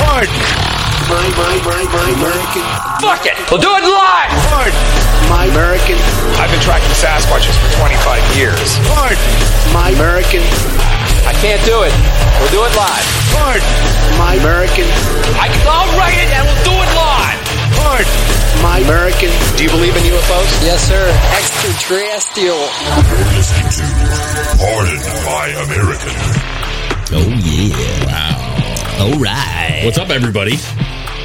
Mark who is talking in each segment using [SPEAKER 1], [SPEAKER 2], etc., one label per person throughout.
[SPEAKER 1] Pardon.
[SPEAKER 2] My, my, my, my American.
[SPEAKER 1] Fuck it. We'll do it live. Pardon.
[SPEAKER 2] My American.
[SPEAKER 3] I've been tracking Sasquatches for 25 years.
[SPEAKER 1] Pardon.
[SPEAKER 2] My American.
[SPEAKER 1] I can't do it. We'll do it live. Pardon.
[SPEAKER 2] My American.
[SPEAKER 1] I can, I'll write it and we'll do it live. Pardon.
[SPEAKER 2] My American.
[SPEAKER 3] Do you believe in UFOs?
[SPEAKER 4] Yes, sir. Extraterrestrial.
[SPEAKER 5] You're listening to Pardon My American.
[SPEAKER 6] Oh yeah! Wow! All right.
[SPEAKER 7] What's up, everybody?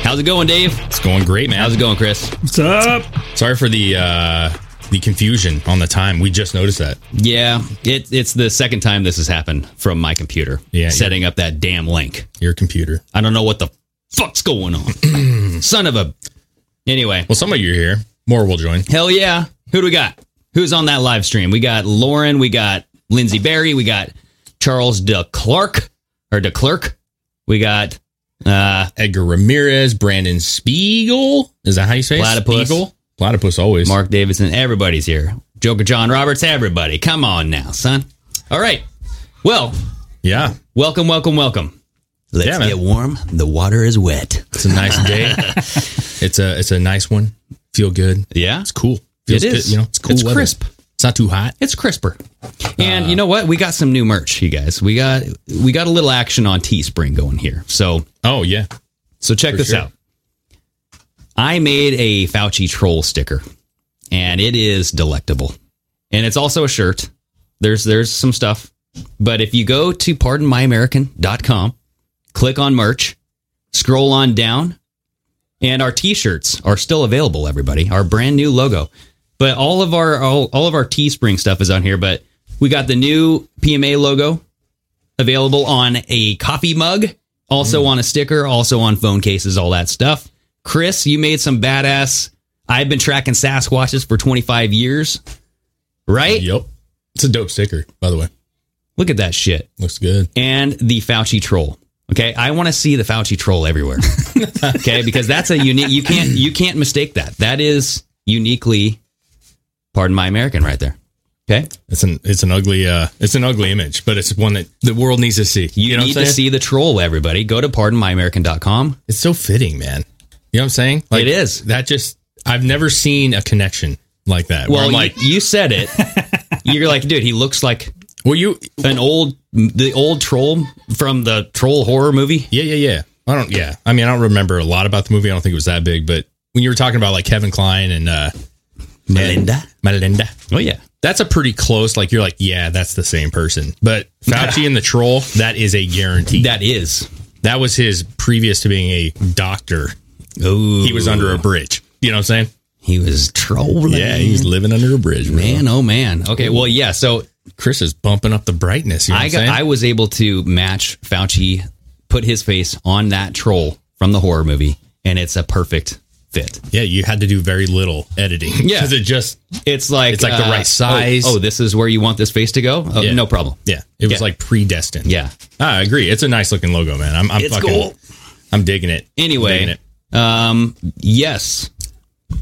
[SPEAKER 6] How's it going, Dave?
[SPEAKER 7] It's going great, man.
[SPEAKER 6] How's it going, Chris?
[SPEAKER 8] What's up?
[SPEAKER 7] Sorry for the uh, the confusion on the time. We just noticed that.
[SPEAKER 6] Yeah, it, it's the second time this has happened from my computer.
[SPEAKER 7] Yeah,
[SPEAKER 6] setting up that damn link.
[SPEAKER 7] Your computer.
[SPEAKER 6] I don't know what the fuck's going on. Son of a. Anyway,
[SPEAKER 7] Well, some of you are here. More will join.
[SPEAKER 6] hell yeah! Who do we got? Who's on that live stream? We got Lauren. We got Lindsey Berry. We got Charles De Clark or De Clerk. We got uh
[SPEAKER 7] Edgar Ramirez, Brandon Spiegel. Is that how you say it?
[SPEAKER 6] Platypus.
[SPEAKER 7] Spiegel? Platypus always.
[SPEAKER 6] Mark Davidson. Everybody's here. Joker John Roberts. Everybody, come on now, son. All right. Well,
[SPEAKER 7] Yeah.
[SPEAKER 6] Welcome, welcome, welcome. Let's
[SPEAKER 7] Yeah, man.
[SPEAKER 6] get warm. The water is wet.
[SPEAKER 7] It's a nice day. it's a it's a nice one. Feel good.
[SPEAKER 6] Yeah.
[SPEAKER 7] It's cool. Feels
[SPEAKER 6] It
[SPEAKER 7] good,
[SPEAKER 6] is.
[SPEAKER 7] you know, it's Uh, cool.
[SPEAKER 6] It's
[SPEAKER 7] weather.
[SPEAKER 6] crisp.
[SPEAKER 7] It's not too hot.
[SPEAKER 6] It's crisper. And you know what? We got some new merch, you guys. We got we got a little action on Teespring going here. So
[SPEAKER 7] Oh yeah.
[SPEAKER 6] so check
[SPEAKER 7] For
[SPEAKER 6] this
[SPEAKER 7] sure.
[SPEAKER 6] out. I made a Fauci troll sticker and it is delectable. And it's also a shirt. There's there's some stuff. But if you go to pardonmyamerican.com, click on merch, scroll on down, and our t-shirts are still available everybody. Our brand new logo. But all of our all, all of our Teespring stuff is on here, but we got the new PMA logo available on a coffee mug, also on a sticker, also on phone cases, all that stuff. Chris, you made some badass. I've been tracking Sasquatches for 25 years, right?
[SPEAKER 7] Yep. It's a dope sticker, by the way.
[SPEAKER 6] Look at that shit.
[SPEAKER 7] Looks good.
[SPEAKER 6] And the Fauci troll. Okay, I want to see the Fauci troll everywhere. okay, because that's a unique. You can't you can't mistake that. That is uniquely, pardon my American, right there. Okay,
[SPEAKER 7] It's an it's an ugly uh it's an ugly image, but it's one that the world needs to see.
[SPEAKER 6] you,
[SPEAKER 7] know
[SPEAKER 6] need
[SPEAKER 7] what I'm
[SPEAKER 6] to
[SPEAKER 7] saying?
[SPEAKER 6] see the troll. Everybody, go to pardonmyamerican.com.
[SPEAKER 7] It's so fitting, man. You know what I'm saying?
[SPEAKER 6] It is.
[SPEAKER 7] That just I've never seen a connection like that. Well,
[SPEAKER 6] Well,
[SPEAKER 7] where I'm
[SPEAKER 6] you-
[SPEAKER 7] like,
[SPEAKER 6] you said it. You're like, dude, he looks like
[SPEAKER 7] well, you,
[SPEAKER 6] an old the old troll from the troll horror movie.
[SPEAKER 7] yeah, yeah, yeah. I don't, yeah. I mean, I don't remember a lot about the movie. I don't think it was that big, but when you were talking about like Kevin Klein and uh
[SPEAKER 6] Melinda?
[SPEAKER 7] Melinda,
[SPEAKER 6] Oh yeah.
[SPEAKER 7] that's a pretty close. Like you're like, yeah, that's the same person. But Fauci and the troll, that is a guarantee.
[SPEAKER 6] That is.
[SPEAKER 7] that was his previous to being a doctor.
[SPEAKER 6] Oh,
[SPEAKER 7] He was under a bridge. You know what I'm saying?
[SPEAKER 6] he was trolling.
[SPEAKER 7] Yeah, he was living under a bridge, bro.
[SPEAKER 6] man. Oh man. Okay. Well, yeah. So
[SPEAKER 7] Chris is bumping up the brightness. You know
[SPEAKER 6] I
[SPEAKER 7] what
[SPEAKER 6] got
[SPEAKER 7] I'm
[SPEAKER 6] I
[SPEAKER 7] saying?
[SPEAKER 6] was able to match Fauci, put his face on that troll from the horror movie, and it's a perfect fit.
[SPEAKER 7] yeah, you had to do very little editing.
[SPEAKER 6] Yeah.
[SPEAKER 7] because it just
[SPEAKER 6] It's like
[SPEAKER 7] It's like the right
[SPEAKER 6] oh,
[SPEAKER 7] size.
[SPEAKER 6] Oh, this is where you want this face to go. Oh,
[SPEAKER 7] Yeah.
[SPEAKER 6] No problem.
[SPEAKER 7] yeah, it was
[SPEAKER 6] Yeah.
[SPEAKER 7] like predestined.
[SPEAKER 6] Yeah.
[SPEAKER 7] I agree. It's a nice looking logo, man. I'm, I'm
[SPEAKER 6] It's
[SPEAKER 7] fucking,
[SPEAKER 6] cool.
[SPEAKER 7] I'm digging it. Digging
[SPEAKER 6] Anyway,
[SPEAKER 7] it.
[SPEAKER 6] um, yes.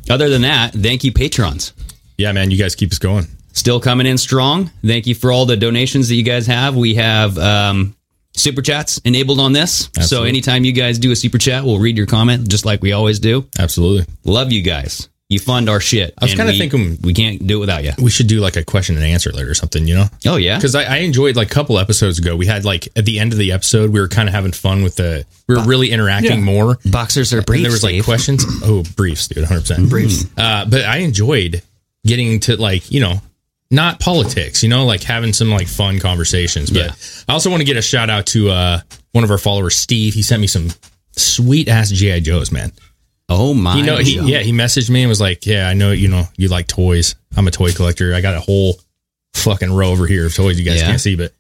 [SPEAKER 6] Other than that, thank you, patrons.
[SPEAKER 7] yeah, man, you guys keep us going.
[SPEAKER 6] still coming in strong. Thank you for all the donations that you guys have. We have um, super chats enabled on this. So
[SPEAKER 7] Absolutely.
[SPEAKER 6] anytime you guys do a super chat, we'll read your comment just like we always do.
[SPEAKER 7] Absolutely.
[SPEAKER 6] Love you guys. You fund our shit.
[SPEAKER 7] I was
[SPEAKER 6] and
[SPEAKER 7] kinda
[SPEAKER 6] we-
[SPEAKER 7] thinking-
[SPEAKER 6] we can't do it without you.
[SPEAKER 7] We should do like a question and answer later or something, you know?
[SPEAKER 6] Oh yeah,
[SPEAKER 7] Because I, I enjoyed like a couple episodes ago. We had like at the end of the episode, we were kind of having fun with the. We were really interacting more.
[SPEAKER 6] boxers are brief.
[SPEAKER 7] and there was like
[SPEAKER 6] Dave.
[SPEAKER 7] questions. oh, briefs, dude, hundred percent briefs. Uh, but I enjoyed getting to like you know not politics, you know, like having some like fun conversations. But I also want to get a shout out to uh, one of our followers, Steve. He sent me some sweet ass GI Joes, man.
[SPEAKER 6] Oh my,
[SPEAKER 7] You know, he,
[SPEAKER 6] God.
[SPEAKER 7] yeah, he messaged me and was like, "Yeah, I know, you know, you like toys. I'm a toy collector. I got a whole fucking row over here of toys you guys
[SPEAKER 6] Yeah.
[SPEAKER 7] can't see, but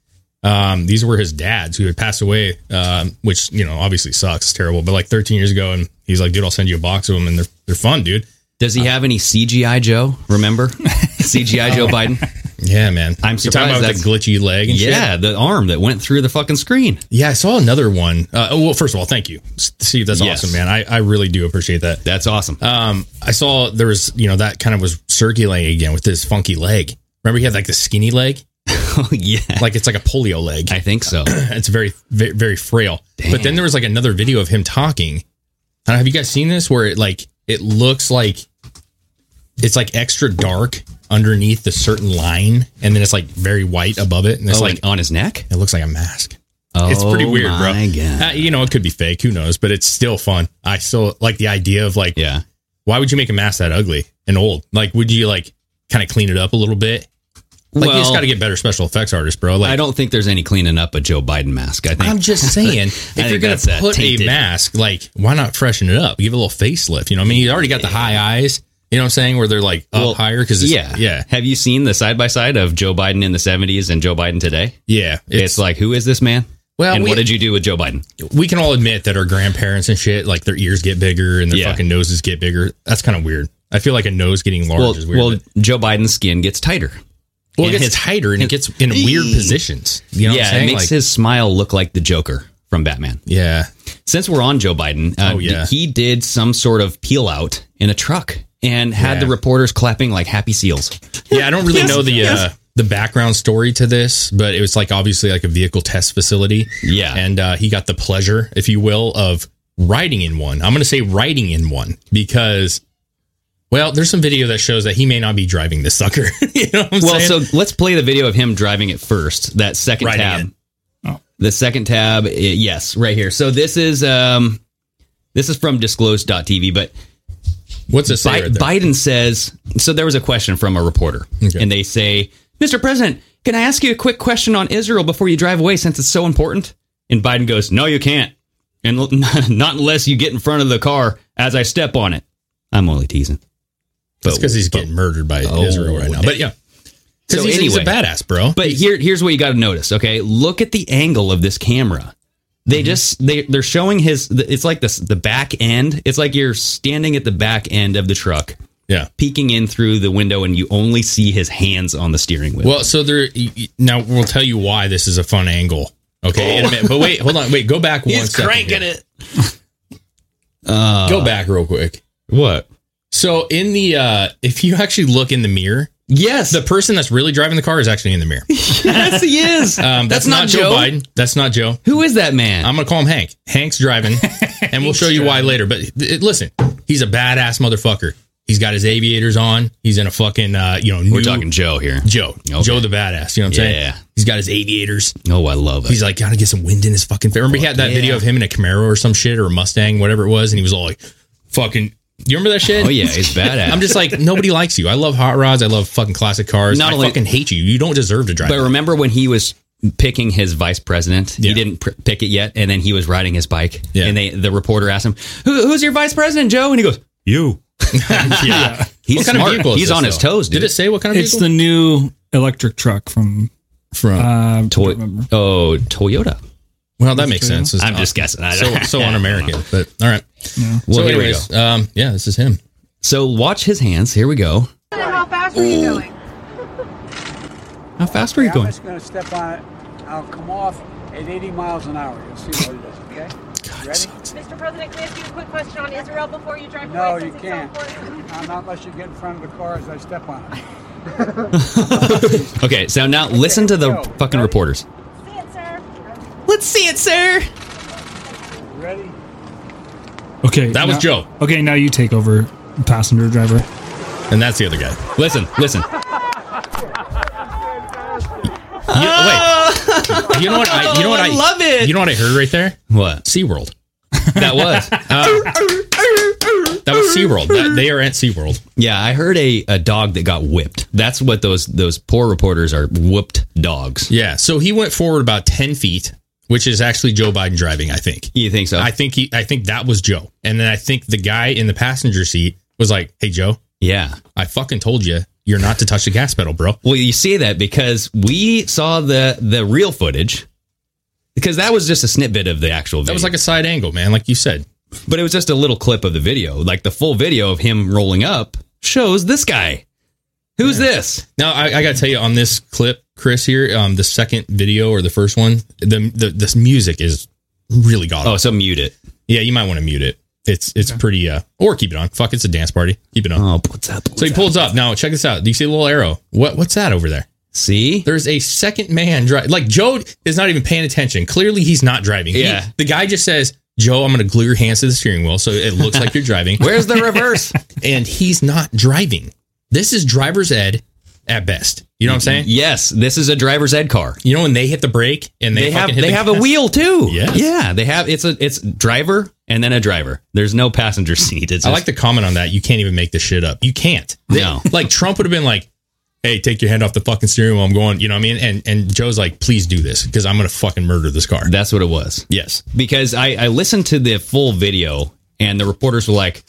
[SPEAKER 7] um, these were his dad's who had passed away, um, which you know obviously sucks, it's terrible. But like 13 years ago, and he's like, "Dude, I'll send you a box of them, and they're they're fun, dude."
[SPEAKER 6] Does he have any CGI Joe? Remember CGI
[SPEAKER 7] Oh.
[SPEAKER 6] Joe Biden?
[SPEAKER 7] Yeah, man.
[SPEAKER 6] I'm
[SPEAKER 7] You're talking
[SPEAKER 6] surprised
[SPEAKER 7] about
[SPEAKER 6] that's-
[SPEAKER 7] the glitchy leg and shit.
[SPEAKER 6] Yeah, the arm that went through the fucking screen.
[SPEAKER 7] Yeah, I saw another one. Uh, oh, well, first of all, thank you, S- Steve. That's
[SPEAKER 6] Yes.
[SPEAKER 7] awesome, man. I, I really do appreciate that.
[SPEAKER 6] That's awesome.
[SPEAKER 7] Um, I saw there was, you know, that kind of was circulating again with this funky leg. Remember, he had like the skinny leg,
[SPEAKER 6] oh yeah,
[SPEAKER 7] like it's like a polio leg.
[SPEAKER 6] I think so.
[SPEAKER 7] It's very, very, very frail. But then there was like another video of him talking. I don't know, have you guys seen this where it like it looks like it's like extra dark underneath the certain line, and then it's like very white above it, and it's
[SPEAKER 6] oh,
[SPEAKER 7] like
[SPEAKER 6] like on his neck.
[SPEAKER 7] it looks like a mask.
[SPEAKER 6] Oh,
[SPEAKER 7] It's pretty weird, bro.
[SPEAKER 6] my God.
[SPEAKER 7] Uh, you know, it could be fake. Who knows? But it's still fun. I still like the idea of like
[SPEAKER 6] Yeah,
[SPEAKER 7] why would you make a mask that ugly and old? Like, would you like kind of clean it up a little bit? Like, you just
[SPEAKER 6] Well-
[SPEAKER 7] got to get better special effects artists, bro. Like,
[SPEAKER 6] I don't think there's any cleaning up a Joe Biden mask. I think
[SPEAKER 7] I'm just saying, if
[SPEAKER 6] think
[SPEAKER 7] you're gonna
[SPEAKER 6] that's, uh,
[SPEAKER 7] put
[SPEAKER 6] tainted.
[SPEAKER 7] a mask, like, why not freshen it up? Give it a little facelift. You know, what I mean, you already got the high eyes. You know what I'm saying? Where they're like up
[SPEAKER 6] Well,
[SPEAKER 7] higher because
[SPEAKER 6] yeah,
[SPEAKER 7] yeah,
[SPEAKER 6] Have you seen the side by side of Joe Biden in the '70s and Joe Biden today?
[SPEAKER 7] yeah.
[SPEAKER 6] It's, like, who is this man?
[SPEAKER 7] Well,
[SPEAKER 6] and
[SPEAKER 7] we-
[SPEAKER 6] what did you do with Joe Biden?
[SPEAKER 7] we can all admit that our grandparents and shit, like their ears get bigger and their
[SPEAKER 6] Yeah.
[SPEAKER 7] fucking noses get bigger. That's kind of weird. I feel like a nose getting large
[SPEAKER 6] Well,
[SPEAKER 7] is weird.
[SPEAKER 6] well,
[SPEAKER 7] but-
[SPEAKER 6] Joe Biden's skin gets tighter.
[SPEAKER 7] well, it
[SPEAKER 6] and
[SPEAKER 7] gets
[SPEAKER 6] his-
[SPEAKER 7] tighter and it gets in weird positions. You know what I'm
[SPEAKER 6] yeah,
[SPEAKER 7] saying?
[SPEAKER 6] it makes
[SPEAKER 7] Like-
[SPEAKER 6] his smile look like the Joker from Batman.
[SPEAKER 7] yeah.
[SPEAKER 6] Since we're on Joe Biden, uh,
[SPEAKER 7] Oh, yeah.
[SPEAKER 6] he did some sort of peel out in a truck and had
[SPEAKER 7] Yeah.
[SPEAKER 6] the reporters clapping like happy seals.
[SPEAKER 7] Yeah, I don't really know the uh, the background story to this, but it was like obviously like a vehicle test facility.
[SPEAKER 6] Yeah.
[SPEAKER 7] and uh, he got the pleasure, if you will, of riding in one. I'm going to say riding in one because, well, there's some video that shows that he may not be driving this sucker. you know what I'm
[SPEAKER 6] well,
[SPEAKER 7] saying?
[SPEAKER 6] so let's play the video of him driving it first. That second
[SPEAKER 7] Riding
[SPEAKER 6] tab.
[SPEAKER 7] it. Oh.
[SPEAKER 6] The second tab, i- yes, right here. So this is um, this is from disclosed.tv, but
[SPEAKER 7] what's this?
[SPEAKER 6] Bi- Biden says so. There was a question from a reporter,
[SPEAKER 7] Okay.
[SPEAKER 6] and they say, "Mr. President, can I ask you a quick question on Israel before you drive away, since it's so important?" And Biden goes, "No, you can't, and l- not unless you get in front of the car as I step on it." I'm only teasing.
[SPEAKER 7] That's because he's getting murdered by
[SPEAKER 6] Oh,
[SPEAKER 7] Israel right now. But yeah, because
[SPEAKER 6] So
[SPEAKER 7] he's, he's
[SPEAKER 6] anyway.
[SPEAKER 7] a badass, bro.
[SPEAKER 6] But here, here's what you got to notice. Okay, look at the angle of this camera. They
[SPEAKER 7] Mm-hmm.
[SPEAKER 6] just they they're showing his. It's like this the back end. It's like you're standing at the back end of the truck,
[SPEAKER 7] yeah.
[SPEAKER 6] peeking in through the window, and you only see his hands on the steering wheel.
[SPEAKER 7] Well, so there. y- y- Now we'll tell you why this is a fun angle. Okay, in a minute. But wait, hold on. Wait, go back one second here.
[SPEAKER 6] it.
[SPEAKER 7] Go back real quick.
[SPEAKER 6] What?
[SPEAKER 7] So in the uh if you actually look in the mirror,
[SPEAKER 6] Yes,
[SPEAKER 7] the person that's really driving the car is actually in the mirror.
[SPEAKER 6] yes, he is.
[SPEAKER 7] Um, that's, not, Joe Biden. Um, That's not Joe.
[SPEAKER 6] Who is that man?
[SPEAKER 7] I'm gonna call him Hank. Hank's driving, and we'll show you why later. But th- th- listen, he's a badass motherfucker. He's got his aviators on. He's in a fucking uh, you know. New
[SPEAKER 6] We're talking Joe here.
[SPEAKER 7] Joe.
[SPEAKER 6] Okay.
[SPEAKER 7] Joe the badass. You know what I'm saying?
[SPEAKER 6] Yeah.
[SPEAKER 7] He's got his aviators.
[SPEAKER 6] Oh, I love it.
[SPEAKER 7] He's like, gotta get some wind in his fucking face. Remember, he had that video of him in a Camaro or some shit or a Mustang, whatever it was, and he was all like, fucking. You remember that shit?
[SPEAKER 6] oh yeah, he's badass.
[SPEAKER 7] I'm just like nobody likes you. I love hot rods. I love fucking classic cars.
[SPEAKER 6] Not
[SPEAKER 7] I
[SPEAKER 6] only-
[SPEAKER 7] fucking hate you. You don't deserve to drive.
[SPEAKER 6] But remember when he was picking his vice president? He
[SPEAKER 7] Yeah.
[SPEAKER 6] didn't pr- pick it yet, and then he was riding his bike,
[SPEAKER 7] Yeah.
[SPEAKER 6] and they the reporter asked him, Who, "Who's your vice president, Joe?" And he goes,
[SPEAKER 7] you. yeah.
[SPEAKER 6] "He's
[SPEAKER 7] What kind
[SPEAKER 6] smart.
[SPEAKER 7] of vehicle is
[SPEAKER 6] He's
[SPEAKER 7] this,
[SPEAKER 6] on his
[SPEAKER 7] though?
[SPEAKER 6] toes, dude."
[SPEAKER 7] Did it say what kind of
[SPEAKER 8] It's the
[SPEAKER 7] vehicle?
[SPEAKER 8] new electric truck from.
[SPEAKER 7] from.
[SPEAKER 8] Uh,
[SPEAKER 6] Toy- oh, Toyota.
[SPEAKER 7] well, that makes sense. It's
[SPEAKER 6] I'm
[SPEAKER 7] not-
[SPEAKER 6] just guessing. I
[SPEAKER 7] So
[SPEAKER 6] don't-
[SPEAKER 7] so un-American. But all right.
[SPEAKER 6] Well,
[SPEAKER 7] so
[SPEAKER 6] here we
[SPEAKER 7] anyways,
[SPEAKER 6] go.
[SPEAKER 7] um, yeah, this is him.
[SPEAKER 6] So watch his hands. Here we go.
[SPEAKER 1] How fast are you going?
[SPEAKER 6] How fast were you going?
[SPEAKER 1] going to step on it. I'll come off at 80 miles an hour. You'll see what it is, okay?
[SPEAKER 9] Mr. President, can I ask you a quick question on Israel before you drive
[SPEAKER 1] No, you can't. Uh, Not unless you get in front of the car as I step on it.
[SPEAKER 6] Okay, so now listen to the fucking reporters.
[SPEAKER 9] See it, sir.
[SPEAKER 6] Let's see it, sir.
[SPEAKER 1] Ready?
[SPEAKER 8] Okay,
[SPEAKER 7] That was
[SPEAKER 8] now-
[SPEAKER 7] Joe.
[SPEAKER 8] Okay, now you take over, passenger driver.
[SPEAKER 7] And that's the other guy.
[SPEAKER 6] Listen, listen.
[SPEAKER 7] You, wait. You know what? I, you know what?
[SPEAKER 6] I love it.
[SPEAKER 7] You know what I heard right there?
[SPEAKER 6] What?
[SPEAKER 7] SeaWorld.
[SPEAKER 6] That was.
[SPEAKER 7] That was SeaWorld. That, they are at SeaWorld.
[SPEAKER 6] Yeah, I heard a, a dog that got whipped. That's what those those poor reporters are whooped dogs.
[SPEAKER 7] Yeah. So he went forward about 10 feet, which is actually Joe Biden driving, I think.
[SPEAKER 6] You think so?
[SPEAKER 7] I think he I think that was Joe. And then I think the guy in the passenger seat was like, "Hey Joe,
[SPEAKER 6] yeah.
[SPEAKER 7] I fucking told you you're not to touch the gas pedal, bro."
[SPEAKER 6] Well, you see that because we saw the the real footage because that was just a snippet of the actual video.
[SPEAKER 7] That was like a side angle, man, like you said.
[SPEAKER 6] but it was just a little clip of the video. Like the full video of him rolling up shows this guy. Who's this?
[SPEAKER 7] Now I, I gotta tell you on this clip, Chris here, um, the second video or the first one, the the this music is really god.
[SPEAKER 6] Oh, so mute it.
[SPEAKER 7] yeah, you might want to mute it. It's it's pretty uh or keep it on. Fuck, it's a dance party. Keep it on.
[SPEAKER 6] Oh, what's up?
[SPEAKER 7] so he pulls up. Now Oh, check this out. Do you see the little arrow? What what's that over there?
[SPEAKER 6] See?
[SPEAKER 7] There's a second man drive. Like Joe is not even paying attention. Clearly, he's not driving. He-
[SPEAKER 6] Yeah.
[SPEAKER 7] the guy just says, "Joe, I'm going to glue your hands to the steering wheel so it looks like you're driving,"
[SPEAKER 6] Where's the reverse?
[SPEAKER 7] and he's not driving. This is driver's ed at best. You know what I'm saying?
[SPEAKER 6] Mm-hmm. yes, this is a driver's ed car.
[SPEAKER 7] You know when they hit the brake and they,
[SPEAKER 6] they have
[SPEAKER 7] fucking hit
[SPEAKER 6] they
[SPEAKER 7] the
[SPEAKER 6] have
[SPEAKER 7] gas?
[SPEAKER 6] a wheel too.
[SPEAKER 7] Yes.
[SPEAKER 6] Yeah, they have it's a it's driver and then a driver. There's no passenger seat. It's
[SPEAKER 7] I like the comment on that. You can't even make this shit up. You can't. They-
[SPEAKER 6] No.
[SPEAKER 7] like Trump would have been like, "Hey, take your hand off the fucking steering wheel. I'm going." You know what I mean? And and Joe's like, "Please do this because I'm going to fucking murder this car."
[SPEAKER 6] that's what it was.
[SPEAKER 7] yes.
[SPEAKER 6] Because I I listened to the full video and the reporters were like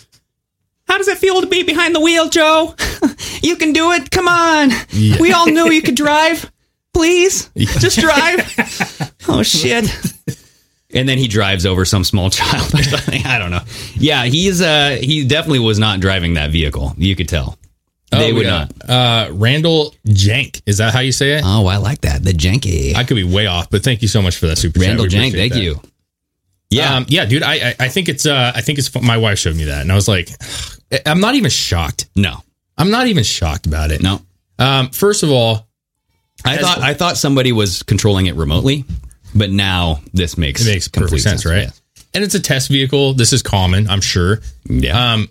[SPEAKER 6] how does it feel to be behind the wheel, Joe? you can do it. Come on. We all knew you could drive. Please, just drive. oh shit. And then he drives over some small child or something. I don't know. Yeah, he's uh he definitely was not driving that vehicle. You could tell. they
[SPEAKER 7] we
[SPEAKER 6] would not.
[SPEAKER 7] got, Uh, Randall Jank. Is that how you say it?
[SPEAKER 6] Oh, I like that. The janky.
[SPEAKER 7] I could be way off, but thank you so much for that super chat.
[SPEAKER 6] Randall
[SPEAKER 7] We
[SPEAKER 6] Jank,
[SPEAKER 7] appreciate
[SPEAKER 6] thank
[SPEAKER 7] that.
[SPEAKER 6] you. Yeah.
[SPEAKER 7] um, yeah, dude. I, I I think it's uh I think it's my wife showed me that, and I was like, I'm not even shocked.
[SPEAKER 6] no.
[SPEAKER 7] I'm not even shocked about it.
[SPEAKER 6] No.
[SPEAKER 7] Um, first of all,
[SPEAKER 6] I
[SPEAKER 7] As-
[SPEAKER 6] thought I thought somebody was controlling it remotely, but now this makes
[SPEAKER 7] it makes perfect
[SPEAKER 6] complete
[SPEAKER 7] sense, right? And it's a test vehicle. This is common, I'm sure.
[SPEAKER 6] Yeah. Yeah.
[SPEAKER 7] Um,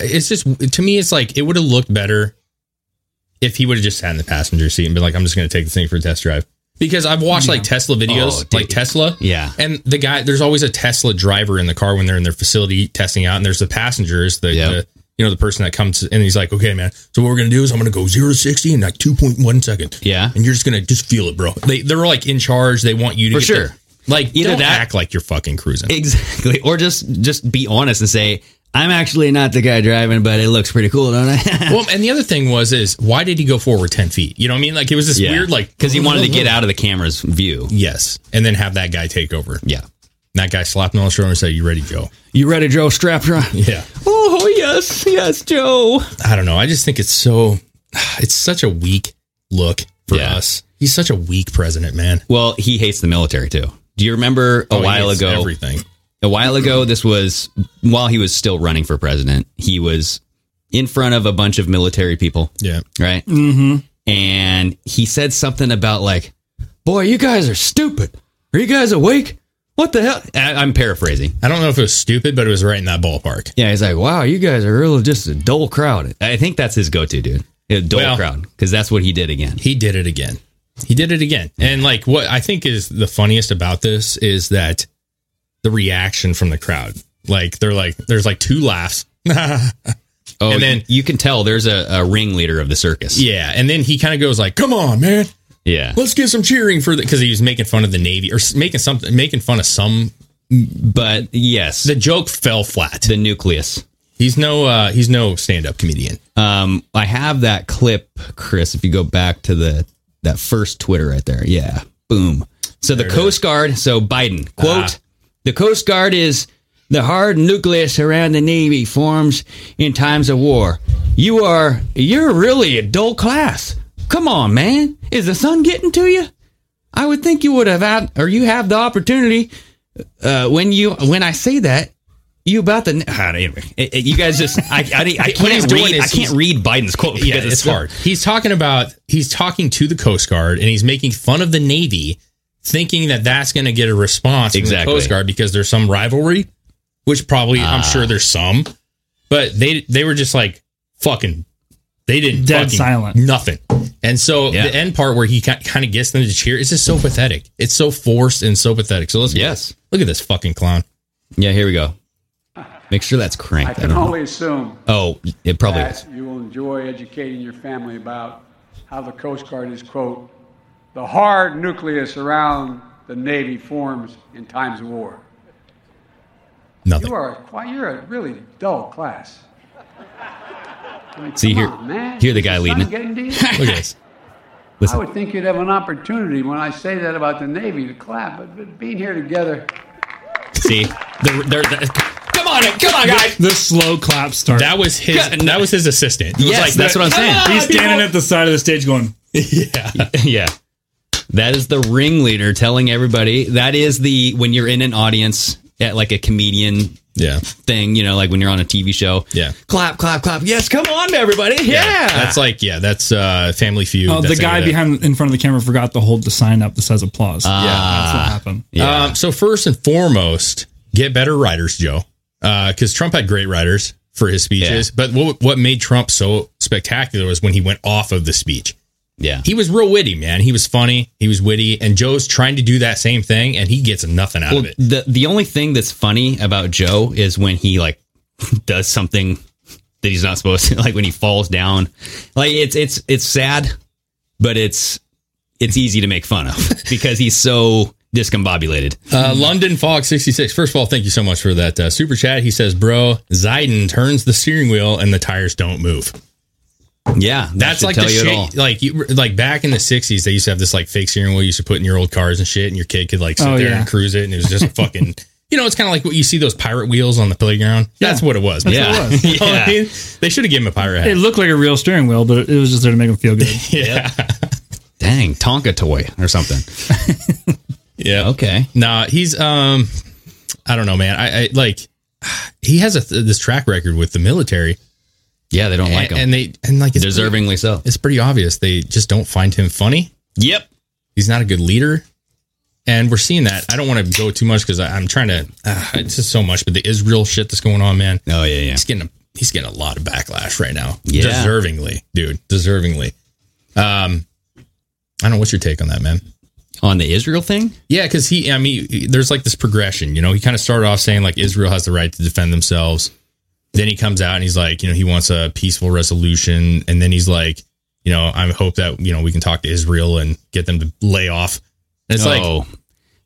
[SPEAKER 7] it's just to me, it's like it would have looked better if he would have just sat in the passenger seat and been like, "I'm just going to take this thing for a test drive." Because I've watched like Tesla
[SPEAKER 6] Oh,
[SPEAKER 7] videos,
[SPEAKER 6] dude.
[SPEAKER 7] like Tesla,
[SPEAKER 6] Yeah.
[SPEAKER 7] and the guy, there's always a Tesla driver in the car when they're in their facility testing out, and there's the passengers, the,
[SPEAKER 6] Yeah.
[SPEAKER 7] the you know the person that comes and he's like, "Okay, man, so what we're going to do is I'm going to go zero to sixty in like two point one second,
[SPEAKER 6] Yeah.
[SPEAKER 7] and you're just going to just feel it, bro." They they're like in charge. They want you to
[SPEAKER 6] For
[SPEAKER 7] get the-
[SPEAKER 6] sure.
[SPEAKER 7] like
[SPEAKER 6] Either
[SPEAKER 7] don't
[SPEAKER 6] that-
[SPEAKER 7] act like you're fucking cruising.
[SPEAKER 6] exactly. Or just just be honest and say, I'm actually not the guy driving, but it looks pretty cool, don't I?
[SPEAKER 7] well, and the other thing was is why did he go forward ten feet? You know what I mean? Like it was this weird like
[SPEAKER 6] because he wanted to get out of the camera's view.
[SPEAKER 7] Yes, and then have that guy take over.
[SPEAKER 6] Yeah.
[SPEAKER 7] That guy slapped him on the shoulder and said, "You ready, Joe?"
[SPEAKER 6] You ready, Joe Strapra?
[SPEAKER 7] Yeah.
[SPEAKER 6] Oh yes, yes, Joe.
[SPEAKER 7] I don't know. I just think it's so. It's such a weak look for
[SPEAKER 6] Yeah.
[SPEAKER 7] us. He's such a weak president, man.
[SPEAKER 6] Well, he hates the military too. Do you remember a
[SPEAKER 7] Oh, he
[SPEAKER 6] while
[SPEAKER 7] hates
[SPEAKER 6] ago?
[SPEAKER 7] everything.
[SPEAKER 6] a while ago this was while he was still running for president he was in front of a bunch of military people
[SPEAKER 7] Yeah.
[SPEAKER 6] right mm-hmm. and he said something about like boy you guys are stupid are you guys awake what the hell I, i'm paraphrasing
[SPEAKER 7] I don't know if it was stupid, but it was right in that ballpark.
[SPEAKER 6] yeah he's like wow you guys are really just a dull crowd i think that's his go-to dude a dull
[SPEAKER 7] Well-
[SPEAKER 6] crowd because that's what he did again
[SPEAKER 7] He did it again. He did it again. And like what I think is the funniest about this is that the reaction from the crowd. Like they're like there's like two laughs.
[SPEAKER 6] oh
[SPEAKER 7] and then-
[SPEAKER 6] you, you can tell there's a, a ringleader of the circus
[SPEAKER 7] yeah, and then he kind of goes like, "Come on, man.
[SPEAKER 6] yeah
[SPEAKER 7] let's get some cheering for the because he was making fun of the navy or s- making something making fun of some
[SPEAKER 6] but yes
[SPEAKER 7] the joke fell flat
[SPEAKER 6] the nucleus
[SPEAKER 7] he's no uh he's no stand-up comedian
[SPEAKER 6] Um, I have that clip, Chris. If you go back to the that first Twitter right there, yeah, boom. So the Coast Guard. So Biden quote: The Coast Guard is the hard nucleus around the Navy forms in times of war. You are you're really a dull class. Come on, man. Is the sun getting to you? I would think you would have had, or you have the opportunity. Uh, when you when I say that, you about the ah, anyway. It- it- you guys just I I, I
[SPEAKER 7] What he's
[SPEAKER 6] can't
[SPEAKER 7] doing
[SPEAKER 6] read I can't
[SPEAKER 7] is he's-
[SPEAKER 6] read Biden's quote
[SPEAKER 7] yeah
[SPEAKER 6] because
[SPEAKER 7] it's hard he's talking about he's talking to the coast guard and he's making fun of the navy thinking that that's going to get a response from the
[SPEAKER 6] Exactly. Ah.
[SPEAKER 7] coast guard because there's some rivalry which probably i'm sure there's some but they they were just like fucking They didn't
[SPEAKER 8] Dead
[SPEAKER 7] fucking-
[SPEAKER 8] silent.
[SPEAKER 7] nothing. And so
[SPEAKER 6] Yeah.
[SPEAKER 7] the end part where he kind of gets them to cheer is just so pathetic. It's so forced and so pathetic. So let's
[SPEAKER 6] Yes.
[SPEAKER 7] look at this fucking clown.
[SPEAKER 6] Yeah, here we go. Make sure that's
[SPEAKER 1] I
[SPEAKER 6] cranked. I
[SPEAKER 1] can
[SPEAKER 6] don't know.
[SPEAKER 1] only assume
[SPEAKER 6] Oh, it probably is.
[SPEAKER 1] that you will enjoy educating your family about how the Coast Guard is, quote, the hard nucleus around the Navy forms in times of war.
[SPEAKER 7] Nothing.
[SPEAKER 1] You are quite, you're a really dull class. I mean,
[SPEAKER 6] See,
[SPEAKER 1] come
[SPEAKER 6] here-
[SPEAKER 1] on, man.
[SPEAKER 6] here the
[SPEAKER 1] Is
[SPEAKER 6] guy
[SPEAKER 1] sun
[SPEAKER 6] leading it.
[SPEAKER 1] getting to you?
[SPEAKER 7] Look at this.
[SPEAKER 1] I
[SPEAKER 6] Listen.
[SPEAKER 1] would think you'd have an opportunity when I say that about the Navy to clap, but, but being here together,
[SPEAKER 6] See, they're, they're, they're- come on, come on, guys.
[SPEAKER 8] The slow clap starts.
[SPEAKER 7] That was his.
[SPEAKER 6] Yeah,
[SPEAKER 7] That was his assistant. It was
[SPEAKER 6] Yes,
[SPEAKER 7] like
[SPEAKER 6] that's
[SPEAKER 7] that-
[SPEAKER 6] what I'm saying.
[SPEAKER 7] Ah,
[SPEAKER 8] He's standing
[SPEAKER 7] people-
[SPEAKER 8] at the side of the stage going,
[SPEAKER 6] yeah. That is the ringleader telling everybody. That is the when you're in an audience at like a comedian
[SPEAKER 7] Yeah,
[SPEAKER 6] thing, you know, like when you're on a TV show.
[SPEAKER 7] Yeah.
[SPEAKER 6] Clap, clap, clap. Yes, come on, everybody. Yeah.
[SPEAKER 7] That's like yeah. That's uh, Family Feud.
[SPEAKER 8] oh, the
[SPEAKER 7] That's uh,
[SPEAKER 8] guy
[SPEAKER 7] any of that.
[SPEAKER 8] behind in front of the camera forgot to hold the sign up that says applause. yeah, that's what happened.
[SPEAKER 6] Ah. Yeah.
[SPEAKER 7] Um, so first and foremost, get better writers, Joe, because Trump had great writers for his speeches. But what what made Trump so spectacular was when he went off of the speech.
[SPEAKER 6] yeah.
[SPEAKER 7] He was real witty, man. He was funny. He was witty, and Joe's trying to do that same thing, and he gets nothing out
[SPEAKER 6] Well,
[SPEAKER 7] of it.
[SPEAKER 6] the the only thing that's funny about Joe is when he like does something that he's not supposed to, like when he falls down. Like it's it's it's sad, but it's it's easy to make fun of because he's so discombobulated.
[SPEAKER 7] Uh, London Fog 66. First of all, thank you so much for that uh, super chat. He says, Bro, Zidane turns the steering wheel and the tires don't move.
[SPEAKER 6] Yeah, that
[SPEAKER 7] That's
[SPEAKER 6] should
[SPEAKER 7] like
[SPEAKER 6] tell
[SPEAKER 7] the
[SPEAKER 6] you it all.
[SPEAKER 7] shit. Like, you, like back in the 60s, they used to have this like fake steering wheel you used to put in your old cars and shit, and your kid could like sit
[SPEAKER 8] Oh,
[SPEAKER 7] there
[SPEAKER 8] yeah.
[SPEAKER 7] and cruise it. And it was just fucking, you know, it's kind of like what you see those pirate wheels on the playground. That's what it was.
[SPEAKER 8] That's
[SPEAKER 7] man.
[SPEAKER 8] what it was.
[SPEAKER 7] You know what I mean? They should have given him a pirate
[SPEAKER 8] It
[SPEAKER 7] hat.
[SPEAKER 8] looked like a real steering wheel, but it was just there to make him feel good.
[SPEAKER 7] Yeah.
[SPEAKER 6] Dang, Tonka toy or something.
[SPEAKER 7] Yeah.
[SPEAKER 6] Okay.
[SPEAKER 7] Nah, he's um, I don't know, man. I, I like he has a th- this track record with the military,
[SPEAKER 6] Yeah, they don't like
[SPEAKER 7] and,
[SPEAKER 6] him.
[SPEAKER 7] and they and like it's pretty-
[SPEAKER 6] Deservingly so.
[SPEAKER 7] it's pretty obvious they just don't find him funny.
[SPEAKER 6] Yep.
[SPEAKER 7] He's not a good leader, and we're seeing that. I don't want to go too much because I'm trying to. Uh, it's just so much, but the Israel shit that's going on, man.
[SPEAKER 6] Oh yeah, yeah.
[SPEAKER 7] He's getting a, he's getting a lot of backlash right now.
[SPEAKER 6] Yeah.
[SPEAKER 7] deservingly, dude, deservingly. Um, I don't know what's your take on that, man.
[SPEAKER 6] On the Israel thing?
[SPEAKER 7] Yeah, because he, I mean, he- there's like this progression. You know, he kind of started off saying like Israel has the right to defend themselves. Then he comes out and he's like, you know, he wants a peaceful resolution. And then he's like, you know, I hope that you know we can talk to Israel and get them to lay off. And it's like,
[SPEAKER 6] Oh.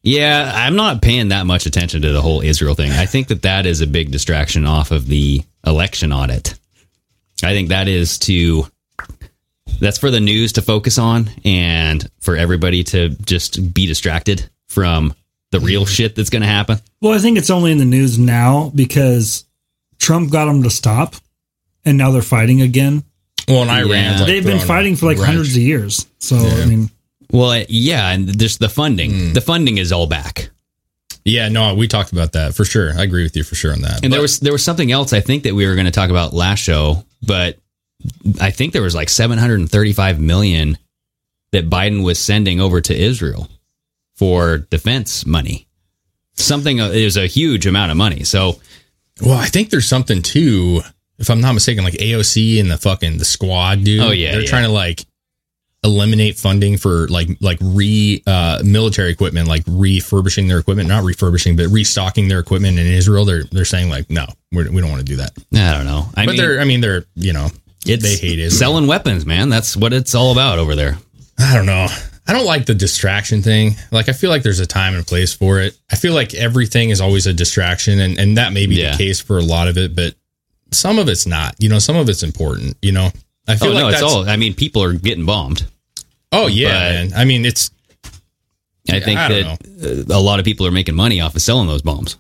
[SPEAKER 6] yeah, I'm not paying that much attention to the whole Israel thing. I think that that is a big distraction off of the election audit. I think that is to that's for the news to focus on and for everybody to just be distracted from the real shit that's going to happen.
[SPEAKER 8] Well, I think it's only in the news now because Trump got them to stop, and now they're fighting again.
[SPEAKER 7] well, in Iran,
[SPEAKER 6] Yeah. Like,
[SPEAKER 8] They've been fighting for like hundreds of years. So I mean,
[SPEAKER 6] Well, yeah, and just the funding.
[SPEAKER 7] Hmm.
[SPEAKER 6] The funding is all back.
[SPEAKER 7] Yeah, no, we talked about that for sure. I agree with you for sure on that.
[SPEAKER 6] And there
[SPEAKER 7] But-
[SPEAKER 6] was there was something else I think that we were going to talk about last show, but I think there was like 735 million that Biden was sending over to Israel for defense money. Something uh, it was a huge amount of money. So
[SPEAKER 7] well, I think there's something too. If I'm not mistaken, like AOC and the fucking the squad, dude.
[SPEAKER 6] Oh, yeah,
[SPEAKER 7] they're
[SPEAKER 6] yeah.
[SPEAKER 7] trying to like eliminate funding for like like re uh military equipment like refurbishing their equipment not refurbishing but restocking their equipment in israel they're they're saying like no we're, we don't want to do that
[SPEAKER 6] I don't know. I
[SPEAKER 7] but they're i mean they're you know
[SPEAKER 6] it's
[SPEAKER 7] they hate it
[SPEAKER 6] selling weapons, man. That's what it's all about over there.
[SPEAKER 7] I don't know. I don't like the distraction thing. Like I feel like there's a time and place for it. I feel like everything is always a distraction and, and that may be
[SPEAKER 6] Yeah.
[SPEAKER 7] the case for a lot of it, but some of it's not. You know, some of it's important, you know. I
[SPEAKER 6] Oh
[SPEAKER 7] feel like
[SPEAKER 6] no, it's
[SPEAKER 7] that's
[SPEAKER 6] all. I mean, people are getting bombed.
[SPEAKER 7] Oh yeah,
[SPEAKER 6] but-
[SPEAKER 7] man. I mean it's
[SPEAKER 6] I think
[SPEAKER 7] I don't
[SPEAKER 6] that uh, a lot of people are making money off of selling those bombs.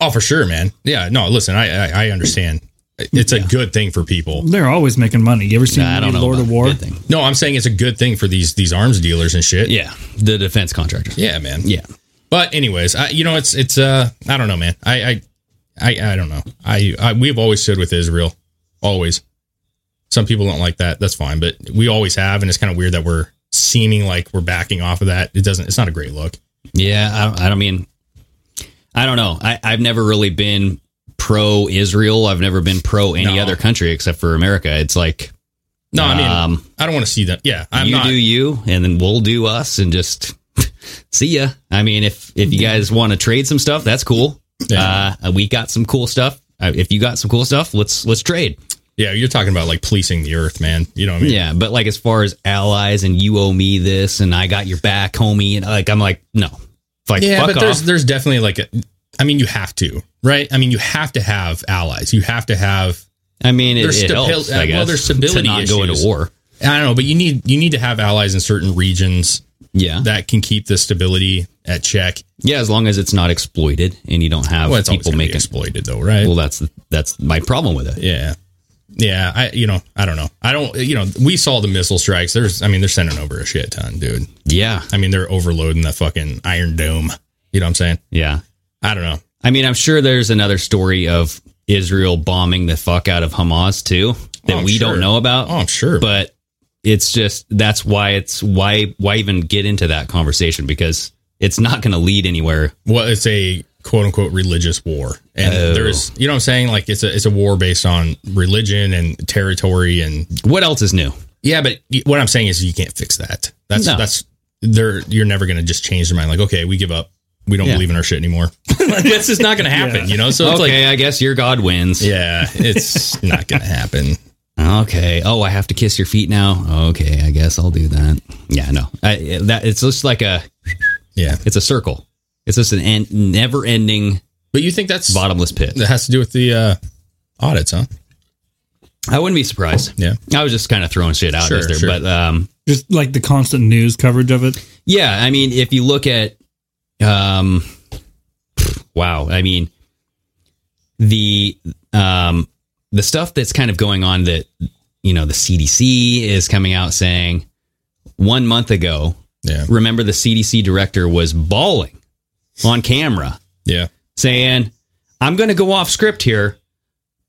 [SPEAKER 7] oh for sure, man. Yeah, no, listen, I I, I understand. It's a good thing for people.
[SPEAKER 8] they're always making money. You ever seen
[SPEAKER 6] I
[SPEAKER 8] the
[SPEAKER 6] don't
[SPEAKER 8] movie
[SPEAKER 6] know.
[SPEAKER 8] Lord
[SPEAKER 6] about
[SPEAKER 8] of
[SPEAKER 6] the
[SPEAKER 8] War?
[SPEAKER 6] good thing.
[SPEAKER 7] No, I'm saying it's a good thing for these these arms dealers and shit.
[SPEAKER 6] Yeah, the defense contractors.
[SPEAKER 7] Yeah, man.
[SPEAKER 6] Yeah.
[SPEAKER 7] But anyways, I, you know, it's it's uh, I don't know, man. I I I, I don't know. I, I we've always stood with Israel, always. Some people don't like that. That's fine, but we always have, and it's kind of weird that we're seeming like we're backing off of that. It doesn't. It's not a great look.
[SPEAKER 6] Yeah, I don't, I don't mean, I don't know. I, I've never really been pro Israel. I've never been pro any
[SPEAKER 7] No.
[SPEAKER 6] other country except for America. It's like um,
[SPEAKER 7] No, I mean, I don't want to see that. Yeah, I'm
[SPEAKER 6] you
[SPEAKER 7] not.
[SPEAKER 6] do you, and then we'll do us, and just see ya. I mean, if if you guys want to trade some stuff, that's cool. Uh, we got some cool stuff. Uh, if you got some cool stuff, let's let's trade.
[SPEAKER 7] Yeah, you're talking about like policing the earth, man. You know what I mean?
[SPEAKER 6] Yeah, but like as far as allies and you owe me this and I got your back, homie, and like I'm like no, like
[SPEAKER 7] yeah,
[SPEAKER 6] fuck
[SPEAKER 7] but
[SPEAKER 6] off.
[SPEAKER 7] there's there's definitely like a. I mean, you have to, right? I mean, you have to have allies. You have to have.
[SPEAKER 6] I mean, it- it
[SPEAKER 7] stabil-
[SPEAKER 6] helps, I
[SPEAKER 7] well,
[SPEAKER 6] guess,
[SPEAKER 7] there's
[SPEAKER 6] to
[SPEAKER 7] stability
[SPEAKER 6] not
[SPEAKER 7] issues.
[SPEAKER 6] go into war.
[SPEAKER 7] I don't know, but you need you need to have allies in certain regions.
[SPEAKER 6] Yeah,
[SPEAKER 7] that can keep the stability at check.
[SPEAKER 6] Yeah, as long as it's not exploited and you don't have
[SPEAKER 7] Well, it's always
[SPEAKER 6] people
[SPEAKER 7] gonna be
[SPEAKER 6] making
[SPEAKER 7] exploited though, right?
[SPEAKER 6] Well, that's that's my problem with it.
[SPEAKER 7] Yeah. Yeah, I you know I don't know I don't you know we saw the missile strikes. There's I mean they're sending over a shit ton, dude.
[SPEAKER 6] Yeah,
[SPEAKER 7] I mean they're overloading the fucking Iron Dome. You know what I'm saying?
[SPEAKER 6] Yeah.
[SPEAKER 7] I don't know.
[SPEAKER 6] I mean, I'm sure there's another story of Israel bombing the fuck out of Hamas too that
[SPEAKER 7] Oh, I'm
[SPEAKER 6] we
[SPEAKER 7] sure.
[SPEAKER 6] don't know about.
[SPEAKER 7] Oh, I'm sure.
[SPEAKER 6] But it's just that's why it's why why even get into that conversation because it's not going to lead anywhere.
[SPEAKER 7] Well, it's a quote unquote religious war, and
[SPEAKER 6] Oh.
[SPEAKER 7] there's you know what I'm saying like it's a it's a war based on religion and territory and
[SPEAKER 6] what else is new?
[SPEAKER 7] Yeah, but y- what I'm saying is you can't fix that. That's
[SPEAKER 6] No.
[SPEAKER 7] that's they're you're never going to just change their mind like okay we give up we don't
[SPEAKER 6] Yeah.
[SPEAKER 7] believe in our shit anymore. this is not going to happen, you know. So
[SPEAKER 6] okay,
[SPEAKER 7] it's like
[SPEAKER 6] I guess your God wins.
[SPEAKER 7] Yeah, it's not going to happen.
[SPEAKER 6] Okay. Oh, I have to kiss your feet now. Okay, I guess I'll do that. Yeah, no. I, that it's just like a
[SPEAKER 7] yeah.
[SPEAKER 6] It's a circle. It's just an en- never-ending.
[SPEAKER 7] But you think that's
[SPEAKER 6] bottomless pit?
[SPEAKER 7] that has to do with the uh, audits, huh?
[SPEAKER 6] I wouldn't be surprised.
[SPEAKER 7] Yeah.
[SPEAKER 6] I was just kind of throwing shit out
[SPEAKER 7] Sure,
[SPEAKER 6] there,
[SPEAKER 7] sure.
[SPEAKER 6] but um,
[SPEAKER 8] Just like the constant news coverage of it.
[SPEAKER 6] yeah. I mean, if you look at, um, wow. I mean, the um, the stuff that's kind of going on that you know the CDC is coming out saying one month ago.
[SPEAKER 7] Yeah.
[SPEAKER 6] Remember, the CDC director was bawling on camera.
[SPEAKER 7] Yeah.
[SPEAKER 6] saying, I'm going to go off script here,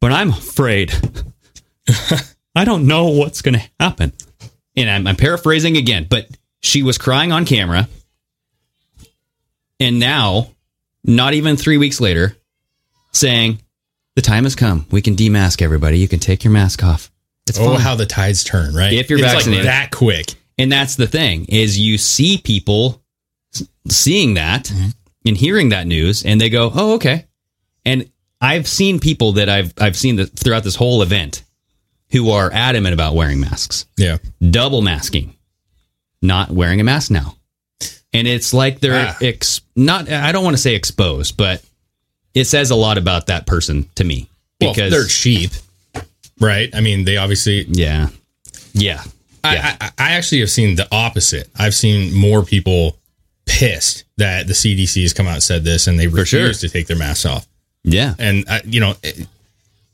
[SPEAKER 6] but I'm afraid. I don't know what's going to happen. And I'm, I'm paraphrasing again, but she was crying on camera. And now, not even three weeks later, saying, The time has come. We can demask everybody. You can take your mask off. It's
[SPEAKER 7] oh,
[SPEAKER 6] fine.
[SPEAKER 7] how the tides turn, right?
[SPEAKER 6] If you're
[SPEAKER 7] It's like
[SPEAKER 6] vaccinated.
[SPEAKER 7] that quick.
[SPEAKER 6] And that's the thing is you see people s- seeing that
[SPEAKER 7] Mm-hmm.
[SPEAKER 6] and hearing that news and they go, "Oh, okay." And I've seen people that I've I've seen that throughout this whole event who are adamant about wearing masks.
[SPEAKER 7] Yeah.
[SPEAKER 6] Double masking. Not wearing a mask now. And it's like they're
[SPEAKER 7] Ah.
[SPEAKER 6] ex- not I don't want to say exposed, but it says a lot about that person to me
[SPEAKER 7] Well,
[SPEAKER 6] because
[SPEAKER 7] they're cheap, right? I mean, they obviously
[SPEAKER 6] yeah. Yeah.
[SPEAKER 7] I, I, I actually have seen the opposite. I've seen more people pissed that the CDC has come out and said this, and they refuse
[SPEAKER 6] sure.
[SPEAKER 7] to take their masks off.
[SPEAKER 6] Yeah.
[SPEAKER 7] And I, you know, it-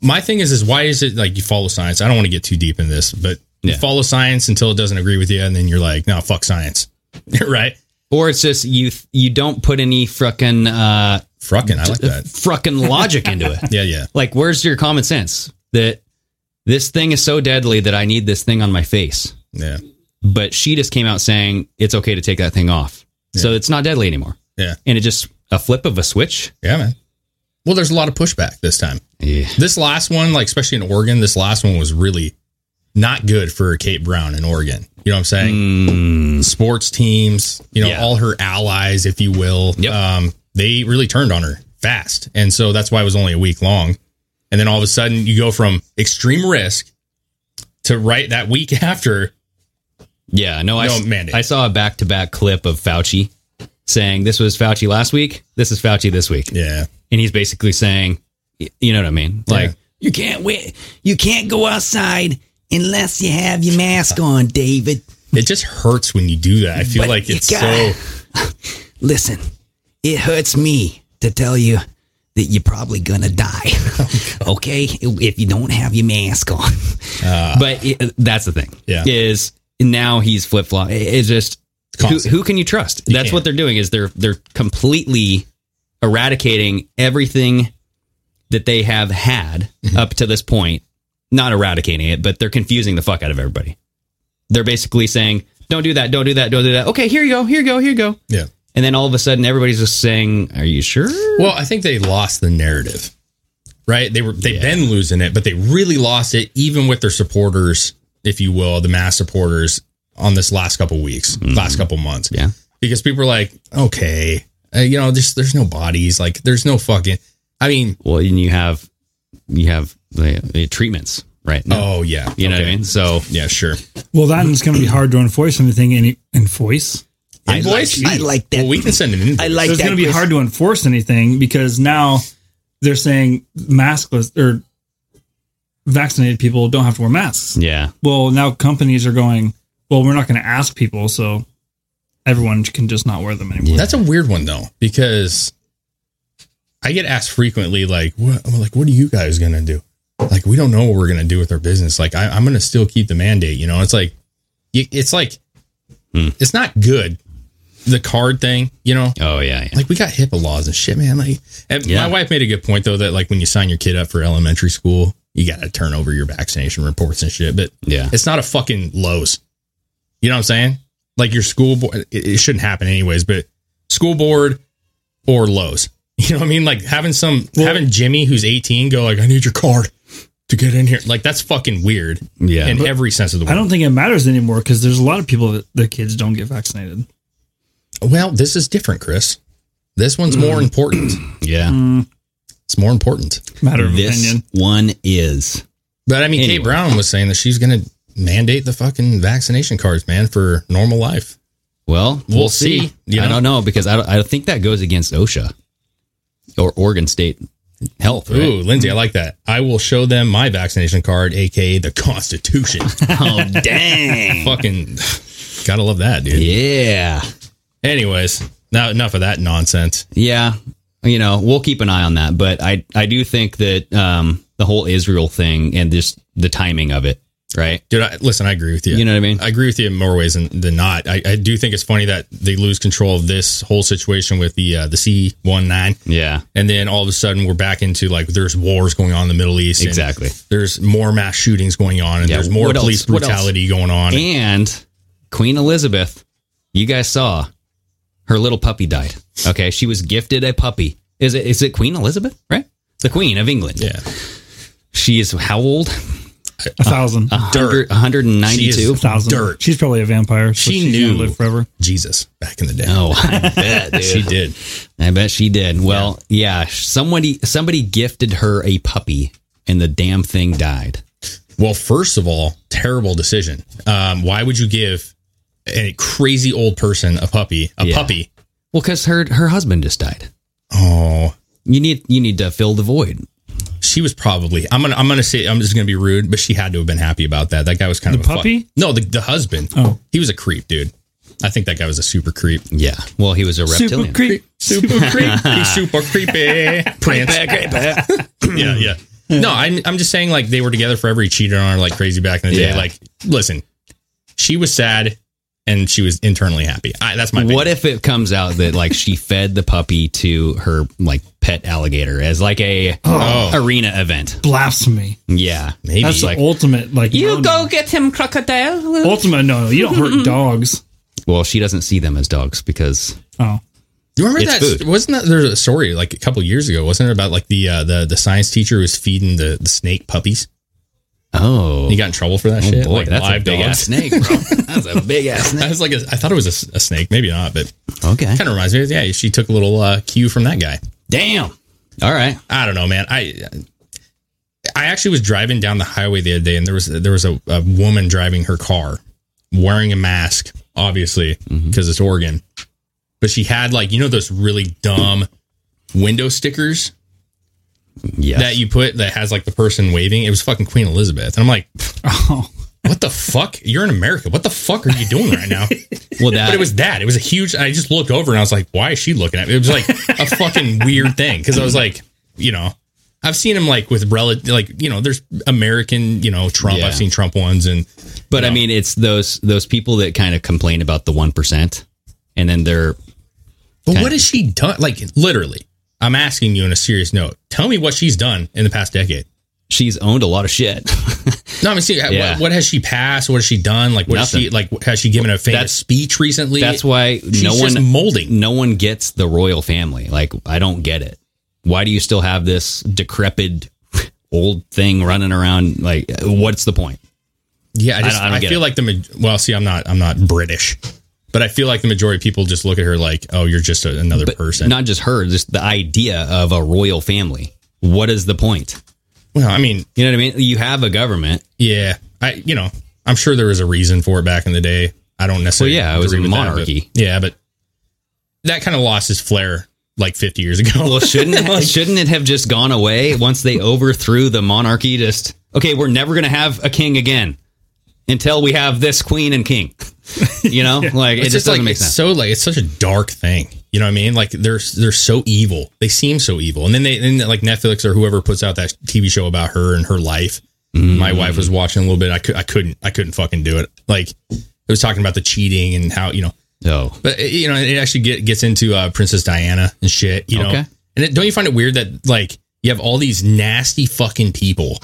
[SPEAKER 7] my thing is, is why is it like you follow science? I don't want to get too deep in this, but
[SPEAKER 6] Yeah.
[SPEAKER 7] you follow science until it doesn't agree with you, and then you're like, no, fuck science, right?
[SPEAKER 6] Or it's just you you don't put any fucking uh
[SPEAKER 7] Frucking, I like that.
[SPEAKER 6] Frucking logic into it.
[SPEAKER 7] Yeah, yeah,
[SPEAKER 6] Like, where's your common sense that this thing is so deadly that I need this thing on my face?
[SPEAKER 7] yeah,
[SPEAKER 6] But she just came out saying it's okay to take that thing off. So it's not deadly anymore.
[SPEAKER 7] yeah,
[SPEAKER 6] And it just a flip of a switch.
[SPEAKER 7] yeah, man. Well, there's a lot of pushback this time.
[SPEAKER 6] Yeah.
[SPEAKER 7] This last one, like especially in Oregon, this last one was really not good for Kate Brown in Oregon. You know what I'm saying? Sports teams, you know,
[SPEAKER 6] Hmm. Yeah.
[SPEAKER 7] all her allies, if you will,
[SPEAKER 6] Yep.
[SPEAKER 7] um, they really turned on her fast, and so that's why it was only a week long. And then all of a sudden, you go from extreme risk to right that week after.
[SPEAKER 6] Yeah. No, I,
[SPEAKER 7] No
[SPEAKER 6] s-
[SPEAKER 7] mandate.
[SPEAKER 6] I saw a back to back clip of Fauci saying this was Fauci last week. This is Fauci this week.
[SPEAKER 7] Yeah,
[SPEAKER 6] and he's basically saying, y- you know what I mean? Like
[SPEAKER 7] Yeah.
[SPEAKER 6] you can't win, you can't go outside unless you have your mask on, David.
[SPEAKER 7] it just hurts when you do that. I feel
[SPEAKER 6] But
[SPEAKER 7] like
[SPEAKER 6] you
[SPEAKER 7] it's
[SPEAKER 6] gotta-
[SPEAKER 7] so.
[SPEAKER 6] Listen, it hurts me to tell you that you're probably gonna die. okay, if you don't have your mask on. but it, that's the thing.
[SPEAKER 7] Ah. Yeah.
[SPEAKER 6] is now he's flip flop. It's just who,
[SPEAKER 7] Constant.
[SPEAKER 6] who can you trust?
[SPEAKER 7] You
[SPEAKER 6] that's
[SPEAKER 7] can't.
[SPEAKER 6] what they're doing. Is they're they're completely eradicating everything that they have had
[SPEAKER 7] Mm-hmm.
[SPEAKER 6] up to this point. Not eradicating it, but they're confusing the fuck out of everybody. They're basically saying, "Don't do that. Don't do that. Don't do that." Okay, here you go. Here you go. Here you go.
[SPEAKER 7] Yeah.
[SPEAKER 6] And then all of a sudden, everybody's just saying, "Are you sure?"
[SPEAKER 7] Well, I think they lost the narrative, right? They were they've been losing it, but they really lost it even with their supporters if you will, the mass supporters on this last couple weeks,
[SPEAKER 8] Mm-hmm.
[SPEAKER 7] last couple months.
[SPEAKER 6] Yeah.
[SPEAKER 7] Because people are like, okay, uh, you know, there's there's no bodies, like there's no fucking. I mean,
[SPEAKER 6] well, and you have you have the, the treatments right now.
[SPEAKER 7] Oh yeah,
[SPEAKER 6] you know what I mean. So
[SPEAKER 7] yeah, sure.
[SPEAKER 8] Well, that one's going to be hard to enforce anything. Any enforce?
[SPEAKER 7] Invoice?
[SPEAKER 8] I like- I like that.
[SPEAKER 7] Well, we can send an invoice.
[SPEAKER 8] I like. So it's going to be hard to enforce anything because now they're saying maskless or vaccinated people don't have to wear masks.
[SPEAKER 6] Yeah.
[SPEAKER 8] Well, now companies are going. Well, we're not going to ask people, so everyone can just not wear them anymore.
[SPEAKER 7] That's a weird one though, because I get asked frequently, like, what, well, like, what are you guys gonna do? Like, we don't know what we're gonna do with our business. Like, I, I'm gonna still keep the mandate. You know, it's like, y- it's like, it's not good. The card thing, you know.
[SPEAKER 6] Oh yeah, yeah.
[SPEAKER 7] Like we got HIPAA laws and shit, man. Like, and
[SPEAKER 6] Yeah.
[SPEAKER 7] my wife made a good point though that like when you sign your kid up for elementary school, you got to turn over your vaccination reports and shit. But
[SPEAKER 6] Yeah.
[SPEAKER 7] it's not a fucking Lowe's. You know what I'm saying? Like your school board, it, it shouldn't happen anyways, but school board or Lowe's. You know what I mean? Like having some, having Jimmy who's 18 go like, I need your card to get in here. Like that's fucking weird.
[SPEAKER 6] Yeah.
[SPEAKER 7] In every sense of the word.
[SPEAKER 8] I don't think it matters anymore because there's a lot of people that their kids don't get vaccinated.
[SPEAKER 7] Well, this is different, Chris. This
[SPEAKER 6] Mm.
[SPEAKER 7] one's more important.
[SPEAKER 6] Yeah.
[SPEAKER 7] It's more important.
[SPEAKER 8] Matter of
[SPEAKER 6] this
[SPEAKER 8] opinion.
[SPEAKER 6] one is.
[SPEAKER 7] But I mean, Kate
[SPEAKER 6] Anyway.
[SPEAKER 7] Brown was saying that she's going to mandate the fucking vaccination cards, man, for normal life.
[SPEAKER 6] Well, we'll,
[SPEAKER 7] We'll
[SPEAKER 6] see.
[SPEAKER 7] see, you
[SPEAKER 6] I
[SPEAKER 7] know?
[SPEAKER 6] don't know because I, don't- I think that goes against OSHA or Oregon State Health. right?
[SPEAKER 7] Ooh, Lindsay, I like that. I will show them my vaccination card, aka the Constitution.
[SPEAKER 6] Oh dang!
[SPEAKER 7] fucking gotta love that, dude.
[SPEAKER 6] yeah,
[SPEAKER 7] Anyways, now enough of that nonsense.
[SPEAKER 6] yeah. You know, we'll keep an eye on that, but I I do think that um, the whole Israel thing and just the timing of it, right?
[SPEAKER 7] Dude, I, listen, I agree with you.
[SPEAKER 6] You know what I mean?
[SPEAKER 7] I agree with you in more ways than, than not. I, I do think it's funny that they lose control of this whole situation with the uh, the C19.
[SPEAKER 6] Yeah,
[SPEAKER 7] And then all of a sudden, we're back into like there's wars going on in the Middle East. and
[SPEAKER 6] Exactly.
[SPEAKER 7] There's more mass shootings going on, and
[SPEAKER 6] Yeah,
[SPEAKER 7] there's more
[SPEAKER 6] what else?
[SPEAKER 7] police
[SPEAKER 6] What else?
[SPEAKER 7] brutality going on.
[SPEAKER 6] and Queen Elizabeth, you guys saw her little puppy died. Okay, she was gifted a puppy. Is it is it Queen Elizabeth? Right, the Queen of England.
[SPEAKER 7] yeah,
[SPEAKER 6] She is how old?
[SPEAKER 8] A thousand.
[SPEAKER 6] A hundred- 192.
[SPEAKER 8] a thousand.
[SPEAKER 7] uh, dirt.
[SPEAKER 8] She's probably a vampire. so
[SPEAKER 7] She
[SPEAKER 8] she's gonna
[SPEAKER 7] knew.
[SPEAKER 8] live forever.
[SPEAKER 7] Jesus, back in the day,
[SPEAKER 6] Oh, I bet, dude.
[SPEAKER 7] she did.
[SPEAKER 6] I bet she did. Well, yeah. somebody somebody gifted her a puppy, and the damn thing died.
[SPEAKER 7] Well, first of all, terrible decision. Um, why would you give a crazy old person a puppy? A
[SPEAKER 6] Yeah.
[SPEAKER 7] puppy?
[SPEAKER 6] Well, because her her husband just died.
[SPEAKER 7] Oh,
[SPEAKER 6] You need you need to fill the void.
[SPEAKER 7] she was probably. I'm gonna. I'm gonna say. I'm just gonna be rude, but she had to have been happy about that. That guy was kind
[SPEAKER 8] The
[SPEAKER 7] of a fuck-
[SPEAKER 8] puppy?
[SPEAKER 7] No, the the husband.
[SPEAKER 8] Oh.
[SPEAKER 7] he was a creep, dude. I think that guy was a super creep.
[SPEAKER 6] Yeah. Well, he was a reptilian.
[SPEAKER 8] Super creep.
[SPEAKER 7] super creepy, super creepy. Prince. yeah, yeah. No, I'm, I'm just saying, like, they were together forever. He cheated on her like crazy back in the day.
[SPEAKER 6] Yeah.
[SPEAKER 7] Like, listen, she was sad and she was internally happy. I, that's my opinion.
[SPEAKER 6] What if it comes out that like she fed the puppy to her like pet alligator as like a
[SPEAKER 7] Oh.
[SPEAKER 6] arena event?
[SPEAKER 8] Blasphemy.
[SPEAKER 6] Yeah,
[SPEAKER 7] Maybe.
[SPEAKER 6] That's
[SPEAKER 8] That's
[SPEAKER 6] like
[SPEAKER 8] the ultimate. Like no, no.
[SPEAKER 6] get him, crocodile.
[SPEAKER 8] Ultimate. No, no. You don't hurt dogs.
[SPEAKER 6] Well, she doesn't see them as dogs because
[SPEAKER 8] Oh,
[SPEAKER 7] Do you remember
[SPEAKER 6] It's
[SPEAKER 7] that?
[SPEAKER 6] food.
[SPEAKER 7] Wasn't that there's a story like a couple years ago? Wasn't it about like the uh, the the science teacher who was feeding the, the snake puppies?
[SPEAKER 6] oh,
[SPEAKER 7] He got in trouble for that
[SPEAKER 6] oh
[SPEAKER 7] shit.
[SPEAKER 6] boy,
[SPEAKER 7] like,
[SPEAKER 6] that's a big ass snake, bro. that's a big ass
[SPEAKER 7] I
[SPEAKER 6] snake.
[SPEAKER 7] was like, a, I thought it was a, s- a snake, maybe not, but
[SPEAKER 6] Okay,
[SPEAKER 7] kind of reminds me. of- Yeah, she took a little uh, cue from that guy.
[SPEAKER 6] damn. All right,
[SPEAKER 7] I don't know, man. I I actually was driving down the highway the other day, and there was there was a, a woman driving her car wearing a mask, obviously because
[SPEAKER 6] Mm-hmm.
[SPEAKER 7] it's Oregon, but she had like you know those really dumb window stickers
[SPEAKER 6] yeah.
[SPEAKER 7] that you put that has like the person waving. It was fucking Queen Elizabeth, and I'm like, Oh. what the fuck? You're in America. What the fuck are you doing right now?
[SPEAKER 6] well, that
[SPEAKER 7] But it was that. It was a huge. I just looked over and I was like, "Why is she looking at me?" It was like a fucking weird thing because I was like, you know, I've seen him like with relative, like you know, there's American, you know, Trump.
[SPEAKER 6] Yeah.
[SPEAKER 7] I've seen Trump ones, and
[SPEAKER 6] But I mean, it's those those people that kind of complain about the one percent, and then they're
[SPEAKER 7] but
[SPEAKER 6] Okay.
[SPEAKER 7] what has she done? Like literally, I'm asking you in a serious note. Tell me what she's done in the past decade.
[SPEAKER 6] she's owned a lot of shit.
[SPEAKER 7] No, I mean, see,
[SPEAKER 6] Yeah.
[SPEAKER 7] what, what has she passed? What has she done? Like, what has
[SPEAKER 6] Nothing.
[SPEAKER 7] she like? what- Has she given a famous
[SPEAKER 6] That's-
[SPEAKER 7] speech recently?
[SPEAKER 6] That's why
[SPEAKER 7] she's
[SPEAKER 6] no
[SPEAKER 7] just
[SPEAKER 6] one
[SPEAKER 7] molding.
[SPEAKER 6] no one gets the royal family. Like I don't get it. Why do you still have this decrepit old thing running around? Like what's the point?
[SPEAKER 7] Yeah, I just I,
[SPEAKER 6] don't- I don't get
[SPEAKER 7] feel
[SPEAKER 6] it.
[SPEAKER 7] like the ma- well, see, I'm not I'm not British, but I feel like the majority of people just look at her like, oh, you're just a, another person.
[SPEAKER 6] Not just her, just the idea of a royal family. What is the point?
[SPEAKER 7] Well, I mean,
[SPEAKER 6] you know what I mean. You have a government.
[SPEAKER 7] yeah, I you know I'm sure there was a reason for it back in the day. I don't necessarily.
[SPEAKER 6] yeah, it was
[SPEAKER 7] agree
[SPEAKER 6] a
[SPEAKER 7] with that, but-
[SPEAKER 6] monarchy.
[SPEAKER 7] yeah, but that kind of lost its flair like 50 years ago.
[SPEAKER 6] Well, shouldn't shouldn't it have just gone away once they overthrew the monarchy? Just okay, we're never going to have a king again until we have this queen and king. You know, like it
[SPEAKER 7] it's
[SPEAKER 6] just,
[SPEAKER 7] just
[SPEAKER 6] doesn't
[SPEAKER 7] like
[SPEAKER 6] make
[SPEAKER 7] it's
[SPEAKER 6] sense.
[SPEAKER 7] so like it's such a dark thing. You know what I mean? Like they're they're so evil. They seem so evil, and then they and like Netflix or whoever puts out that TV show about her and her life.
[SPEAKER 6] Mm.
[SPEAKER 7] My wife was watching a little bit. I could I couldn't I couldn't fucking do it. Like it was talking about the cheating and how you know.
[SPEAKER 6] No,
[SPEAKER 7] But it- you know it actually get, gets into uh, Princess Diana and shit. You know,
[SPEAKER 6] Okay.
[SPEAKER 7] and it, don't you find it weird that like you have all these nasty fucking people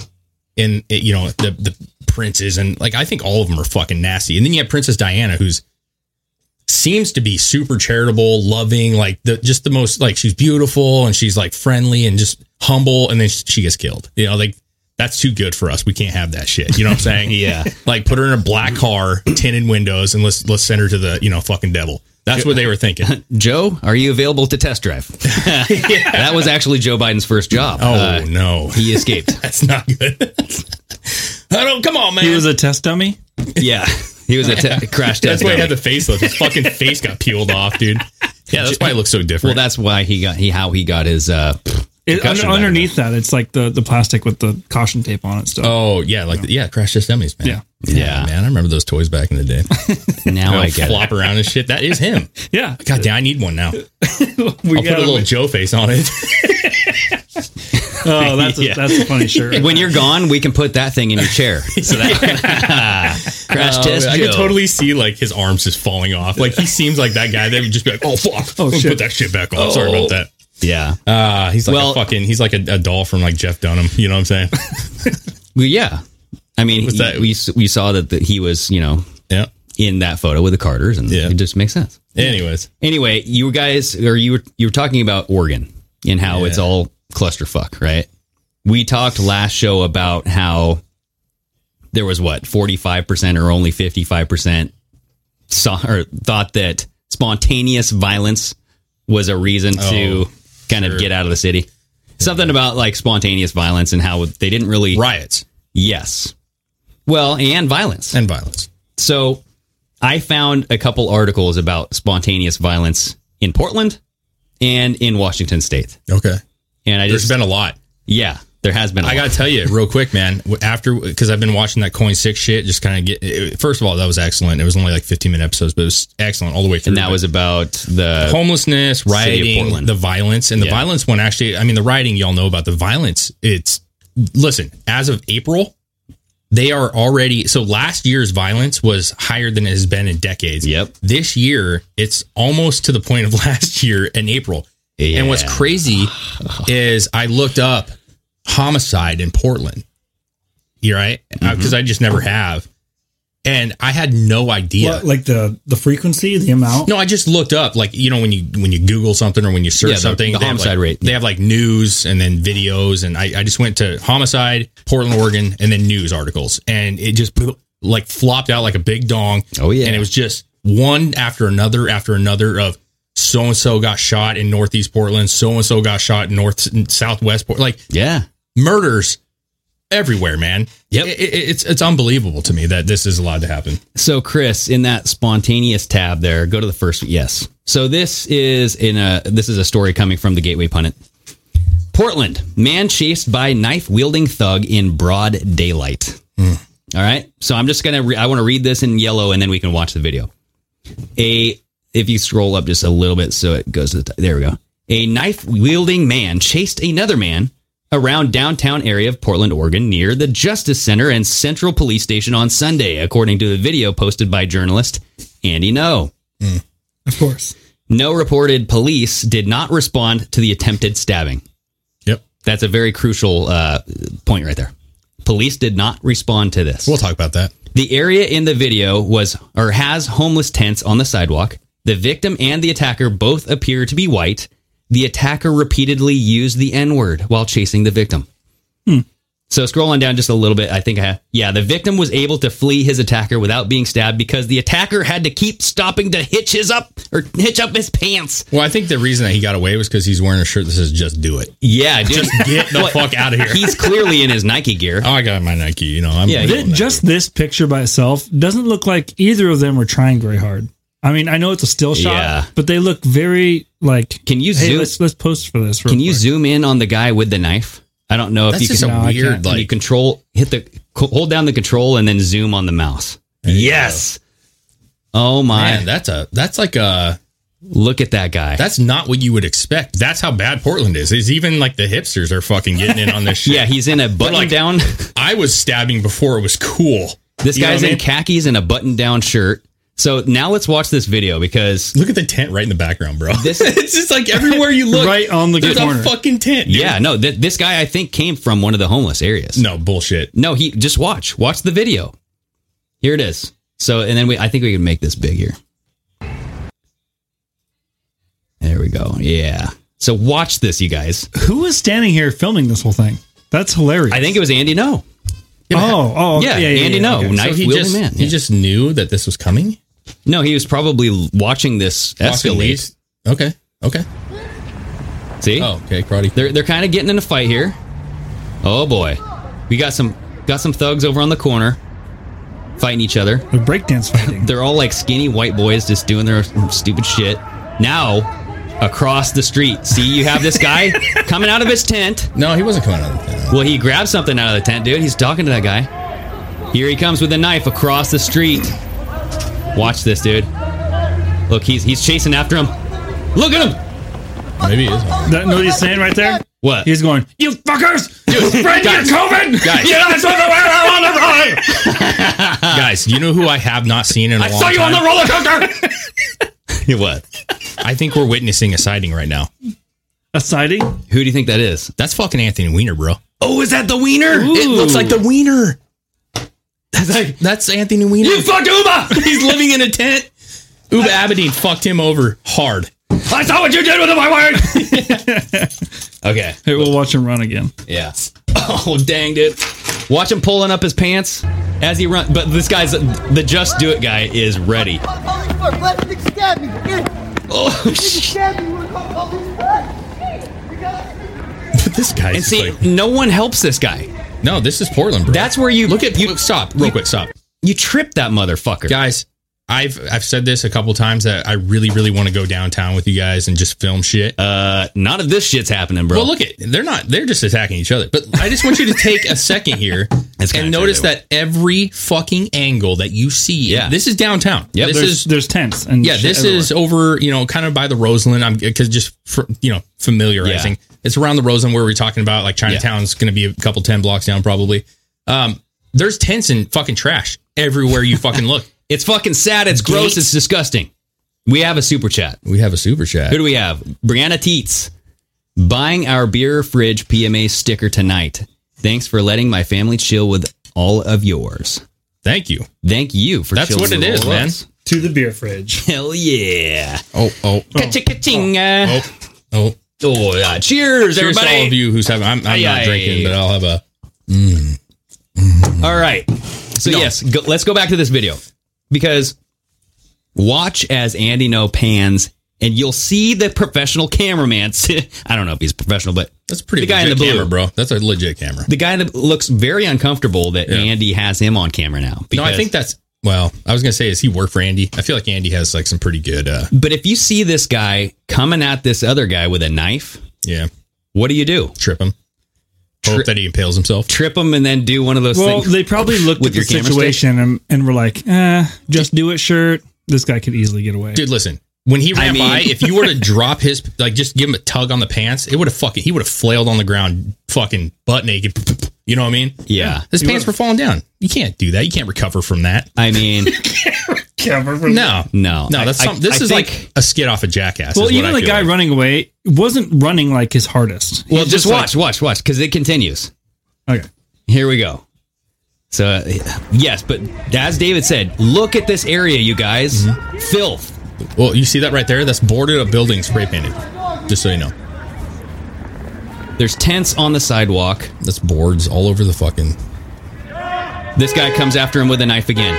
[SPEAKER 7] in it, you know the the princes and like I think all of them are fucking nasty, and then you have Princess Diana who's seems to be super charitable, loving, like the just the most like she's beautiful and she's like friendly and just humble, and then sh- she gets killed. You know, like that's too good for us. We can't have that shit. You know what I'm saying?
[SPEAKER 6] Yeah.
[SPEAKER 7] Like put her in a black car, tinted windows, and let's let's send her to the you know fucking devil. That's what they were thinking.
[SPEAKER 6] Joe, are you available to test drive? That was actually Joe Biden's first job.
[SPEAKER 7] Oh
[SPEAKER 6] Uh,
[SPEAKER 7] no,
[SPEAKER 6] he escaped.
[SPEAKER 7] that's not good. I don't. Come on, man.
[SPEAKER 8] He was a test dummy.
[SPEAKER 6] Yeah, he was a te- crash test.
[SPEAKER 7] that's why he
[SPEAKER 6] dummy.
[SPEAKER 7] had the facelift. His fucking face got peeled off, dude. Yeah, that's why it looks so
[SPEAKER 6] well,
[SPEAKER 7] different.
[SPEAKER 6] that's why he got he how he got his uh
[SPEAKER 8] It,
[SPEAKER 6] Concussion
[SPEAKER 8] under,
[SPEAKER 6] back
[SPEAKER 8] underneath that, it's like the the plastic with the caution tape on it. Stuff.
[SPEAKER 7] oh yeah, like yeah, crash test dummies, man.
[SPEAKER 8] Yeah.
[SPEAKER 6] Yeah.
[SPEAKER 7] man. I remember those toys back in the day.
[SPEAKER 6] now I
[SPEAKER 7] I
[SPEAKER 6] get
[SPEAKER 7] flop around and shit. That is him.
[SPEAKER 8] yeah.
[SPEAKER 7] God damn, I need one now.
[SPEAKER 8] We
[SPEAKER 7] I'll put
[SPEAKER 8] got
[SPEAKER 7] a little
[SPEAKER 8] him.
[SPEAKER 7] Joe face on it.
[SPEAKER 8] Oh, that's a,
[SPEAKER 6] Yeah.
[SPEAKER 8] that's a funny shirt.
[SPEAKER 6] it. When you're gone, we can put that thing in your chair. So that crash test.
[SPEAKER 7] I
[SPEAKER 6] Joe.
[SPEAKER 7] could totally see like his arms just falling off. Like he seems like that guy that would just be like, "Oh fuck,
[SPEAKER 8] Oh,
[SPEAKER 7] Let me
[SPEAKER 8] shit.
[SPEAKER 7] put that shit back on." Sorry
[SPEAKER 6] Oh.
[SPEAKER 7] about that.
[SPEAKER 6] Yeah.
[SPEAKER 7] Uh, he's like
[SPEAKER 6] Well-
[SPEAKER 7] a fucking. He's like a, a doll from like Jeff Dunham. You know what I'm saying?
[SPEAKER 6] Well, yeah. I mean,
[SPEAKER 7] Was
[SPEAKER 6] he-
[SPEAKER 7] that-
[SPEAKER 6] we we saw that the, he was, you know,
[SPEAKER 7] yeah.
[SPEAKER 6] in that photo with the Carters, and
[SPEAKER 7] Yeah.
[SPEAKER 6] it just makes sense.
[SPEAKER 7] Anyways,
[SPEAKER 6] Anyway, you guys, or you were you were talking about Oregon and how
[SPEAKER 7] Yeah.
[SPEAKER 6] it's all clusterfuck, right? We talked last show about how there was what forty five percent or only fifty five percent saw or thought that spontaneous violence was a reason to
[SPEAKER 7] Oh,
[SPEAKER 6] kind of get out of the city. Something about like spontaneous violence and how they didn't really
[SPEAKER 7] riots
[SPEAKER 6] Yes. Well, and violence.
[SPEAKER 7] and violence.
[SPEAKER 6] So I found a couple articles about spontaneous violence in Portland and in Washington state.
[SPEAKER 7] Okay,
[SPEAKER 6] And I
[SPEAKER 7] there's
[SPEAKER 6] just,
[SPEAKER 7] been a lot.
[SPEAKER 6] yeah, there has been a
[SPEAKER 7] I
[SPEAKER 6] lot.
[SPEAKER 7] gotta tell you real quick, man. w- After because I've been watching that Coin Six shit, just kind of get. It, first of all, that was excellent. It was only like 15 minute episodes, but it was excellent all the way through.
[SPEAKER 6] and that
[SPEAKER 7] But-
[SPEAKER 6] was about the
[SPEAKER 7] homelessness,
[SPEAKER 6] of
[SPEAKER 7] rioting,
[SPEAKER 6] Portland.
[SPEAKER 7] the violence, and the
[SPEAKER 6] Yeah.
[SPEAKER 7] violence one actually. I mean, the rioting, y'all know about the violence. It's listen, as of April, they are already. So last year's violence was higher than it has been in decades.
[SPEAKER 6] Yep.
[SPEAKER 7] This year, it's almost to the point of last year in April. And what's
[SPEAKER 6] Yeah.
[SPEAKER 7] crazy is I looked up homicide in Portland. You right? Because
[SPEAKER 6] Mm-hmm.
[SPEAKER 7] I just never have. And I had no idea.
[SPEAKER 8] What, like the the frequency, the amount.
[SPEAKER 7] No, I just looked up like you know when you when you Google something or when you search
[SPEAKER 6] Yeah, the-
[SPEAKER 7] something,
[SPEAKER 6] the
[SPEAKER 7] have,
[SPEAKER 6] homicide
[SPEAKER 7] like,
[SPEAKER 6] rate.
[SPEAKER 7] They have like news and then videos, and I, I just went to homicide, Portland, Oregon, and then news articles, and it just like flopped out like a big dong.
[SPEAKER 6] Oh, yeah.
[SPEAKER 7] and it was just one after another after another of so and so got shot in Northeast Portland, so and so got shot in North in Southwest Portland, like
[SPEAKER 6] yeah.
[SPEAKER 7] murders everywhere, man.
[SPEAKER 6] Yep.
[SPEAKER 7] It- it- it's it's unbelievable to me that this is allowed to happen.
[SPEAKER 6] So Chris, in that spontaneous tab there, go to the first yes. So this is in a this is a story coming from the Gateway Pundit. Portland, man chased by knife wielding thug in broad daylight.
[SPEAKER 7] Hmm.
[SPEAKER 6] All right. So I'm just gonna re- I want to read this in yellow, and then we can watch the video. A if you scroll up just a little bit, so it goes to the top. There we go. A knife wielding man chased another man around downtown area of Portland, Oregon, near the Justice Center and Central Police Station on Sunday, according to the video posted by journalist Andy No.
[SPEAKER 8] Of course.
[SPEAKER 6] No reported police did not respond to the attempted stabbing.
[SPEAKER 7] Yep.
[SPEAKER 6] That's a very crucial uh, point right there. Police did not respond to this.
[SPEAKER 7] We'll talk about that.
[SPEAKER 6] The area in the video was or has homeless tents on the sidewalk. The victim and the attacker both appear to be
[SPEAKER 7] Hmm.
[SPEAKER 6] white. The attacker repeatedly used the N word while chasing the victim. So scrolling down just a little bit, I think I yeah, the victim was able to flee his attacker without being stabbed because the attacker had to keep stopping to hitch his up or hitch up his pants.
[SPEAKER 7] Well, I think the reason that he got away was because he's wearing a shirt that says "Just do it."
[SPEAKER 6] Yeah, dude.
[SPEAKER 7] Just get the fuck out of here.
[SPEAKER 6] He's clearly in his Nike gear.
[SPEAKER 7] Oh, I got my Nike. You know, I'm
[SPEAKER 6] Yeah,
[SPEAKER 7] I'm
[SPEAKER 6] he-
[SPEAKER 7] on that.
[SPEAKER 8] just this picture by itself doesn't look like either of them were trying very hard. I mean, I know it's a still shot,
[SPEAKER 6] Yeah.
[SPEAKER 8] but they look very like.
[SPEAKER 6] Can you
[SPEAKER 8] hey,
[SPEAKER 6] zoom-
[SPEAKER 8] Let's let's post for this. real
[SPEAKER 6] Can you
[SPEAKER 8] quick.
[SPEAKER 6] zoom in on the guy with the knife? I don't know if
[SPEAKER 7] That's
[SPEAKER 6] you
[SPEAKER 7] just
[SPEAKER 6] can,
[SPEAKER 7] a
[SPEAKER 8] No, I
[SPEAKER 7] weird
[SPEAKER 8] can't.
[SPEAKER 6] can you
[SPEAKER 7] like.
[SPEAKER 6] control hit the co- hold down the control and then zoom on the mouse. Yes. Oh my.
[SPEAKER 7] Man, that's a that's like a
[SPEAKER 6] Look at that guy.
[SPEAKER 7] that's not what you would expect. That's how bad Portland is. Is even like the hipsters are fucking getting in on this shit.
[SPEAKER 6] yeah, he's in a button
[SPEAKER 7] like-
[SPEAKER 6] down.
[SPEAKER 7] I was stabbing before it was cool.
[SPEAKER 6] This
[SPEAKER 7] You know
[SPEAKER 6] guy's
[SPEAKER 7] what I
[SPEAKER 6] in
[SPEAKER 7] mean?
[SPEAKER 6] khakis and a button down shirt. So now let's watch this video because
[SPEAKER 7] Look at the tent right in the background, bro.
[SPEAKER 6] This-
[SPEAKER 7] it's just like everywhere you look,
[SPEAKER 8] Right on the
[SPEAKER 7] there's
[SPEAKER 8] corner.
[SPEAKER 7] a fucking tent. dude.
[SPEAKER 6] yeah, no, th- this guy I think came from one of the homeless areas.
[SPEAKER 7] No bullshit.
[SPEAKER 6] No, he just watch. Watch the video. Here it is. So and then we I think we can make this big here. There we go. Yeah. So watch this, you guys.
[SPEAKER 8] Who was standing here filming this whole thing? That's hilarious.
[SPEAKER 6] I think it was Andy No.
[SPEAKER 8] Oh, oh, okay.
[SPEAKER 6] Yeah, Andy No.
[SPEAKER 8] okay.
[SPEAKER 6] Knife
[SPEAKER 7] So he
[SPEAKER 6] wielding
[SPEAKER 7] just
[SPEAKER 6] man.
[SPEAKER 7] he
[SPEAKER 6] Yeah.
[SPEAKER 7] just knew that this was coming.
[SPEAKER 6] No, he was probably watching this
[SPEAKER 7] Watching
[SPEAKER 6] escalate.
[SPEAKER 7] these- Okay. Okay.
[SPEAKER 6] See?
[SPEAKER 7] Oh, okay. Karate.
[SPEAKER 6] They're they're kind of getting in a fight here. Oh boy, we got some got some thugs over on the corner fighting each other.
[SPEAKER 8] The breakdance fighting.
[SPEAKER 6] They're all like skinny white boys just doing their stupid shit. Now, across the street, see you have this guy coming out of his tent.
[SPEAKER 7] No, he wasn't coming out of the tent.
[SPEAKER 6] Well, he grabbed something out of the tent, dude. He's talking to that guy. Here he comes with a knife across the street. Watch this, dude. Look, he's he's chasing after him. Look at him.
[SPEAKER 7] Maybe he is.
[SPEAKER 8] that know what he's saying right there?
[SPEAKER 6] What?
[SPEAKER 8] He's going, you fuckers! Spread your
[SPEAKER 6] uh, guys,
[SPEAKER 8] COVID!
[SPEAKER 6] guys.
[SPEAKER 8] You're not supposed to wear that on the road!"
[SPEAKER 7] Guys, you know who I have not seen in a
[SPEAKER 6] I
[SPEAKER 7] long
[SPEAKER 6] saw you on
[SPEAKER 7] time?
[SPEAKER 6] the roller coaster.
[SPEAKER 7] what? I think we're witnessing a sighting right now.
[SPEAKER 8] A sighting?
[SPEAKER 6] Who do you think that is?
[SPEAKER 7] That's fucking Anthony Weiner, bro.
[SPEAKER 6] Oh, is that the wiener?
[SPEAKER 7] It looks like the Weiner. That's like that's Anthony Weiner.
[SPEAKER 6] You fucked Uba!
[SPEAKER 7] He's living in a tent. Uba Abedin fucked him over hard.
[SPEAKER 6] I saw what you did with my word. okay.
[SPEAKER 8] Hey, we'll watch him run again.
[SPEAKER 6] Yeah. Oh dang, dude! Watch him pulling up his pants as he runs. But this guy's the just do it guy is ready. Oh shit!
[SPEAKER 7] But this guy
[SPEAKER 6] And
[SPEAKER 7] is
[SPEAKER 6] see,
[SPEAKER 7] like,
[SPEAKER 6] no one helps this guy.
[SPEAKER 7] no, this is Portland, bro.
[SPEAKER 6] That's where you
[SPEAKER 7] look at
[SPEAKER 6] you.
[SPEAKER 7] you. Stop, real quick, stop,
[SPEAKER 6] You trip that motherfucker.
[SPEAKER 7] guys. I've I've said this a couple times that I really really want to go downtown with you guys and just film shit.
[SPEAKER 6] Uh, none of this shit's happening, bro.
[SPEAKER 7] Well, look at they're not they're just attacking each other. But I just want you to take a second here
[SPEAKER 6] That's kinda
[SPEAKER 7] and
[SPEAKER 6] true,
[SPEAKER 7] notice
[SPEAKER 6] they were.
[SPEAKER 7] that every fucking angle that you see,
[SPEAKER 6] Yeah.
[SPEAKER 7] this is downtown.
[SPEAKER 6] Yep.
[SPEAKER 7] this
[SPEAKER 8] there's,
[SPEAKER 7] is
[SPEAKER 8] there's tents and
[SPEAKER 7] yeah,
[SPEAKER 8] shit
[SPEAKER 7] this
[SPEAKER 8] everywhere.
[SPEAKER 7] is over you know kind of by the Roseland. I'm because just for, you know familiarizing. It's around the Roseland where we're talking about like Chinatown's going to be a couple ten blocks down probably. Um, there's tents and fucking trash everywhere you fucking look.
[SPEAKER 6] it's fucking sad. It's gross.
[SPEAKER 7] Gates.
[SPEAKER 6] It's disgusting. We have a super chat.
[SPEAKER 7] We have a super chat.
[SPEAKER 6] Who do we have? Brianna Teets. Buying our beer fridge PMA sticker tonight. Thanks for letting my family chill with all of yours.
[SPEAKER 7] Thank you.
[SPEAKER 6] Thank you for
[SPEAKER 7] That's
[SPEAKER 6] chilling
[SPEAKER 7] what it
[SPEAKER 6] with
[SPEAKER 7] is,
[SPEAKER 6] all of
[SPEAKER 7] man.
[SPEAKER 6] us.
[SPEAKER 8] to the beer fridge.
[SPEAKER 6] Hell yeah.
[SPEAKER 7] Oh oh oh
[SPEAKER 6] Ka-ching, uh,
[SPEAKER 7] oh. oh.
[SPEAKER 6] Oh, yeah. Cheers,
[SPEAKER 7] Cheers to
[SPEAKER 6] everybody.
[SPEAKER 7] all of you who's having. I'm, I'm
[SPEAKER 6] Aye,
[SPEAKER 7] not
[SPEAKER 6] aye.
[SPEAKER 7] drinking, but I'll have a.
[SPEAKER 6] All right. So, yes, go, let's go back to this video because watch as Andy No pans and you'll see the professional cameraman. I don't know if he's professional, but
[SPEAKER 7] That's a pretty
[SPEAKER 6] The guy in
[SPEAKER 7] legit
[SPEAKER 6] the blue.
[SPEAKER 7] camera, bro. That's a legit camera.
[SPEAKER 6] the guy that looks very uncomfortable that
[SPEAKER 7] Yeah.
[SPEAKER 6] Andy has him on camera now.
[SPEAKER 7] No, I
[SPEAKER 6] because-
[SPEAKER 7] think that's well. I was gonna say, is he work for Andy? I feel like Andy has like some pretty good. uh
[SPEAKER 6] But if you see this guy coming at this other guy with a knife,
[SPEAKER 7] Yeah,
[SPEAKER 6] what do you do?
[SPEAKER 7] trip him. Hope
[SPEAKER 6] Tri-
[SPEAKER 7] that he impales himself.
[SPEAKER 6] Trip him and then do one of those
[SPEAKER 8] Well,
[SPEAKER 6] things.
[SPEAKER 8] they probably looked
[SPEAKER 6] With
[SPEAKER 8] at the
[SPEAKER 6] your camera stick?
[SPEAKER 8] situation and, and were like, eh, just do it shirt. This guy could easily get away.
[SPEAKER 7] Dude, listen. When he ran
[SPEAKER 6] I mean-
[SPEAKER 7] by, if you were to drop his, like, just give him a tug on the pants, it would have fucking, he would have flailed on the ground, fucking butt naked. You know what I mean?
[SPEAKER 6] Yeah.
[SPEAKER 7] His pants were falling down. You can't do that. You can't recover from that.
[SPEAKER 6] I mean,
[SPEAKER 7] No,
[SPEAKER 6] No.
[SPEAKER 7] no.
[SPEAKER 6] I-
[SPEAKER 7] That's
[SPEAKER 6] I-
[SPEAKER 7] something. This
[SPEAKER 6] I
[SPEAKER 7] is
[SPEAKER 6] think-
[SPEAKER 7] like a skit off a jackass.
[SPEAKER 8] well,
[SPEAKER 7] is what
[SPEAKER 8] even
[SPEAKER 7] I
[SPEAKER 8] the
[SPEAKER 7] feel
[SPEAKER 8] guy
[SPEAKER 7] like.
[SPEAKER 8] running away wasn't running like his hardest.
[SPEAKER 6] well,
[SPEAKER 8] He's
[SPEAKER 6] just
[SPEAKER 8] like-
[SPEAKER 6] watch, watch, watch, because it continues.
[SPEAKER 8] okay.
[SPEAKER 6] Here we go. So, uh, yes, but as David said, look at this area, you guys. Filth.
[SPEAKER 7] Well, you see that right there? That's boarded up building, spray painted. Just so you know.
[SPEAKER 6] There's tents on the sidewalk.
[SPEAKER 7] That's boards all over the fucking.
[SPEAKER 6] This guy comes after him with a knife again.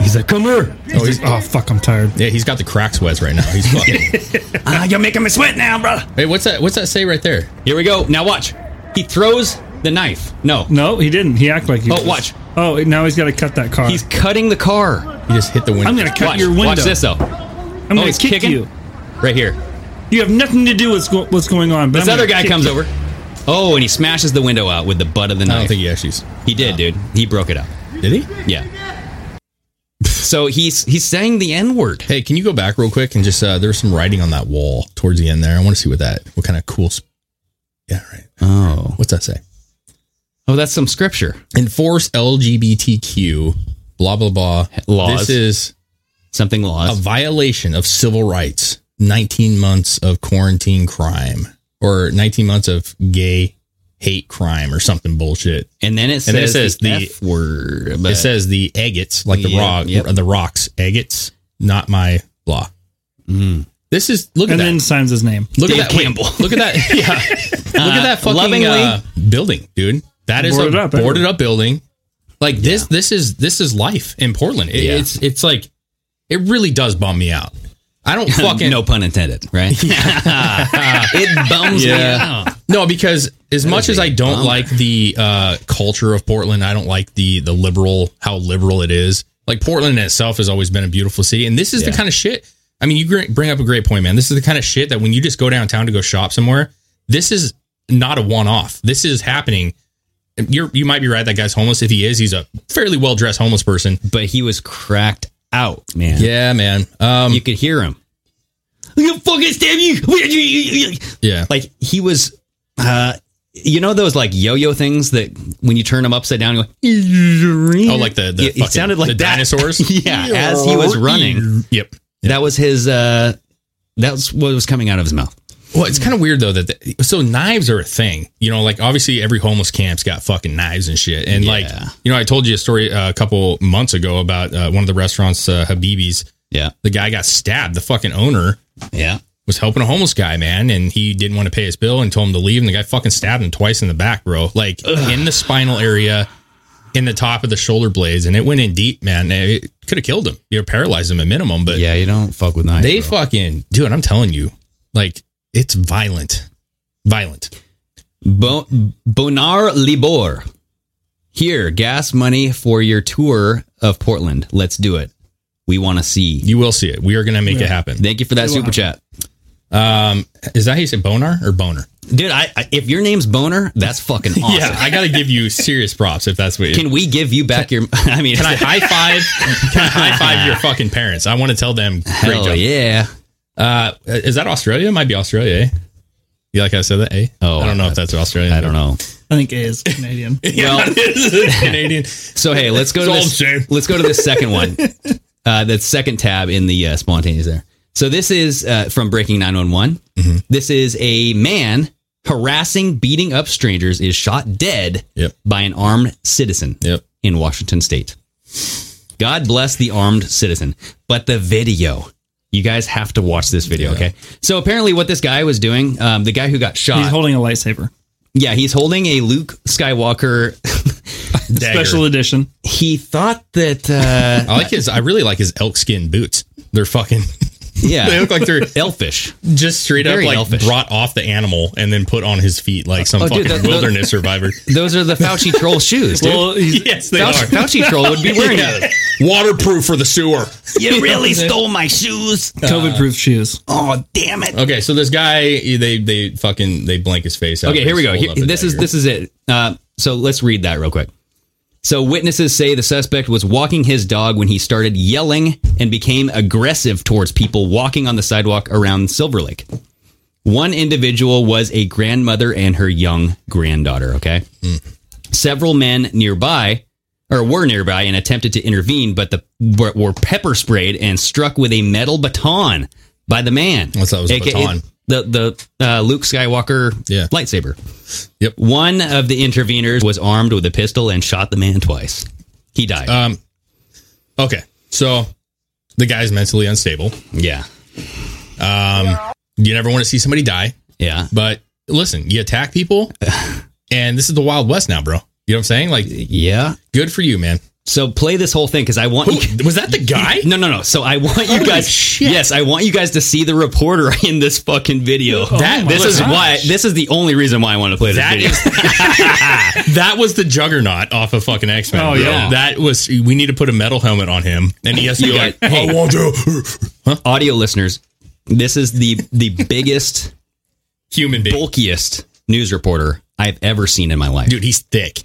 [SPEAKER 7] He's like, come here.
[SPEAKER 8] Oh, he's, oh fuck, I'm tired.
[SPEAKER 7] Yeah, he's got the crack sweats right now. He's fucking.
[SPEAKER 6] Ah, you're making me sweat now, bro.
[SPEAKER 7] hey, what's that? What's that say right there?
[SPEAKER 6] Here we go. Now watch. He throws the knife. No,
[SPEAKER 8] No, he didn't. He acted like he
[SPEAKER 6] Oh,
[SPEAKER 8] was.
[SPEAKER 6] watch.
[SPEAKER 8] Oh, now he's got to cut that car.
[SPEAKER 6] he's cutting the car.
[SPEAKER 7] He just hit the window.
[SPEAKER 8] I'm gonna cut
[SPEAKER 6] watch,
[SPEAKER 8] your window.
[SPEAKER 6] watch this though.
[SPEAKER 8] I'm
[SPEAKER 6] oh,
[SPEAKER 8] gonna
[SPEAKER 6] he's
[SPEAKER 8] kick
[SPEAKER 6] kicking?
[SPEAKER 8] you.
[SPEAKER 6] Right here.
[SPEAKER 8] You have nothing to do with go- what's going on. But
[SPEAKER 6] This
[SPEAKER 8] I'm
[SPEAKER 6] other
[SPEAKER 8] gonna
[SPEAKER 6] guy
[SPEAKER 8] kick
[SPEAKER 6] comes
[SPEAKER 8] you.
[SPEAKER 6] over. Oh, and he smashes the window out with the butt of the
[SPEAKER 7] I don't
[SPEAKER 6] knife.
[SPEAKER 7] think he actually s-
[SPEAKER 6] He did, dude. He broke it up.
[SPEAKER 7] did. He?
[SPEAKER 6] Yeah. so he's he's saying the N word.
[SPEAKER 7] Hey, can you go back real quick and just uh, there's some writing on that wall towards the end there. I want to see what that what kind of cool. Sp- yeah, right.
[SPEAKER 6] Oh.
[SPEAKER 7] What's that say?
[SPEAKER 6] Oh, that's some scripture.
[SPEAKER 7] Enforce LGBTQ blah blah blah
[SPEAKER 6] Laws.
[SPEAKER 7] This is
[SPEAKER 6] Something
[SPEAKER 7] a
[SPEAKER 6] laws.
[SPEAKER 7] violation of civil rights. 19 months of quarantine crime or 19 months of gay hate crime or something bullshit.
[SPEAKER 6] and then it says,
[SPEAKER 7] and then it says
[SPEAKER 6] the,
[SPEAKER 7] the-
[SPEAKER 6] F word. but-
[SPEAKER 7] it says the agates, like the
[SPEAKER 6] Yeah,
[SPEAKER 7] rock,
[SPEAKER 6] yep.
[SPEAKER 7] the rocks, agates, not my blah.
[SPEAKER 6] Mm.
[SPEAKER 7] This is look at
[SPEAKER 8] and
[SPEAKER 7] that.
[SPEAKER 8] then signs his name.
[SPEAKER 7] look
[SPEAKER 6] Dave
[SPEAKER 7] at that wait,
[SPEAKER 6] Campbell.
[SPEAKER 7] look at that. Yeah. look at that fucking
[SPEAKER 6] lovingly-
[SPEAKER 7] uh, building, dude. That is
[SPEAKER 8] Boarded
[SPEAKER 7] a
[SPEAKER 8] up,
[SPEAKER 7] boarded
[SPEAKER 8] everywhere.
[SPEAKER 7] up building. Like this, this is this is life in Portland. It,
[SPEAKER 6] Yeah.
[SPEAKER 7] It's it's like it really does bum me out. I don't fucking
[SPEAKER 6] no pun intended, right? it bums
[SPEAKER 7] Yeah.
[SPEAKER 6] me out.
[SPEAKER 7] No, because as much
[SPEAKER 6] is
[SPEAKER 7] as
[SPEAKER 6] a
[SPEAKER 7] I don't
[SPEAKER 6] bummer.
[SPEAKER 7] like the uh, culture of Portland, I don't like the the liberal how liberal it is. Like Portland in itself has always been a beautiful city, and this is the
[SPEAKER 6] Yeah.
[SPEAKER 7] kind of shit. I mean, you gr- bring up a great point, man. This is the kind of shit that when you just go downtown to go shop somewhere, this is not a one off. This is happening. You're you might be right. That guy's homeless. If he is, he's a fairly well dressed homeless person.
[SPEAKER 6] But he was cracked out, man.
[SPEAKER 7] Yeah, man. Um,
[SPEAKER 6] You could hear him. I'm gonna fucking stab you.
[SPEAKER 7] yeah.
[SPEAKER 6] Like he was, uh, you know those like yo-yo things that when you turn them upside down, you go.
[SPEAKER 7] Oh, like the, the
[SPEAKER 6] it,
[SPEAKER 7] fucking-
[SPEAKER 6] sounded like
[SPEAKER 7] the
[SPEAKER 6] that.
[SPEAKER 7] dinosaurs.
[SPEAKER 6] yeah, as he was running,
[SPEAKER 7] Yep.
[SPEAKER 6] that was his. uh That's what was coming out of his mouth.
[SPEAKER 7] Well, it's kind of weird though that the, so knives are a thing. You know, like obviously every homeless camp's got fucking knives and shit. And like,
[SPEAKER 6] Yeah.
[SPEAKER 7] you know, I told you a story uh, a couple months ago about uh, one of the restaurants, uh, Habibi's.
[SPEAKER 6] Yeah,
[SPEAKER 7] The guy got stabbed. The fucking owner
[SPEAKER 6] yeah.
[SPEAKER 7] was helping a homeless guy, man, and he didn't want to pay his bill and told him to leave. And the guy fucking stabbed him twice in the back, bro. Like in the spinal area, in the top of the shoulder blades, and it went in deep, man. It could have killed him. You know, paralyzed him at minimum, but
[SPEAKER 6] yeah, you don't fuck with knives.
[SPEAKER 7] they
[SPEAKER 6] bro.
[SPEAKER 7] fucking dude. I'm telling you, like it's violent, violent.
[SPEAKER 6] Bo- Bonar Libor. Here, gas money for your tour of Portland. Let's do it. We want to see. You.
[SPEAKER 7] You will see it. We are gonna make it happen.
[SPEAKER 6] Thank you for that super chat.
[SPEAKER 7] Um, is that how you say boner or boner?
[SPEAKER 6] Dude, I, I if your name's Boner, that's fucking awesome.
[SPEAKER 7] Yeah, I gotta give you serious props if that's what. You,
[SPEAKER 6] Can we give you back your I mean,
[SPEAKER 7] can I high five? Can I high five your fucking parents? I want to tell them. Great
[SPEAKER 6] hell
[SPEAKER 7] job.
[SPEAKER 6] yeah.
[SPEAKER 7] Uh, is that Australia? It might be Australia. Eh? You like how I said that? Eh?
[SPEAKER 6] Oh,
[SPEAKER 7] I don't know
[SPEAKER 6] I-
[SPEAKER 7] if that's Australia.
[SPEAKER 6] I don't know.
[SPEAKER 8] I think A is Canadian.
[SPEAKER 7] Well, Canadian.
[SPEAKER 6] So hey, let's go to
[SPEAKER 7] It's all
[SPEAKER 6] this,
[SPEAKER 7] the same.
[SPEAKER 6] let's go to the second one. Uh the second tab in the uh, spontaneous there. So this is uh, from Breaking 911.
[SPEAKER 7] Mm-hmm.
[SPEAKER 6] This is a man harassing beating up strangers is shot dead
[SPEAKER 7] Yep.
[SPEAKER 6] by an armed citizen
[SPEAKER 7] Yep.
[SPEAKER 6] in Washington state. God bless the armed citizen. But the video, you guys have to watch this video, okay? So apparently, what this guy was doing, um, the guy who got shot,
[SPEAKER 8] He's holding a lightsaber,
[SPEAKER 6] yeah, he's holding a Luke Skywalker.
[SPEAKER 7] Dagger.
[SPEAKER 8] special edition.
[SPEAKER 6] he thought that, uh,
[SPEAKER 7] I like his. I really like his elk skin boots. They're fucking.
[SPEAKER 6] yeah,
[SPEAKER 7] They look like they're
[SPEAKER 6] elfish.
[SPEAKER 7] just straight
[SPEAKER 6] Very
[SPEAKER 7] up like
[SPEAKER 6] elfish.
[SPEAKER 7] brought off the animal and then put on his feet like some
[SPEAKER 6] Oh, dude,
[SPEAKER 7] fucking
[SPEAKER 6] that-
[SPEAKER 7] wilderness survivor.
[SPEAKER 6] Those are the Fauci troll shoes. Dude.
[SPEAKER 8] Well, he's,
[SPEAKER 7] yes, they
[SPEAKER 6] Fauci, Fauci troll would be wearing
[SPEAKER 7] Yeah.
[SPEAKER 6] it.
[SPEAKER 7] Waterproof for the sewer.
[SPEAKER 6] You really stole my shoes.
[SPEAKER 8] COVID-proof shoes.
[SPEAKER 6] Oh damn it.
[SPEAKER 7] Okay, so this guy, they they fucking they blank his face out.
[SPEAKER 6] Okay, here we go.
[SPEAKER 7] He's
[SPEAKER 6] Here,
[SPEAKER 7] holding up a
[SPEAKER 6] this is
[SPEAKER 7] dagger.
[SPEAKER 6] this is it. Uh, so let's read that real quick. So witnesses say the suspect was walking his dog when he started yelling and became aggressive towards people walking on the sidewalk around Silver Lake. One individual was a grandmother and her young granddaughter. Okay, several men nearby or were nearby and attempted to intervene, but the were, were pepper sprayed and struck with a metal baton by the man.
[SPEAKER 7] I thought it was a
[SPEAKER 6] AKA
[SPEAKER 7] baton.
[SPEAKER 6] The the uh, Luke Skywalker
[SPEAKER 7] Yeah.
[SPEAKER 6] lightsaber.
[SPEAKER 7] Yep.
[SPEAKER 6] One of the interveners was armed with a pistol and shot the man twice. He died.
[SPEAKER 7] um Okay. So the guy's mentally unstable.
[SPEAKER 6] yeah.
[SPEAKER 7] You never want to see somebody die,
[SPEAKER 6] Yeah.
[SPEAKER 7] but listen, you attack people, and this is the Wild West now, bro. You know what I'm saying? Like,
[SPEAKER 6] yeah,
[SPEAKER 7] good for you, man.
[SPEAKER 6] So play this whole thing because I want.
[SPEAKER 7] Who- was that the guy?
[SPEAKER 6] No, no, no. So I want you
[SPEAKER 7] Holy
[SPEAKER 6] guys.
[SPEAKER 7] shit.
[SPEAKER 6] Yes, I want you guys to see the reporter in this fucking video.
[SPEAKER 7] Oh That- my
[SPEAKER 6] this is
[SPEAKER 7] gosh.
[SPEAKER 6] why. This is the only reason why I want to play this
[SPEAKER 7] That
[SPEAKER 6] video.
[SPEAKER 7] That was the juggernaut off of fucking X Men.
[SPEAKER 6] Oh, yeah.
[SPEAKER 7] that was. We need to put a metal helmet on him, and he has to
[SPEAKER 6] You
[SPEAKER 7] be
[SPEAKER 6] got-
[SPEAKER 7] like, "I
[SPEAKER 6] hey.
[SPEAKER 7] want to."
[SPEAKER 6] Audio listeners, this is the the biggest
[SPEAKER 7] Human being,
[SPEAKER 6] bulkiest news reporter I've ever seen in my life.
[SPEAKER 7] dude. He's thick.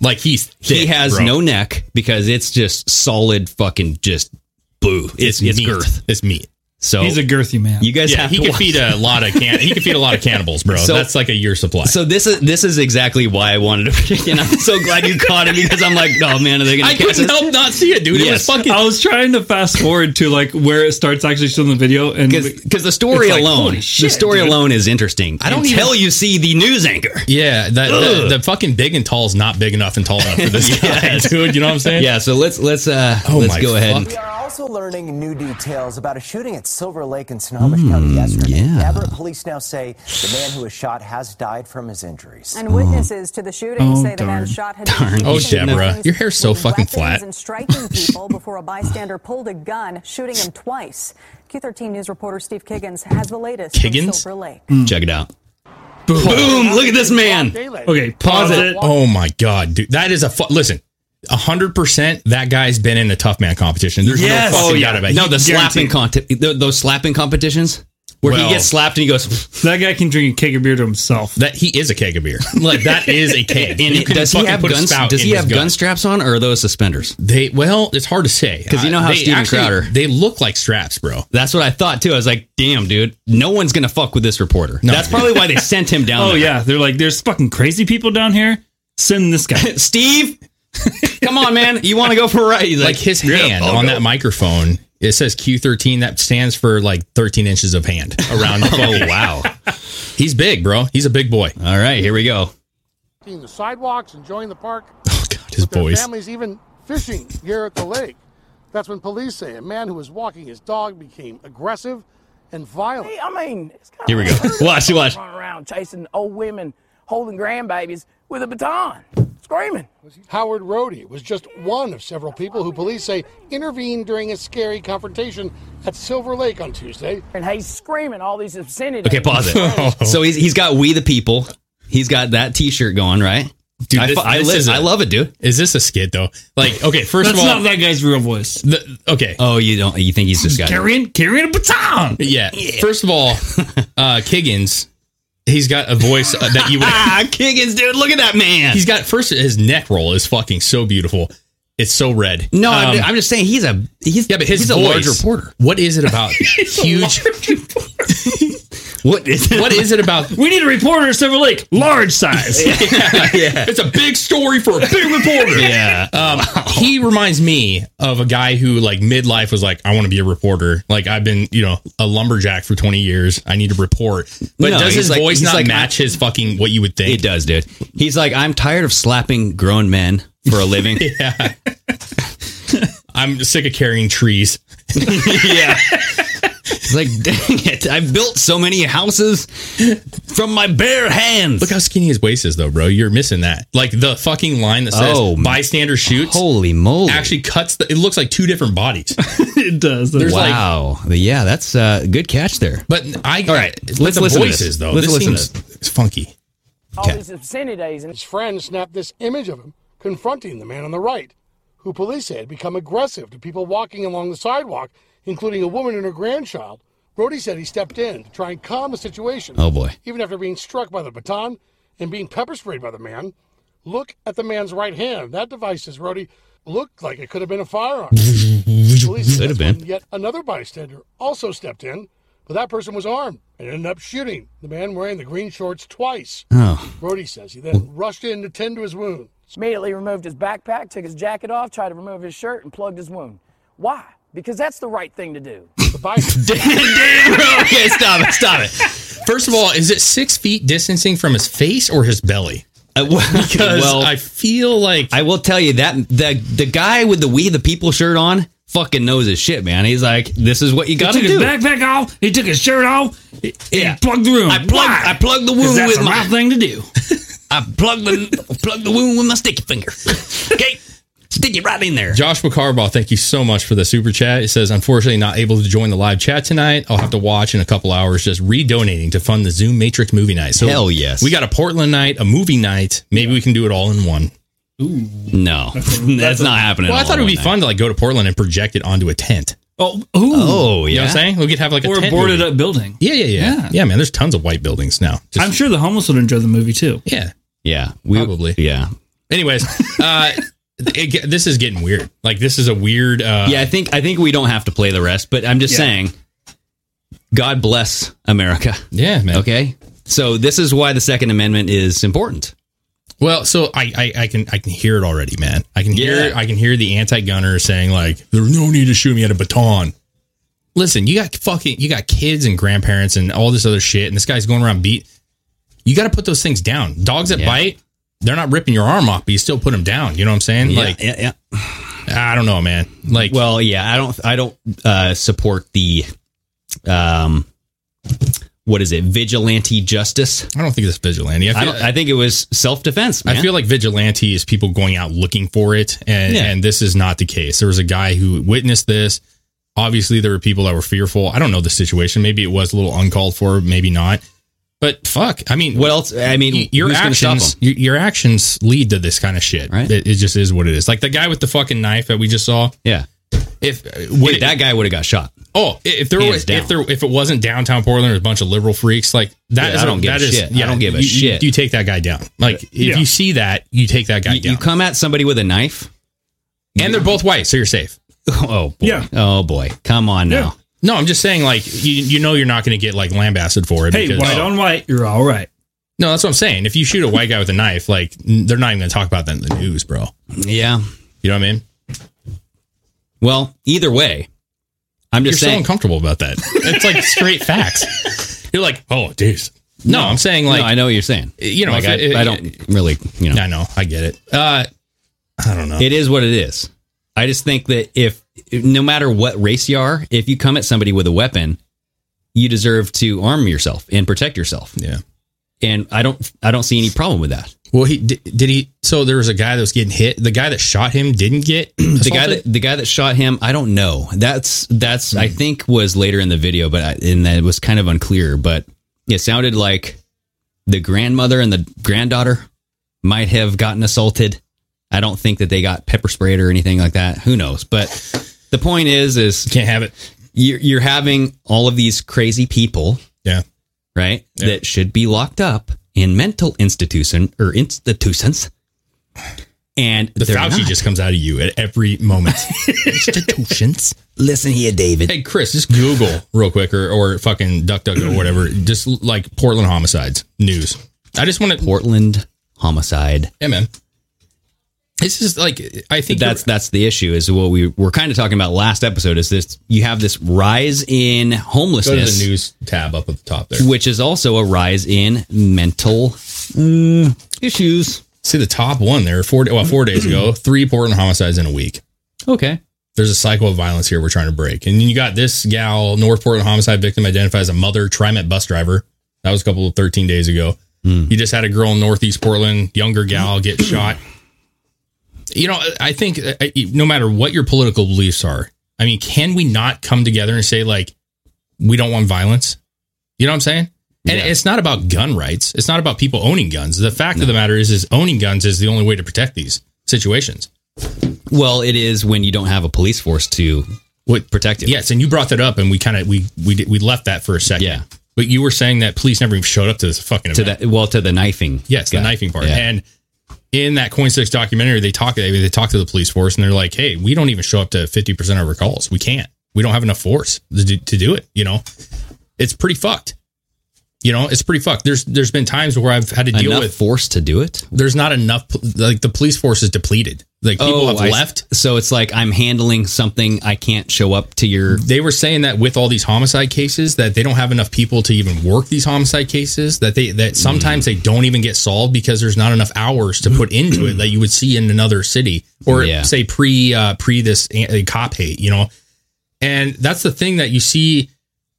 [SPEAKER 7] Like he's thick,
[SPEAKER 6] he has
[SPEAKER 7] bro.
[SPEAKER 6] no neck because it's just solid fucking just boo. It's it's,
[SPEAKER 7] meat.
[SPEAKER 6] girth.
[SPEAKER 7] It's meat.
[SPEAKER 6] So
[SPEAKER 8] He's a girthy man.
[SPEAKER 6] you guys
[SPEAKER 7] Yeah,
[SPEAKER 6] have
[SPEAKER 7] he
[SPEAKER 6] to
[SPEAKER 7] could
[SPEAKER 6] watch
[SPEAKER 7] feed a lot of can. He could feed a lot of cannibals, bro.
[SPEAKER 6] So-
[SPEAKER 7] That's like a year supply.
[SPEAKER 6] So this is this is exactly why I wanted to, and I'm so glad you caught it because I'm like, oh man, are they going
[SPEAKER 7] I
[SPEAKER 6] to catch
[SPEAKER 7] couldn't
[SPEAKER 6] us?
[SPEAKER 7] help not see it, dude. It was
[SPEAKER 6] Yes.
[SPEAKER 7] fucking.
[SPEAKER 8] I was trying to fast forward to like where it starts actually showing the video, and
[SPEAKER 6] Because the story
[SPEAKER 8] It's like,
[SPEAKER 6] alone,
[SPEAKER 8] holy
[SPEAKER 6] the
[SPEAKER 8] shit,
[SPEAKER 6] story
[SPEAKER 8] dude.
[SPEAKER 6] alone is interesting.
[SPEAKER 7] I don't
[SPEAKER 6] until
[SPEAKER 7] even-
[SPEAKER 6] you see the news anchor.
[SPEAKER 7] Yeah, that,
[SPEAKER 6] Ugh.
[SPEAKER 7] the, the fucking big and tall is not big enough and tall enough for this guy,
[SPEAKER 6] Yes.
[SPEAKER 7] dude. You know what I'm saying?
[SPEAKER 6] Yeah, so let's let's uh
[SPEAKER 7] Oh
[SPEAKER 6] let's
[SPEAKER 7] my
[SPEAKER 6] go ahead.
[SPEAKER 7] fuck.
[SPEAKER 6] And,
[SPEAKER 10] We are also learning new details about a shooting at Silver Lake in Sonoma County yesterday.
[SPEAKER 6] yeah.
[SPEAKER 10] Abbott police now say the man who was shot has died from his injuries.
[SPEAKER 11] And witnesses to the shooting
[SPEAKER 8] Oh,
[SPEAKER 11] say the
[SPEAKER 8] darn.
[SPEAKER 11] man shot had
[SPEAKER 6] Darn.
[SPEAKER 7] Oh,
[SPEAKER 11] shooting
[SPEAKER 7] Deborah,
[SPEAKER 11] weapons
[SPEAKER 7] your hair's so
[SPEAKER 11] with
[SPEAKER 7] fucking
[SPEAKER 11] weapons
[SPEAKER 7] flat.
[SPEAKER 11] And striking people before a bystander pulled a gun, shooting him twice. Q13 News reporter Steve Kiggins has the latest from
[SPEAKER 7] Kiggins?
[SPEAKER 11] Silver Lake.
[SPEAKER 6] Check it out. Boom. Look at this man.
[SPEAKER 8] okay, pause it.
[SPEAKER 7] Oh my god, dude, that is a fu- listen. hundred percent, that guy's been in a tough man competition. There's
[SPEAKER 8] Yes.
[SPEAKER 7] no
[SPEAKER 8] Oh,
[SPEAKER 7] fucking
[SPEAKER 8] yeah.
[SPEAKER 7] doubt about it.
[SPEAKER 6] No,
[SPEAKER 7] He
[SPEAKER 6] the slapping
[SPEAKER 7] guaranteed-
[SPEAKER 6] content, those slapping competitions where
[SPEAKER 7] Well-
[SPEAKER 6] he gets slapped and he goes.
[SPEAKER 8] That guy can drink a keg of beer to himself.
[SPEAKER 7] That he is a keg of beer. Like that is a keg.
[SPEAKER 6] And
[SPEAKER 7] You
[SPEAKER 6] it-
[SPEAKER 7] can
[SPEAKER 6] does he
[SPEAKER 7] fucking
[SPEAKER 6] have
[SPEAKER 7] put a
[SPEAKER 6] guns?
[SPEAKER 7] spout
[SPEAKER 6] Does
[SPEAKER 7] in
[SPEAKER 6] he
[SPEAKER 7] his
[SPEAKER 6] have
[SPEAKER 7] gun.
[SPEAKER 6] gun straps on, or are those suspenders?
[SPEAKER 7] They well, it's hard to say
[SPEAKER 6] 'Cause you know
[SPEAKER 7] Uh,
[SPEAKER 6] how
[SPEAKER 7] they
[SPEAKER 6] Steven
[SPEAKER 7] actually-
[SPEAKER 6] Crowder-
[SPEAKER 7] they look like straps, bro.
[SPEAKER 6] That's what I thought too. I was like, damn, dude, no one's gonna fuck with this reporter.
[SPEAKER 7] No.
[SPEAKER 6] That's probably why they sent him down.
[SPEAKER 8] Oh
[SPEAKER 6] there.
[SPEAKER 8] yeah, they're like there's fucking crazy people down here. Send this guy.
[SPEAKER 6] Steve, come on, man. You want to go for a ride? He's
[SPEAKER 7] Like his
[SPEAKER 6] "Yeah,
[SPEAKER 7] hand
[SPEAKER 6] I'll
[SPEAKER 7] on
[SPEAKER 6] go."
[SPEAKER 7] that microphone. It says Q13. That stands for like 13 inches of hand around. the
[SPEAKER 6] Oh
[SPEAKER 7] fucking-
[SPEAKER 6] wow!
[SPEAKER 7] He's big, bro. He's a big boy.
[SPEAKER 6] All right, here we go.
[SPEAKER 12] walking the sidewalks, enjoying the park,
[SPEAKER 7] Oh god, his
[SPEAKER 12] with their
[SPEAKER 7] voice.
[SPEAKER 12] families even fishing here at the lake. That's when police say a man who was walking his dog became aggressive and violent.
[SPEAKER 13] I mean, it's kind
[SPEAKER 6] Here we go. Watch, watch.
[SPEAKER 13] running around chasing old women holding grandbabies with a baton, screaming.
[SPEAKER 12] Howard Rohde was just one of several people who police say intervened during a scary confrontation at Silver Lake on Tuesday.
[SPEAKER 13] And he's screaming all these obscenities.
[SPEAKER 6] Okay, pause
[SPEAKER 7] Oh.
[SPEAKER 6] it. so he's he's got we the people. He's got that T-shirt going right.
[SPEAKER 7] Dude,
[SPEAKER 6] I,
[SPEAKER 7] this-
[SPEAKER 6] fu- I,
[SPEAKER 7] this
[SPEAKER 6] live-
[SPEAKER 7] is a-
[SPEAKER 6] I love it, dude.
[SPEAKER 7] Is this a skit though? Like, okay, first
[SPEAKER 8] That's
[SPEAKER 7] of all,
[SPEAKER 8] not that guy's real voice.
[SPEAKER 7] the, okay,
[SPEAKER 6] Oh, you don't? You think he's just got?
[SPEAKER 8] Carrying carrying a baton.
[SPEAKER 7] yeah. First of all, uh Kiggins, he's got a voice uh, that you would.
[SPEAKER 6] Ah, Kiggins, dude, look at that man.
[SPEAKER 7] he's got first his neck roll is fucking so beautiful. It's so red.
[SPEAKER 6] no,
[SPEAKER 7] Um,
[SPEAKER 6] I'm, I'm just saying he's a he's
[SPEAKER 7] yeah, but his
[SPEAKER 6] he's
[SPEAKER 7] voice,
[SPEAKER 6] a large reporter.
[SPEAKER 7] What is it about huge?
[SPEAKER 6] What is
[SPEAKER 7] What is it about?
[SPEAKER 8] We need a reporter at Silver Lake, large size.
[SPEAKER 7] It's a big story for a big reporter.
[SPEAKER 6] Yeah.
[SPEAKER 7] Um, He reminds me of a guy who, like, midlife was like, I want to be a reporter. Like, I've been, you know, a lumberjack for 20 years. I need to report. But
[SPEAKER 6] No,
[SPEAKER 7] does
[SPEAKER 6] he's
[SPEAKER 7] his
[SPEAKER 6] like-
[SPEAKER 7] voice
[SPEAKER 6] he's
[SPEAKER 7] not
[SPEAKER 6] like,
[SPEAKER 7] match his fucking what you would think?
[SPEAKER 6] It does, dude. He's like, I'm tired of slapping grown men for a living.
[SPEAKER 7] Yeah. I'm sick of carrying trees.
[SPEAKER 6] yeah. It's like, dang it. I've built so many houses from my bare hands.
[SPEAKER 7] Look how skinny his waist is, though, bro. You're missing that. Like the fucking line that says
[SPEAKER 6] Oh,
[SPEAKER 7] bystander shoots
[SPEAKER 6] Holy moly.
[SPEAKER 7] actually cuts. The, it looks like two different bodies.
[SPEAKER 8] it does.
[SPEAKER 7] There's like-
[SPEAKER 6] wow. yeah, that's a uh, good catch there.
[SPEAKER 7] But I
[SPEAKER 6] All right,
[SPEAKER 7] but
[SPEAKER 6] let's
[SPEAKER 7] the
[SPEAKER 6] listen to
[SPEAKER 7] voices
[SPEAKER 6] this.
[SPEAKER 7] though.
[SPEAKER 6] Let's
[SPEAKER 7] this
[SPEAKER 6] listen to
[SPEAKER 7] seems it's funky.
[SPEAKER 13] all these obscenities. And
[SPEAKER 12] His friend snapped this image of him confronting the man on the right, who police say had become aggressive to people walking along the sidewalk, including a woman and her grandchild. Brody said he stepped in to try and calm the situation.
[SPEAKER 6] Oh, boy.
[SPEAKER 12] Even after being struck by the baton and being pepper sprayed by the man, look at the man's right hand. That device, says Rody, looked like it could have been a firearm. Police said
[SPEAKER 6] Could
[SPEAKER 12] that's
[SPEAKER 6] have been.
[SPEAKER 12] when Yet another bystander also stepped in, but that person was armed and ended up shooting the man wearing the green shorts twice.
[SPEAKER 6] Oh.
[SPEAKER 12] Brody says he then rushed in to tend to his wound.
[SPEAKER 13] immediately removed his backpack, took his jacket off, tried to remove his shirt, and plugged his wound. Why? Because that's the right thing to do.
[SPEAKER 12] The bystander
[SPEAKER 6] damn, bro. Okay, stop it. Stop it.
[SPEAKER 7] First of all, is it six feet distancing from his face or his belly?
[SPEAKER 6] Uh, well,
[SPEAKER 7] Because
[SPEAKER 6] well,
[SPEAKER 7] I
[SPEAKER 6] I,
[SPEAKER 7] feel like
[SPEAKER 6] will tell you that the, the guy with the We the People shirt on fucking knows his shit, man. He's like, this is what you got to
[SPEAKER 8] he took
[SPEAKER 6] do.
[SPEAKER 8] his backpack off. He took his shirt off. He,
[SPEAKER 6] Yeah.
[SPEAKER 8] he plugged the room.
[SPEAKER 6] I plugged-
[SPEAKER 8] Why?
[SPEAKER 6] I plugged the
[SPEAKER 8] 'Cause
[SPEAKER 6] wound
[SPEAKER 8] that's
[SPEAKER 6] with
[SPEAKER 8] the
[SPEAKER 6] my-
[SPEAKER 8] right thing to do.
[SPEAKER 6] I plugged the plugged the wound with my sticky finger. Okay, stick it right in there.
[SPEAKER 7] Joshua Carbaugh, thank you so much for the super chat. It says, unfortunately, not able to join the live chat tonight. I'll have to watch in a couple hours, just redonating to fund the Zoom Matrix movie night.
[SPEAKER 6] Hell yes.
[SPEAKER 7] We got a Portland night, a movie night. Maybe we can do it all in one.
[SPEAKER 8] Ooh.
[SPEAKER 6] No, that's, not happening.
[SPEAKER 7] Well, I
[SPEAKER 6] all
[SPEAKER 7] thought it would
[SPEAKER 6] in
[SPEAKER 7] be
[SPEAKER 6] one
[SPEAKER 7] fun to like go to Portland and project it onto a tent.
[SPEAKER 8] Oh,
[SPEAKER 6] Oh,
[SPEAKER 7] You know what
[SPEAKER 6] yeah?
[SPEAKER 7] I'm saying? We could have like a
[SPEAKER 8] Or a
[SPEAKER 7] tent
[SPEAKER 8] boarded
[SPEAKER 7] movie.
[SPEAKER 8] up building.
[SPEAKER 7] Yeah, yeah, yeah, yeah.
[SPEAKER 8] Yeah.
[SPEAKER 7] man, there's tons of white buildings now. Just-
[SPEAKER 8] I'm sure the homeless would enjoy the movie too.
[SPEAKER 7] yeah.
[SPEAKER 6] Yeah, we,
[SPEAKER 7] Probably.
[SPEAKER 6] Yeah,
[SPEAKER 7] Anyways, uh, it, ge- this is getting weird. Like this is a weird. Uh,
[SPEAKER 6] yeah. I think I think we don't have to play the rest, but I'm just
[SPEAKER 7] Yeah.
[SPEAKER 6] saying. God bless America.
[SPEAKER 7] Yeah, man.
[SPEAKER 6] Okay, so this is why the Second Amendment is important.
[SPEAKER 7] Well, so I, I I can I can hear it already, man. I can hear
[SPEAKER 6] Yeah.
[SPEAKER 7] I can hear the anti-gunner saying like, "There's no need to shoot me at a baton." Listen, you got fucking you got kids and grandparents and all this other shit, and this guy's going around beat. You got to put those things down. Dogs that
[SPEAKER 6] Yeah.
[SPEAKER 7] bite, they're not ripping your arm off, but you still put them down. You know what I'm saying?
[SPEAKER 6] Yeah,
[SPEAKER 7] like,
[SPEAKER 6] yeah, yeah.
[SPEAKER 7] I don't know, man. Like,
[SPEAKER 6] well, yeah, I don't, I don't uh, support the, um, what is it, vigilante justice?
[SPEAKER 7] I don't think it's vigilante. I,
[SPEAKER 6] I,
[SPEAKER 7] feel,
[SPEAKER 6] don't, I think it was self defense.
[SPEAKER 7] I feel like vigilante is people going out looking for it, and
[SPEAKER 6] Yeah.
[SPEAKER 7] and this is not the case. There was a guy who witnessed this. Obviously, there were people that were fearful. I don't know the situation. Maybe it was a little uncalled for. Maybe not. But fuck, I mean,
[SPEAKER 6] What else? I mean,
[SPEAKER 7] y- your
[SPEAKER 6] who's gonna stop
[SPEAKER 7] actions,
[SPEAKER 6] 'em?
[SPEAKER 7] y- your actions lead to this kind of shit.
[SPEAKER 6] Right.
[SPEAKER 7] It, it just is what it is. Like the guy with the fucking knife that we just saw.
[SPEAKER 6] Yeah.
[SPEAKER 7] If
[SPEAKER 6] Dude,
[SPEAKER 7] would
[SPEAKER 6] that guy would have got shot.
[SPEAKER 7] Oh, i- if there
[SPEAKER 6] Hands
[SPEAKER 7] was
[SPEAKER 6] down.
[SPEAKER 7] if there if it wasn't downtown Portland, there's a bunch of liberal freaks like that.
[SPEAKER 6] Yeah,
[SPEAKER 7] is
[SPEAKER 6] I don't give
[SPEAKER 7] that
[SPEAKER 6] a
[SPEAKER 7] is-
[SPEAKER 6] shit. I don't give a
[SPEAKER 7] you- you-
[SPEAKER 6] shit.
[SPEAKER 7] You take that guy down. Like if
[SPEAKER 6] Yeah.
[SPEAKER 7] you see that, you take that guy
[SPEAKER 6] You,
[SPEAKER 7] down.
[SPEAKER 6] you come at somebody with a knife.
[SPEAKER 7] and they're both white, so you're safe.
[SPEAKER 6] Oh boy.
[SPEAKER 8] Yeah.
[SPEAKER 6] Oh boy. Come on now.
[SPEAKER 7] No, I'm just saying like you you know you're not going to get like lambasted for it.
[SPEAKER 8] Hey,
[SPEAKER 7] because-
[SPEAKER 8] white on white, you're all right.
[SPEAKER 7] no, that's what I'm saying. If you shoot a white guy with a knife, like n- they're not even going to talk about that in the news, bro.
[SPEAKER 6] Yeah.
[SPEAKER 7] You know what I mean?
[SPEAKER 6] Well, either way, I'm
[SPEAKER 7] You're
[SPEAKER 6] just
[SPEAKER 7] so
[SPEAKER 6] saying.
[SPEAKER 7] uncomfortable about that. It's like straight facts. You're like, oh, dude. No, I'm saying like
[SPEAKER 6] no, I know what you're saying.
[SPEAKER 7] you know,
[SPEAKER 6] like,
[SPEAKER 7] if
[SPEAKER 6] I,
[SPEAKER 7] it-
[SPEAKER 6] I don't really, you know,
[SPEAKER 7] I know, I get it. Uh, I don't know.
[SPEAKER 6] it is what it is. I just think that if no matter what race you are, if you come at somebody with a weapon, you deserve to arm yourself and protect yourself.
[SPEAKER 7] yeah.
[SPEAKER 6] And I don't, I don't see any problem with that.
[SPEAKER 7] Well, he did, did he. So there was a guy that was getting hit. The guy that shot him didn't get
[SPEAKER 6] the guy that the guy that shot him i don't know that's that's
[SPEAKER 7] Hmm.
[SPEAKER 6] i think was later in the video but I, and that was kind of unclear but it sounded like the grandmother and the granddaughter might have gotten assaulted i don't think that they got pepper sprayed or anything like that who knows but the point is is
[SPEAKER 7] can't have it.
[SPEAKER 6] you're, you're having all of these crazy people
[SPEAKER 7] Yeah,
[SPEAKER 6] right
[SPEAKER 7] Yeah.
[SPEAKER 6] that should be locked up in mental institution or institutions and
[SPEAKER 7] the
[SPEAKER 6] they're
[SPEAKER 7] Fauci
[SPEAKER 6] not.
[SPEAKER 7] just comes out of you at every moment. Institutions.
[SPEAKER 6] listen here david
[SPEAKER 7] Hey Chris, just Google real quick or, or fucking DuckDuckGo or whatever. Just like Portland homicides news. I just want to.
[SPEAKER 6] portland homicide
[SPEAKER 7] Hey man, this is like I think
[SPEAKER 6] that's
[SPEAKER 7] you're-
[SPEAKER 6] that's the issue is what we were kind of talking about last episode is this you have this rise in
[SPEAKER 7] go to
[SPEAKER 6] homelessness
[SPEAKER 7] the news tab up at the top there.
[SPEAKER 6] which is also a rise in mental mm, issues
[SPEAKER 7] See the top one there. Four well four days ago, three Portland homicides in a week.
[SPEAKER 6] okay
[SPEAKER 7] there's a cycle of violence here we're trying to break. And you got this gal, North Portland homicide victim identified as a mother, TriMet bus driver. That was a couple of 13 days ago. You just had a girl in Northeast Portland, younger gal, get shot. You know, I think uh, I- no matter what your political beliefs are, I mean, can we not come together and say, like, we don't want violence? You know what I'm saying? And
[SPEAKER 6] Yeah.
[SPEAKER 7] it's not about gun rights. It's not about people owning guns. The fact of the matter is, is owning guns is the only way to protect these situations.
[SPEAKER 6] well it is when you don't have a police force to protect you
[SPEAKER 7] Yes, and you brought that up, and we kind of we we did, we left that for a second.
[SPEAKER 6] Yeah.
[SPEAKER 7] but you were saying that police never even showed up to this fucking
[SPEAKER 6] to
[SPEAKER 7] event.
[SPEAKER 6] that well to the knifing
[SPEAKER 7] Yes, the
[SPEAKER 6] guy.
[SPEAKER 7] knifing part,
[SPEAKER 6] Yeah.
[SPEAKER 7] and in that Coin Six documentary, they talk they, they talk to the police force, and they're like, "Hey, we don't even show up to fifty percent of our calls. We can't. We don't have enough force to do, to do it. You know, it's pretty fucked. You know, it's pretty fucked. There's there's been times where I've had to deal
[SPEAKER 6] enough
[SPEAKER 7] with
[SPEAKER 6] force to do it
[SPEAKER 7] there's not enough like the police force is depleted Like people have
[SPEAKER 6] Oh, I-
[SPEAKER 7] left.
[SPEAKER 6] So it's like I'm handling something. I can't show up to your.
[SPEAKER 7] They were saying that with all these homicide cases, that they don't have enough people to even work these homicide cases. That they that sometimes they don't even get solved because there's not enough hours to put into it that you would see in another city or
[SPEAKER 6] Yeah.
[SPEAKER 7] say pre uh, pre this uh, cop hate. You know, and that's the thing that you see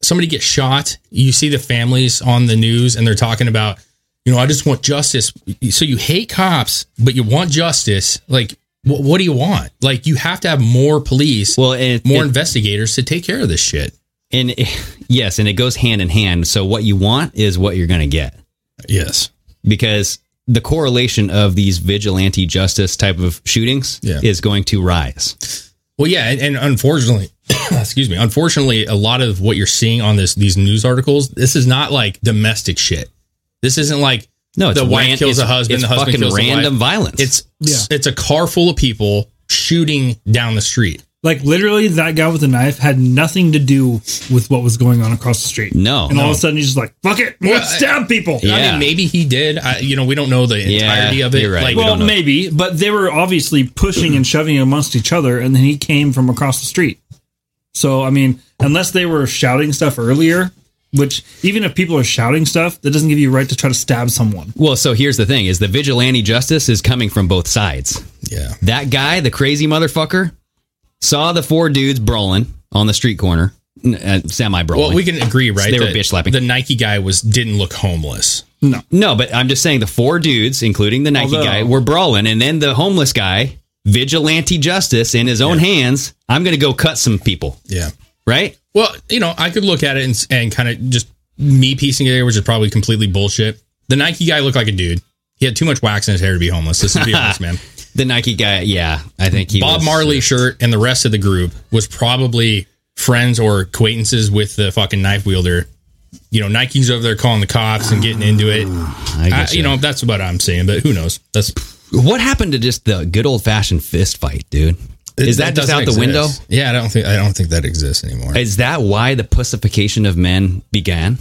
[SPEAKER 7] somebody get shot. You see the families on the news and they're talking about, you know, I just want justice. So you hate cops, but you want justice. Like, wh- what do you want? Like, you have to have more police,
[SPEAKER 6] well, and
[SPEAKER 7] more
[SPEAKER 6] it-
[SPEAKER 7] investigators to take care of this shit.
[SPEAKER 6] And it- yes, and it goes hand in hand. So what you want is what you're going to get.
[SPEAKER 7] Yes.
[SPEAKER 6] Because the correlation of these vigilante justice type of shootings
[SPEAKER 7] Yeah.
[SPEAKER 6] is going to rise.
[SPEAKER 7] Well, yeah, and, and unfortunately, excuse me, unfortunately, a lot of what you're seeing on this these news articles, this is not like domestic shit. This isn't like
[SPEAKER 6] No, it's
[SPEAKER 7] the wife
[SPEAKER 6] ran-
[SPEAKER 7] kills
[SPEAKER 6] it's-
[SPEAKER 7] a husband,
[SPEAKER 6] it's
[SPEAKER 7] the husband
[SPEAKER 6] fucking
[SPEAKER 7] kills the wife.
[SPEAKER 6] random violence.
[SPEAKER 7] It's it's a car full of people shooting down the street.
[SPEAKER 8] Like literally, that guy with the knife had nothing to do with what was going on across the street.
[SPEAKER 6] No,
[SPEAKER 8] and all
[SPEAKER 7] no.
[SPEAKER 8] of a sudden he's just like, "Fuck it,
[SPEAKER 7] Well,
[SPEAKER 8] let's stab people."
[SPEAKER 7] I mean, maybe he did. I, you know, we don't know the entirety of it. Like,
[SPEAKER 8] well, maybe, but they were obviously pushing and shoving amongst each other, and then he came from across the street. So, I mean, unless they were shouting stuff earlier, which even if people are shouting stuff, that doesn't give you a right to try to stab someone.
[SPEAKER 6] Well, so here's the thing: is the vigilante justice is coming from both sides.
[SPEAKER 7] Yeah.
[SPEAKER 6] That guy, the crazy motherfucker, saw the four dudes brawling on the street corner, n- uh, semi brawling.
[SPEAKER 7] Well, we can agree, right?
[SPEAKER 6] they were
[SPEAKER 7] that
[SPEAKER 6] bitch slapping.
[SPEAKER 7] The Nike guy was didn't look homeless.
[SPEAKER 8] No,
[SPEAKER 6] no, but I'm just saying the four dudes, including the Nike
[SPEAKER 7] Although-
[SPEAKER 6] guy, were brawling, and then the homeless guy, vigilante justice in his own hands. I'm going to go cut some people.
[SPEAKER 7] Yeah.
[SPEAKER 6] Right.
[SPEAKER 7] Well, you know, I could look at it and, and kind of just me piecing it together, which is probably completely bullshit. The Nike guy looked like a dude. He had too much wax in his hair to be homeless. This is be honest, man.
[SPEAKER 6] The Nike guy, yeah, I think he
[SPEAKER 7] Bob
[SPEAKER 6] was-
[SPEAKER 7] Marley shirt and the rest of the group was probably friends or acquaintances with the fucking knife wielder. You know, Nike's over there calling the cops and getting into it. I,
[SPEAKER 6] Ah, getcha.
[SPEAKER 7] you know, that's what I'm saying, but who knows? That's
[SPEAKER 6] uh, What happened to just the good old fashioned fist fight, dude? Is that just
[SPEAKER 7] doesn't
[SPEAKER 6] out the
[SPEAKER 7] exist.
[SPEAKER 6] window?
[SPEAKER 7] Yeah, I don't think I don't think that exists anymore.
[SPEAKER 6] Is that why the pussification of men began?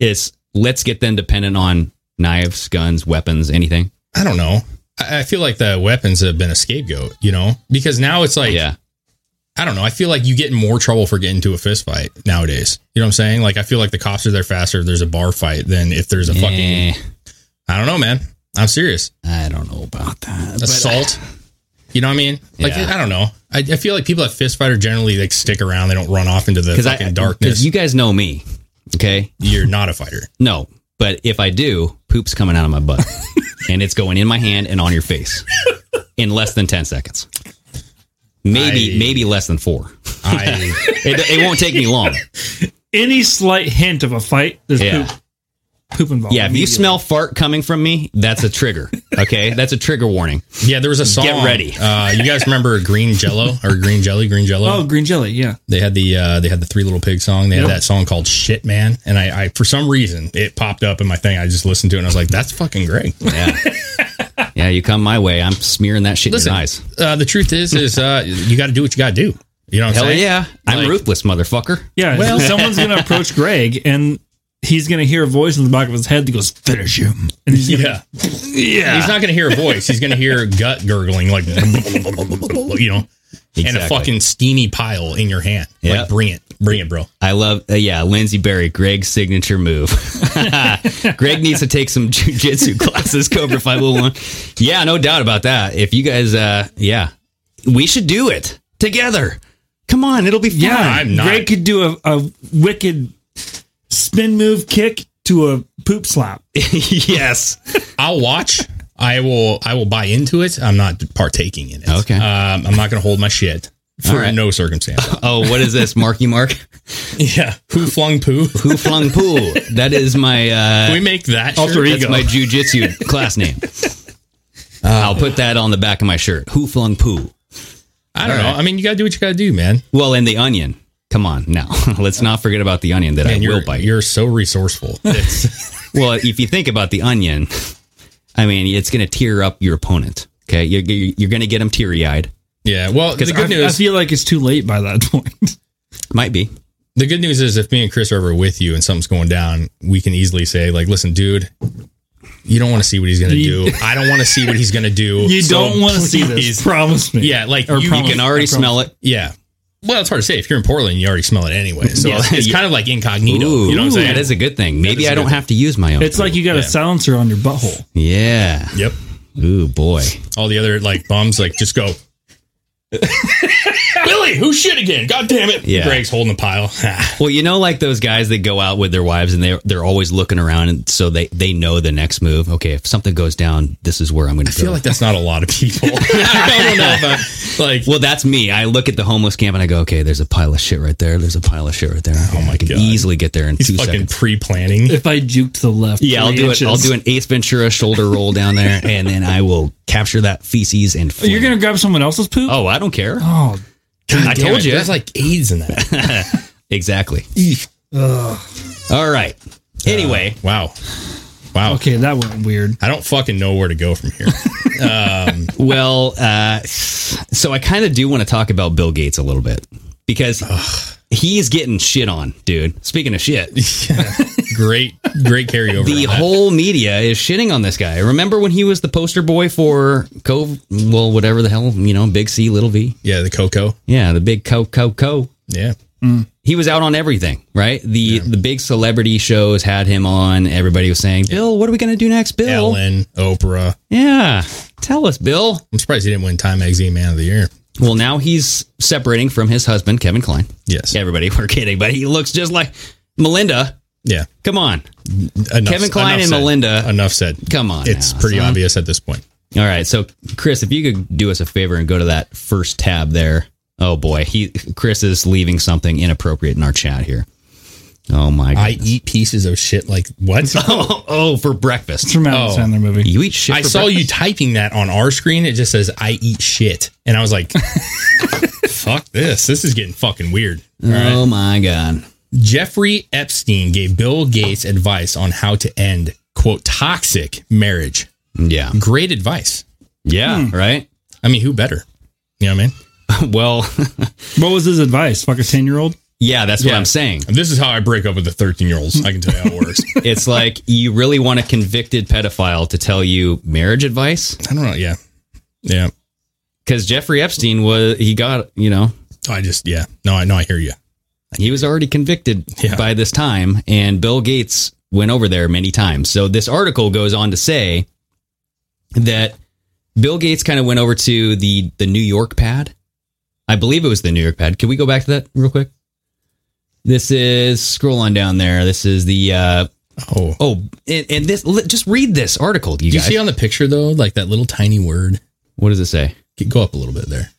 [SPEAKER 6] Is let's get them dependent on knives, guns, weapons, anything?
[SPEAKER 7] I don't know. I I feel like the weapons have been a scapegoat, you know, because now it's like,
[SPEAKER 6] yeah,
[SPEAKER 7] I don't know. I feel like you get in more trouble for getting into a fist fight nowadays. You know what I'm saying? Like, I feel like the cops are there faster if there's a bar fight than if there's a fucking. I don't know, man. I'm serious.
[SPEAKER 6] Eh, I don't know about that.
[SPEAKER 7] Assault. you know what I mean? Like,
[SPEAKER 6] Yeah.
[SPEAKER 7] I don't know. I, I feel like people at fist fight are generally like stick around. They don't run off into the
[SPEAKER 6] Because
[SPEAKER 7] fucking
[SPEAKER 6] I
[SPEAKER 7] darkness.
[SPEAKER 6] Because you guys know me, okay?
[SPEAKER 7] You're not a fighter.
[SPEAKER 6] No, but if I do, poop's coming out of my butt, and it's going in my hand and on your face in less than ten seconds. Maybe
[SPEAKER 8] I-
[SPEAKER 6] maybe less than four.
[SPEAKER 7] I-
[SPEAKER 6] it, it won't take me long.
[SPEAKER 8] Any slight hint of a fight, there's
[SPEAKER 6] Yeah.
[SPEAKER 8] poop, poop involved.
[SPEAKER 6] Yeah, if you smell fart coming from me, that's a trigger. Okay, that's a trigger warning.
[SPEAKER 7] Yeah, there was a song.
[SPEAKER 6] Get ready.
[SPEAKER 7] Uh, you guys remember Green Jello or Green Jelly? Green Jello.
[SPEAKER 8] Oh, green jelly, yeah.
[SPEAKER 7] They had the uh, they had the Three Little Pig song. They had
[SPEAKER 8] Yep.
[SPEAKER 7] that song called "Shit Man," and I, I for some reason it popped up in my thing. I just listened to it and I was like, "That's fucking great."
[SPEAKER 6] Yeah, you come my way, I'm smearing that shit
[SPEAKER 7] Listen,
[SPEAKER 6] in your eyes.
[SPEAKER 7] uh, the truth is, is uh, you got to do what you got to do. You know what
[SPEAKER 6] Hell
[SPEAKER 7] I'm saying?
[SPEAKER 6] yeah, I'm ruthless, motherfucker.
[SPEAKER 8] Yeah,
[SPEAKER 7] Well-
[SPEAKER 8] well, someone's going to approach Greg, and he's going to hear a voice in the back of his head that goes, "Finish him." And he's gonna,
[SPEAKER 7] Yeah, yeah. He's not going to hear a voice. He's going to hear gut gurgling, like you know, and a
[SPEAKER 6] Exactly.
[SPEAKER 7] fucking steamy pile in your hand.
[SPEAKER 6] Yeah.
[SPEAKER 7] Like, bring it, bring it, bro.
[SPEAKER 6] I love, uh, yeah, Lindsey Berry, Greg's signature move. Greg needs to take some jujitsu classes, Cobra 501. Yeah, no doubt about that. If you guys, uh, yeah, we should do it together. Come on, it'll be fun.
[SPEAKER 8] Yeah,
[SPEAKER 7] I'm not-
[SPEAKER 8] Greg could do a, a wicked spin move kick to a poop slap.
[SPEAKER 6] yes.
[SPEAKER 7] I'll watch. I will. I will buy into it. I'm not partaking in it.
[SPEAKER 6] Okay.
[SPEAKER 7] Um, I'm not going to hold my shit for
[SPEAKER 6] All right.
[SPEAKER 7] no circumstance.
[SPEAKER 6] Oh, what is this, Marky Mark?
[SPEAKER 7] yeah. Who flung poo?
[SPEAKER 6] Who flung poo? That is my uh,
[SPEAKER 7] Can we make that
[SPEAKER 6] alter
[SPEAKER 7] shirt?
[SPEAKER 6] ego. That's my jujitsu class name.
[SPEAKER 7] Uh,
[SPEAKER 6] I'll put that on the back of my shirt. Who flung poo?
[SPEAKER 7] I don't
[SPEAKER 6] All
[SPEAKER 7] know.
[SPEAKER 6] right.
[SPEAKER 7] I mean, you got to do what you got to do, man.
[SPEAKER 6] Well, and the onion. Come on now. Let's not forget about the onion that
[SPEAKER 7] man,
[SPEAKER 6] I
[SPEAKER 7] you're,
[SPEAKER 6] will bite.
[SPEAKER 7] you're so resourceful. It's,
[SPEAKER 6] well, if you think about the onion, I mean, it's going to tear up your opponent. Okay. You're, you're, you're going to get them teary eyed.
[SPEAKER 7] yeah. Well, the
[SPEAKER 8] Because
[SPEAKER 7] good
[SPEAKER 8] I, I
[SPEAKER 7] news.
[SPEAKER 8] feel like it's too late by that point.
[SPEAKER 6] Might be.
[SPEAKER 7] the good news is, if me and Chris are ever with you and something's going down, we can easily say, like, listen, dude, you don't want to see what he's going to
[SPEAKER 6] You-
[SPEAKER 7] do. I don't want to see what he's going to do.
[SPEAKER 6] You don't wanna see this.
[SPEAKER 7] Promise me. Yeah, like
[SPEAKER 6] Or promise- You can already I promise. smell it.
[SPEAKER 7] Yeah. Well, it's hard to say. If you're in Portland, you already smell it anyway. So
[SPEAKER 6] Yeah.
[SPEAKER 7] it's kind of like incognito.
[SPEAKER 6] Ooh,
[SPEAKER 7] you know what I'm saying?
[SPEAKER 6] That is a good thing.
[SPEAKER 7] That
[SPEAKER 6] Maybe
[SPEAKER 7] is a
[SPEAKER 6] I
[SPEAKER 7] good
[SPEAKER 6] don't
[SPEAKER 7] thing.
[SPEAKER 6] have to use my own.
[SPEAKER 8] It's like you got a
[SPEAKER 7] Yeah.
[SPEAKER 8] silencer on your butthole.
[SPEAKER 6] Yeah.
[SPEAKER 7] Yep.
[SPEAKER 6] Ooh boy.
[SPEAKER 7] All the other like bums like just go. Billy, who shit again? God damn it!
[SPEAKER 6] Yeah.
[SPEAKER 7] Greg's holding a pile.
[SPEAKER 6] Well, you know, like those guys that go out with their wives and they're they're always looking around, and so they they know the next move. Okay, if something goes down, this is where I'm going to go.
[SPEAKER 7] feel like that's not a lot of people. I don't know if I- like,
[SPEAKER 6] well, that's me. I look at the homeless camp and I go, okay, there's a pile of shit right there. There's a pile of shit right there. Okay, I can easily get there in
[SPEAKER 7] Oh He's
[SPEAKER 6] two
[SPEAKER 7] fucking
[SPEAKER 6] seconds.
[SPEAKER 7] pre-planning.
[SPEAKER 8] If I juke to the left,
[SPEAKER 6] Yeah, I'll
[SPEAKER 8] three
[SPEAKER 6] do
[SPEAKER 8] inches.
[SPEAKER 6] it. I'll do an Ace Ventura shoulder roll down there, and then I will capture that feces and.
[SPEAKER 8] Oh, You're gonna grab someone else's poop?
[SPEAKER 6] Oh, I don't care.
[SPEAKER 8] Oh,
[SPEAKER 6] I
[SPEAKER 7] damn
[SPEAKER 6] told
[SPEAKER 7] it,
[SPEAKER 6] you.
[SPEAKER 7] there's like AIDS in
[SPEAKER 6] that. exactly.
[SPEAKER 8] Ugh. Uh,
[SPEAKER 6] All right. Anyway,
[SPEAKER 7] wow, wow.
[SPEAKER 8] Okay, that went weird.
[SPEAKER 7] I don't fucking know where to go from here. um,
[SPEAKER 6] well, uh, so I kind of do want to talk about Bill Gates a little bit because he is getting shit on, dude. Speaking of shit,
[SPEAKER 7] great, great carryover.
[SPEAKER 6] the
[SPEAKER 7] on that.
[SPEAKER 6] whole media is shitting on this guy. Remember when he was the poster boy for Cove? Well, whatever the hell, you know, big C, little V.
[SPEAKER 7] Yeah, the Coco.
[SPEAKER 6] Yeah, the big co co co.
[SPEAKER 7] Yeah.
[SPEAKER 6] He was out on everything, right? The the big celebrity shows had him on. Everybody was saying, "Bill, what are we going to do next, Bill?"
[SPEAKER 7] Ellen, Oprah.
[SPEAKER 6] Yeah, tell us, Bill.
[SPEAKER 7] I'm surprised he didn't win Time Magazine Man of the Year.
[SPEAKER 6] Well, now he's separating from his husband, Kevin Klein.
[SPEAKER 7] Yes.
[SPEAKER 6] Everybody, we're kidding, but he looks just like Melinda.
[SPEAKER 7] Yeah.
[SPEAKER 6] Come on.
[SPEAKER 7] Enough-
[SPEAKER 6] Kevin Klein
[SPEAKER 7] enough
[SPEAKER 6] and
[SPEAKER 7] said.
[SPEAKER 6] Melinda.
[SPEAKER 7] Enough said.
[SPEAKER 6] Come on.
[SPEAKER 7] It's
[SPEAKER 6] now,
[SPEAKER 7] pretty
[SPEAKER 6] son.
[SPEAKER 7] obvious at this point.
[SPEAKER 6] All right. So, Chris, if you could do us a favor and go to that first tab there. Oh, boy. he Chris is leaving something inappropriate in our chat here. Oh, my
[SPEAKER 7] I
[SPEAKER 6] God.
[SPEAKER 7] eat pieces of shit like what?
[SPEAKER 6] oh, oh, for breakfast.
[SPEAKER 8] It's from Adam
[SPEAKER 7] Oh.
[SPEAKER 8] Sandler movie.
[SPEAKER 6] You eat shit.
[SPEAKER 7] I
[SPEAKER 6] for
[SPEAKER 7] saw
[SPEAKER 6] breakfast?
[SPEAKER 7] you typing that on our screen. It just says I eat shit, and I was like, "Fuck this! This is getting fucking weird." All right.
[SPEAKER 6] Oh, my God.
[SPEAKER 7] Jeffrey Epstein gave Bill Gates advice on how to end quote toxic marriage.
[SPEAKER 6] Yeah.
[SPEAKER 7] Great advice.
[SPEAKER 6] Yeah. Right.
[SPEAKER 7] I mean, who better? You know what I mean?
[SPEAKER 6] well,
[SPEAKER 8] What was his advice? Fuck a ten year old.
[SPEAKER 6] yeah, that's what
[SPEAKER 7] Yeah.
[SPEAKER 6] I'm saying.
[SPEAKER 7] This is how I break up with the 13 year olds. I can tell you how it works.
[SPEAKER 6] It's like you really want a convicted pedophile to tell you marriage advice
[SPEAKER 7] I don't know. Yeah. Yeah.
[SPEAKER 6] because Jeffrey Epstein was he got you know
[SPEAKER 7] I just, yeah. No, I know. I hear you.
[SPEAKER 6] he was already convicted
[SPEAKER 7] Yeah.
[SPEAKER 6] by this time, and Bill Gates went over there many times. So this article goes on to say that Bill Gates kind of went over to the the New York pad. I believe it was the New York pad. Can we go back to that real quick? This is scroll on down there. This is the uh,
[SPEAKER 7] Oh.
[SPEAKER 6] oh, and, and this li- just read this article, you
[SPEAKER 7] Do you
[SPEAKER 6] guys.
[SPEAKER 7] see on the picture, though, like that little tiny word?
[SPEAKER 6] what does it say?
[SPEAKER 7] Go up a little bit there.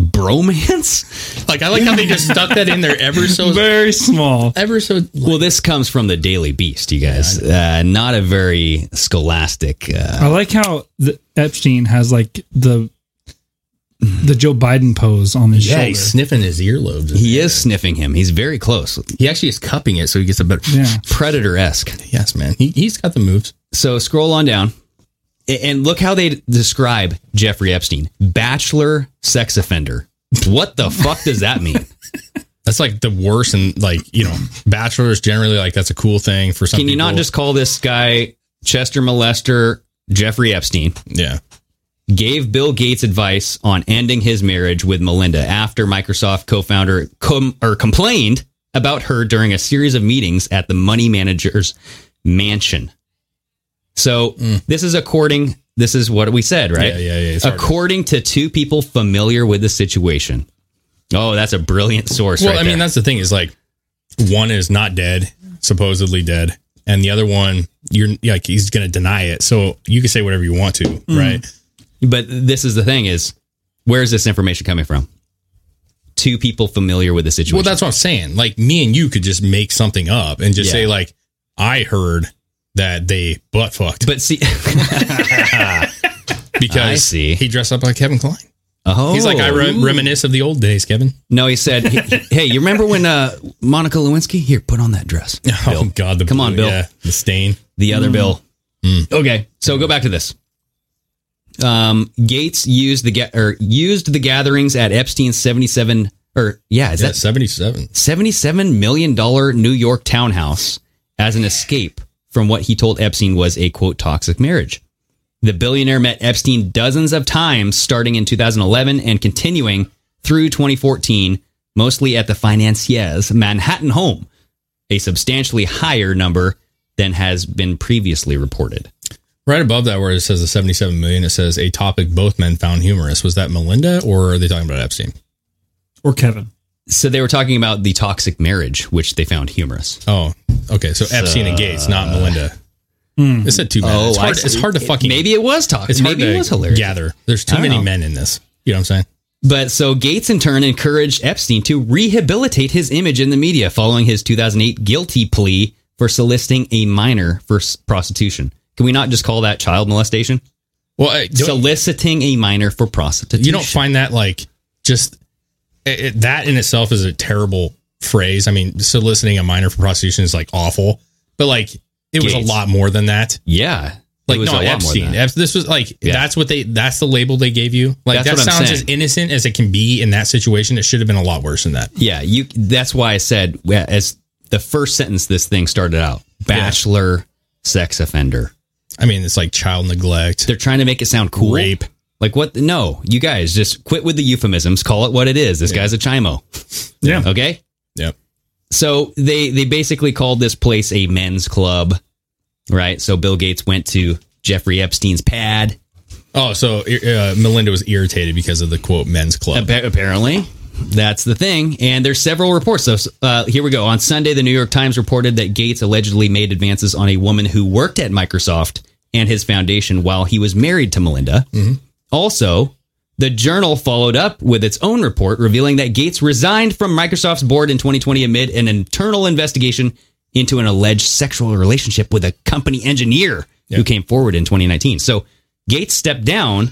[SPEAKER 6] Bromance.
[SPEAKER 7] Like, I like how they just stuck that in there ever so,
[SPEAKER 8] Very small.
[SPEAKER 7] ever so.
[SPEAKER 6] Well, this comes from the Daily Beast, you guys. uh, not a very scholastic. Uh,
[SPEAKER 8] I like how the Epstein has like the the Joe Biden pose on his
[SPEAKER 7] Yeah,
[SPEAKER 8] shoulder.
[SPEAKER 7] he's sniffing his earlobes.
[SPEAKER 6] he is sniffing him. He's very close,
[SPEAKER 7] He actually is cupping it so he gets a better.
[SPEAKER 8] Yeah.
[SPEAKER 6] predator esque.
[SPEAKER 7] Yes, man. He, he's got the moves.
[SPEAKER 6] So scroll on down A- and look how they d- describe Jeffrey Epstein bachelor sex offender. What the fuck does that mean?
[SPEAKER 7] That's like the worst, and like you know, bachelors generally like that's a cool thing for some.
[SPEAKER 6] Can you not
[SPEAKER 7] people.
[SPEAKER 6] just call this guy Chester Molester Jeffrey Epstein?
[SPEAKER 7] yeah?
[SPEAKER 6] gave Bill Gates advice on ending his marriage with Melinda after Microsoft co-founder com- or complained about her during a series of meetings at the money manager's mansion. So this is according. This is what we said, right?
[SPEAKER 7] Mm. Yeah, yeah, yeah, it's hard to-
[SPEAKER 6] According to two people familiar with the situation. Oh, that's a brilliant source.
[SPEAKER 7] Well,
[SPEAKER 6] right
[SPEAKER 7] I mean,
[SPEAKER 6] there.
[SPEAKER 7] that's the thing is like one is not dead, supposedly dead, and the other one you're like he's gonna deny it. So you can say whatever you want to, right?
[SPEAKER 6] but this is the thing: is where is this information coming from? Two people familiar with the situation.
[SPEAKER 7] Well, that's what I'm saying. Like me and you could just make something up and just
[SPEAKER 6] Yeah.
[SPEAKER 7] say like I heard that they butt fucked
[SPEAKER 6] but see,
[SPEAKER 7] because
[SPEAKER 6] I see.
[SPEAKER 7] he dressed up like Kevin Klein.
[SPEAKER 6] oh,
[SPEAKER 7] He's like I re- reminisce of the old days, Kevin.
[SPEAKER 6] No, he said, he- "Hey, you remember when uh, Monica Lewinsky? Here, put on that dress."
[SPEAKER 7] Oh God, the
[SPEAKER 6] Come on, Bill.
[SPEAKER 7] yeah, Mm. the stain.
[SPEAKER 6] The other Bill. Okay, so go back to this. Um, Gates used the ga- or used the gatherings at Epstein's seventy-seven or yeah, is
[SPEAKER 7] Yeah,
[SPEAKER 6] that
[SPEAKER 7] 77.
[SPEAKER 6] seventy-seven million dollar New York townhouse as an escape from what he told Epstein was a quote toxic marriage. The billionaire met Epstein dozens of times starting in 2011 and continuing through 2014, mostly at the financier's Manhattan home, a substantially higher number than has been previously reported.
[SPEAKER 7] Right above that, where it says the 77 million, it says a topic both men found humorous. Was that Melinda or are they talking about Epstein?
[SPEAKER 8] Or Kevin.
[SPEAKER 6] So they were talking about the toxic marriage, which they found humorous.
[SPEAKER 7] Oh, okay. So Epstein and Gates, not Melinda.
[SPEAKER 6] Uh, Hmm.
[SPEAKER 7] It said two men.
[SPEAKER 6] Oh,
[SPEAKER 7] it's, hard,
[SPEAKER 6] I see.
[SPEAKER 7] it's hard to
[SPEAKER 6] It-
[SPEAKER 7] fucking.
[SPEAKER 6] maybe it was toxic.
[SPEAKER 7] It's hard
[SPEAKER 6] Maybe it
[SPEAKER 7] to
[SPEAKER 6] was hilarious.
[SPEAKER 7] Gather. There's
[SPEAKER 6] I
[SPEAKER 7] too
[SPEAKER 6] don't
[SPEAKER 7] many
[SPEAKER 6] know.
[SPEAKER 7] men in this. You know what I'm saying?
[SPEAKER 6] But so Gates in turn encouraged Epstein to rehabilitate his image in the media following his 2008 guilty plea for soliciting a minor for s- prostitution. Can we not just call that child molestation?
[SPEAKER 7] Well, I- don't-
[SPEAKER 6] soliciting a minor for prostitution.
[SPEAKER 7] You don't find that like just it, it- that in itself is a terrible phrase. I mean, soliciting a minor for prostitution is like awful, but like it was a
[SPEAKER 6] Gates.
[SPEAKER 7] lot more than that.
[SPEAKER 6] Yeah.
[SPEAKER 7] Like
[SPEAKER 6] It was
[SPEAKER 7] no,
[SPEAKER 6] a lot more than
[SPEAKER 7] Epstein.
[SPEAKER 6] that.
[SPEAKER 7] Ep- this was like
[SPEAKER 6] Yeah.
[SPEAKER 7] that's what they that's the label they gave you. Like
[SPEAKER 6] That's
[SPEAKER 7] that
[SPEAKER 6] what I'm
[SPEAKER 7] sounds as
[SPEAKER 6] saying.
[SPEAKER 7] innocent as it can be in that situation. It should have been a lot worse than that.
[SPEAKER 6] Yeah, you. That's why I said yeah, as the first sentence this thing started out, bachelor sex offender.
[SPEAKER 7] I mean, it's like child neglect.
[SPEAKER 6] They're trying to make it sound cool. Rape. Like what? No, you guys just quit with the euphemisms. Call it what it is. This guy's a chimo.
[SPEAKER 8] Yeah.
[SPEAKER 6] Okay.
[SPEAKER 7] Yep.
[SPEAKER 6] So they they basically called this place a men's club, right? So Bill Gates went to Jeffrey Epstein's pad.
[SPEAKER 7] Oh, so uh, Melinda was irritated because of the quote men's club.
[SPEAKER 6] Appa- apparently, that's the thing. And there's several reports. So uh, here we go. On Sunday, the New York Times reported that Gates allegedly made advances on a woman who worked at Microsoft and his foundation while he was married to Melinda. Also, the journal followed up with its own report revealing that Gates resigned from Microsoft's board in 2020 amid an internal investigation into an alleged sexual relationship with a company engineer who came forward in 2019. So Gates stepped down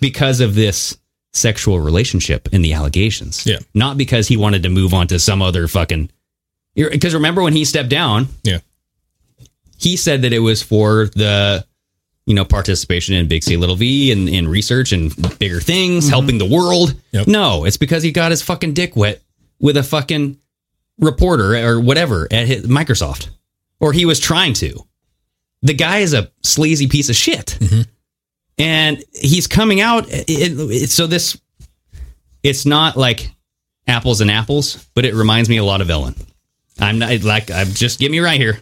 [SPEAKER 6] because of this sexual relationship and the allegations.
[SPEAKER 7] Yeah.
[SPEAKER 6] Not because he wanted to move on to some other fucking. Because remember when he stepped down,
[SPEAKER 7] Yeah.
[SPEAKER 6] he said that it was for the you know participation in big c little v and in research and bigger things helping the world no it's because he got his fucking dick wet with a fucking reporter or whatever at his, microsoft or he was trying to the guy is a sleazy piece of shit and he's coming out it, it- so this it's not like apples and apples but it reminds me a lot of ellen i'm not like i'm just get me right here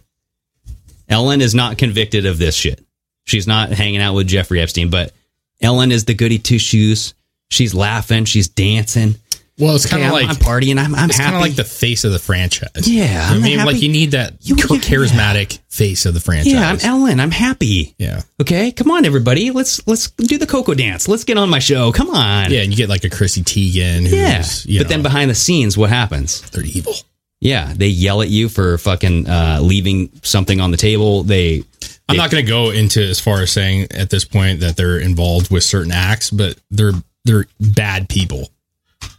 [SPEAKER 6] Ellen is not convicted of this shit. She's not hanging out with Jeffrey Epstein, but Ellen is the goody two shoes. She's laughing, she's dancing.
[SPEAKER 7] Well, it's kind
[SPEAKER 6] Okay,
[SPEAKER 7] of
[SPEAKER 6] I'm-
[SPEAKER 7] like
[SPEAKER 6] I'm partying. I'm, I'm
[SPEAKER 7] it's
[SPEAKER 6] happy.
[SPEAKER 7] kind of like the face of the franchise.
[SPEAKER 6] Yeah,
[SPEAKER 7] You know what I
[SPEAKER 6] I'm
[SPEAKER 7] mean,
[SPEAKER 6] happy.
[SPEAKER 7] like you need that
[SPEAKER 6] You- you-
[SPEAKER 7] charismatic face of the franchise.
[SPEAKER 6] yeah, I'm Ellen. I'm happy.
[SPEAKER 7] yeah,
[SPEAKER 6] Okay, come on, everybody. Let's let's do the cocoa dance. Let's get on my show. Come on.
[SPEAKER 7] yeah. And you get like a Chrissy Teigen. Who's,
[SPEAKER 6] Yeah.
[SPEAKER 7] you
[SPEAKER 6] But then
[SPEAKER 7] know,
[SPEAKER 6] behind the scenes, what happens?
[SPEAKER 7] they're evil.
[SPEAKER 6] Yeah, they yell at you for fucking uh, leaving something on the table. They
[SPEAKER 7] I'm not going to go into as far as saying at this point that they're involved with certain acts, but they're they're bad people.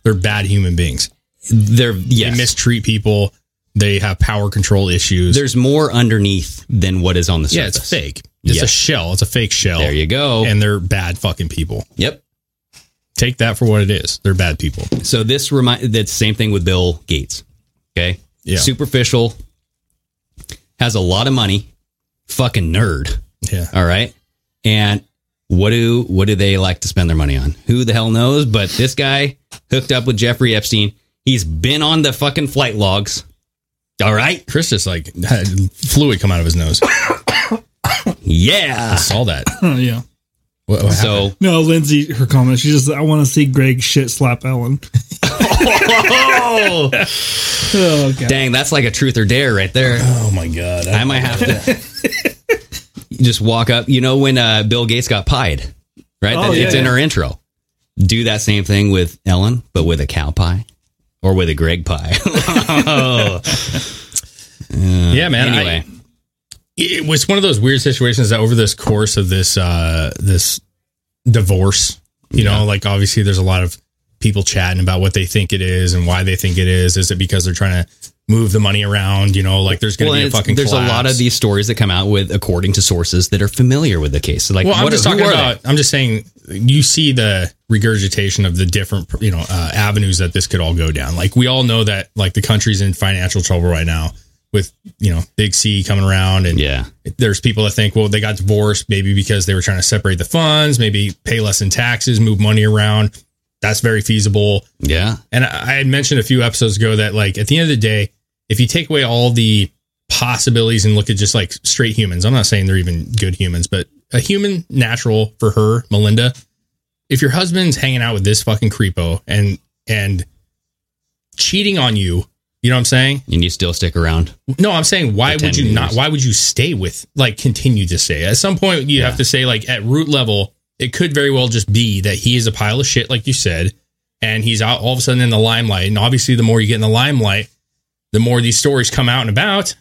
[SPEAKER 7] They're bad human beings.
[SPEAKER 6] they're yes.
[SPEAKER 7] They mistreat people. They have power control issues.
[SPEAKER 6] There's more underneath than what is on the surface.
[SPEAKER 7] yeah, it's fake. It's
[SPEAKER 6] Yeah.
[SPEAKER 7] a shell. It's a fake shell.
[SPEAKER 6] There you go.
[SPEAKER 7] And they're bad fucking people.
[SPEAKER 6] Yep.
[SPEAKER 7] Take that for what it is. They're bad people.
[SPEAKER 6] So this remind that's the same thing with Bill Gates. Okay.
[SPEAKER 7] Yeah.
[SPEAKER 6] Superficial. Has a lot of money. Fucking nerd.
[SPEAKER 7] Yeah.
[SPEAKER 6] All right. And what do what do they like to spend their money on? Who the hell knows? But this guy hooked up with Jeffrey Epstein. He's been on the fucking flight logs. All right.
[SPEAKER 7] Chris just like had fluid come out of his nose.
[SPEAKER 6] Yeah.
[SPEAKER 7] I saw that.
[SPEAKER 8] Oh, yeah.
[SPEAKER 7] What, what happened?
[SPEAKER 6] So
[SPEAKER 8] No, Lindsay, her comment. She just, I want to see Greg shit slap Ellen.
[SPEAKER 6] oh,
[SPEAKER 8] Oh, God.
[SPEAKER 6] dang, that's like a truth or dare right there.
[SPEAKER 7] oh my god,
[SPEAKER 6] I might have to just walk up. You know when uh, Bill Gates got pied, right?
[SPEAKER 8] Oh,
[SPEAKER 6] That-
[SPEAKER 8] yeah,
[SPEAKER 6] it's in
[SPEAKER 8] yeah.
[SPEAKER 6] our intro. Do that same thing with Ellen, but with a cow pie or with a Greg pie.
[SPEAKER 7] yeah, man. I-
[SPEAKER 6] anyway,
[SPEAKER 7] it was one of those weird situations that over this course of this uh this divorce you know like obviously there's a lot of people chatting about what they think it is and why they think it is is it because they're trying to move the money around you know like there's gonna
[SPEAKER 6] Well,
[SPEAKER 7] be a
[SPEAKER 6] it's-
[SPEAKER 7] fucking
[SPEAKER 6] there's a lot
[SPEAKER 7] collapse.
[SPEAKER 6] of these stories that come out with according to sources that are familiar with the case. So like,
[SPEAKER 7] well i'm
[SPEAKER 6] what-
[SPEAKER 7] just
[SPEAKER 6] who
[SPEAKER 7] talking
[SPEAKER 6] are they?
[SPEAKER 7] about i'm just saying you see the regurgitation of the different you know uh, avenues that this could all go down like we all know that like the country's in financial trouble right now with you know Big C coming around, and
[SPEAKER 6] yeah,
[SPEAKER 7] there's people that think, well, they got divorced maybe because they were trying to separate the funds, maybe pay less in taxes, move money around. That's very feasible.
[SPEAKER 6] Yeah,
[SPEAKER 7] and I I had mentioned a few episodes ago that like at the end of the day, if you take away all the possibilities and look at just like straight humans, I'm not saying they're even good humans, but a human natural for her, Melinda, if your husband's hanging out with this fucking creepo and and cheating on you, you know what I'm saying?
[SPEAKER 6] And you still stick around.
[SPEAKER 7] No, I'm saying why
[SPEAKER 6] For 10
[SPEAKER 7] would you not
[SPEAKER 6] years.
[SPEAKER 7] why would you stay with like continue to stay? At some point you have to say like at root level, it could very well just be that he is a pile of shit like you said and he's out all of a sudden in the limelight. And obviously the more you get in the limelight, the more these stories come out and about.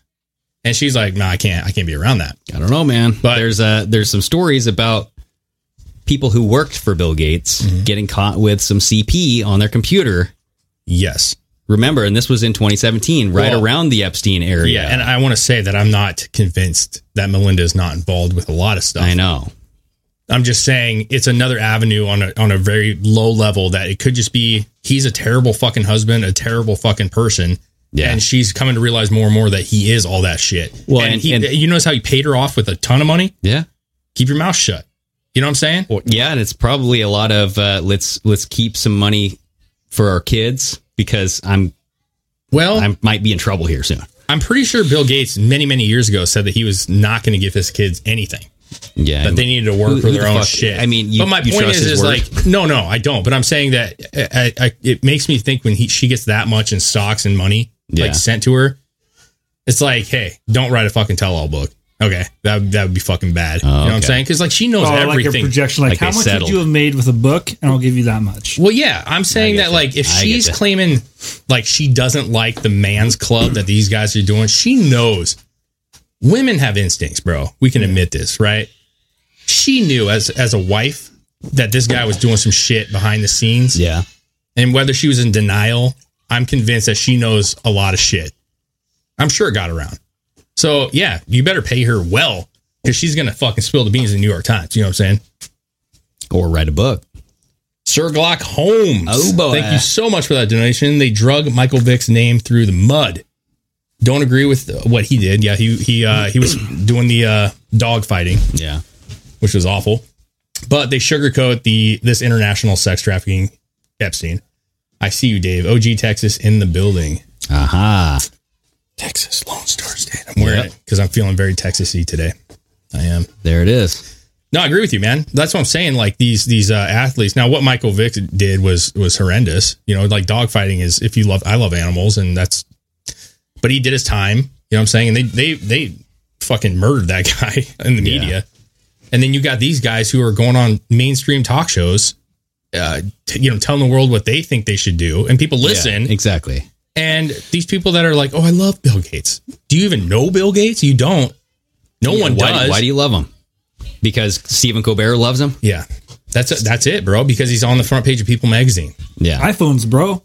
[SPEAKER 7] And she's like, "No, I can't. I can't be around that."
[SPEAKER 6] I don't know, man. But there's uh there's some stories about people who worked for Bill Gates
[SPEAKER 7] Mm-hmm.
[SPEAKER 6] getting caught with some CP on their computer.
[SPEAKER 7] Yes.
[SPEAKER 6] Remember, and this was in 2017, right
[SPEAKER 7] Well-
[SPEAKER 6] around the Epstein area.
[SPEAKER 7] Yeah, and I want to say that I'm not convinced that Melinda is not involved with a lot of stuff. I
[SPEAKER 6] know.
[SPEAKER 7] I'm just saying it's another avenue on a on a very low level that it could just be he's a terrible fucking husband, a terrible fucking person.
[SPEAKER 6] Yeah.
[SPEAKER 7] And she's coming to realize more and more that he is all that shit.
[SPEAKER 6] Well,
[SPEAKER 7] and,
[SPEAKER 6] and-
[SPEAKER 7] he,
[SPEAKER 6] and-
[SPEAKER 7] you notice how he paid her off with a ton of money?
[SPEAKER 6] Yeah.
[SPEAKER 7] Keep your mouth shut. You know what I'm saying?
[SPEAKER 6] yeah, and it's probably a lot of uh, let's let's keep some money for our kids because I'm
[SPEAKER 7] well,
[SPEAKER 6] I might be in trouble here soon.
[SPEAKER 7] I'm pretty sure Bill Gates many many years ago said that he was not going to give his kids anything.
[SPEAKER 6] Yeah,
[SPEAKER 7] that they needed to work
[SPEAKER 6] Who-
[SPEAKER 7] for
[SPEAKER 6] who
[SPEAKER 7] their
[SPEAKER 6] the
[SPEAKER 7] own
[SPEAKER 6] fuck-
[SPEAKER 7] shit.
[SPEAKER 6] I mean, you-
[SPEAKER 7] but my
[SPEAKER 6] you
[SPEAKER 7] point
[SPEAKER 6] trust
[SPEAKER 7] is,
[SPEAKER 6] his
[SPEAKER 7] is
[SPEAKER 6] word?
[SPEAKER 7] like, no, no, I don't. But I'm saying that uh, I, I, it makes me think when he she gets that much in stocks and money
[SPEAKER 6] Yeah.
[SPEAKER 7] like sent to her, it's like, hey, don't write a fucking tell all book. Okay, that that would be fucking bad. you know what I'm
[SPEAKER 8] okay.
[SPEAKER 7] saying? Because like she knows
[SPEAKER 8] Oh,
[SPEAKER 7] everything.
[SPEAKER 8] Like a projection, like, how much would you have made with a book, and I'll give you that much.
[SPEAKER 7] Well, yeah, I'm saying that like if
[SPEAKER 8] I get
[SPEAKER 7] she's
[SPEAKER 8] you.
[SPEAKER 7] claiming like she doesn't like the man's club that these guys are doing, she knows women have instincts, bro. We can admit this, right? She knew as as a wife that this guy was doing some shit behind the scenes.
[SPEAKER 6] Yeah.
[SPEAKER 7] And whether she was in denial, I'm convinced that she knows a lot of shit. I'm sure it got around. So yeah, you better pay her well because she's gonna fucking spill the beans in the New York Times. You know what I'm saying?
[SPEAKER 6] Or write a book.
[SPEAKER 7] Sir Glock Holmes.
[SPEAKER 6] Oh, boy.
[SPEAKER 7] Thank you so much for that donation. They drug Michael Vick's name through the mud. Don't agree with what he did. Yeah, he he uh, he was doing the uh, dog fighting.
[SPEAKER 6] Yeah,
[SPEAKER 7] which was awful. But they sugarcoat the this international sex trafficking Epstein. I see you, Dave. OG Texas in the building.
[SPEAKER 6] Aha.
[SPEAKER 7] Texas Lone Star State. I'm wearing it because I'm feeling very Texasy today. I am.
[SPEAKER 6] There it is.
[SPEAKER 7] No, I agree with you, man. That's what I'm saying. Like these these uh, athletes. Now, what Michael Vick did was was horrendous. You know, like dogfighting is if you love. I love animals, and that's. But he did his time. You know what I'm saying? And they they they fucking murdered that guy in the media. And then you got these guys who are going on mainstream talk shows, uh, t- you know, telling the world what they think they should do, and people listen.
[SPEAKER 6] Yeah, exactly.
[SPEAKER 7] And these people that are like, "Oh, I love Bill Gates." Do you even know Bill Gates? You don't. No
[SPEAKER 6] Yeah,
[SPEAKER 7] one
[SPEAKER 6] why,
[SPEAKER 7] does.
[SPEAKER 6] Why do you love him? Because Stephen Colbert loves him.
[SPEAKER 7] Yeah, that's it. That's it, bro. Because he's on the front page of People magazine.
[SPEAKER 6] Yeah,
[SPEAKER 8] iPhones, bro.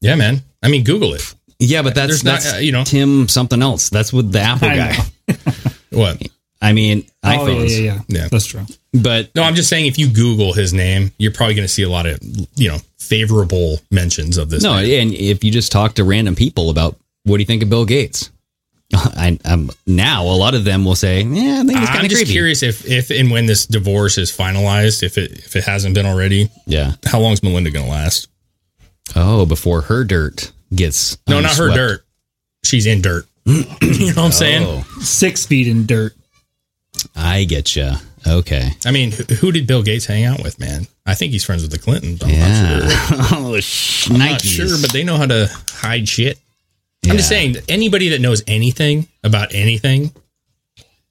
[SPEAKER 7] Yeah, man. I mean, Google it.
[SPEAKER 6] Yeah, but that's
[SPEAKER 7] There's not-
[SPEAKER 6] that's
[SPEAKER 7] uh,
[SPEAKER 6] you know Tim something else. That's with the Apple
[SPEAKER 7] I Oh,
[SPEAKER 6] guy.
[SPEAKER 7] what?
[SPEAKER 6] I mean iPhones.
[SPEAKER 8] Oh, yeah, yeah, yeah. That's true.
[SPEAKER 6] But
[SPEAKER 7] no, I'm just saying, if you Google his name, you're probably going to see a lot of you know favorable mentions of this.
[SPEAKER 6] no,
[SPEAKER 7] man.
[SPEAKER 6] and if you just talk to random people about what do you think of Bill Gates, I, I'm now a lot of them will say, yeah, I think it's kind
[SPEAKER 7] I'm
[SPEAKER 6] of
[SPEAKER 7] just
[SPEAKER 6] creepy.
[SPEAKER 7] curious if if and when this divorce is finalized, if it if it hasn't been already.
[SPEAKER 6] Yeah.
[SPEAKER 7] How long is Melinda going to last?
[SPEAKER 6] Oh, before her dirt gets
[SPEAKER 7] No, not her
[SPEAKER 6] unswept.
[SPEAKER 7] dirt. She's in dirt. you know what I'm saying?
[SPEAKER 8] Six feet in dirt.
[SPEAKER 6] Oh, I get you. Okay.
[SPEAKER 7] I mean, who, who did Bill Gates hang out with, man? I think he's friends with the Clintons. I'm not sure.
[SPEAKER 6] oh,
[SPEAKER 7] I'm
[SPEAKER 6] shnikes.
[SPEAKER 7] not sure, but they know how to hide shit. I'm just
[SPEAKER 6] Yeah.
[SPEAKER 7] saying that anybody that knows anything about anything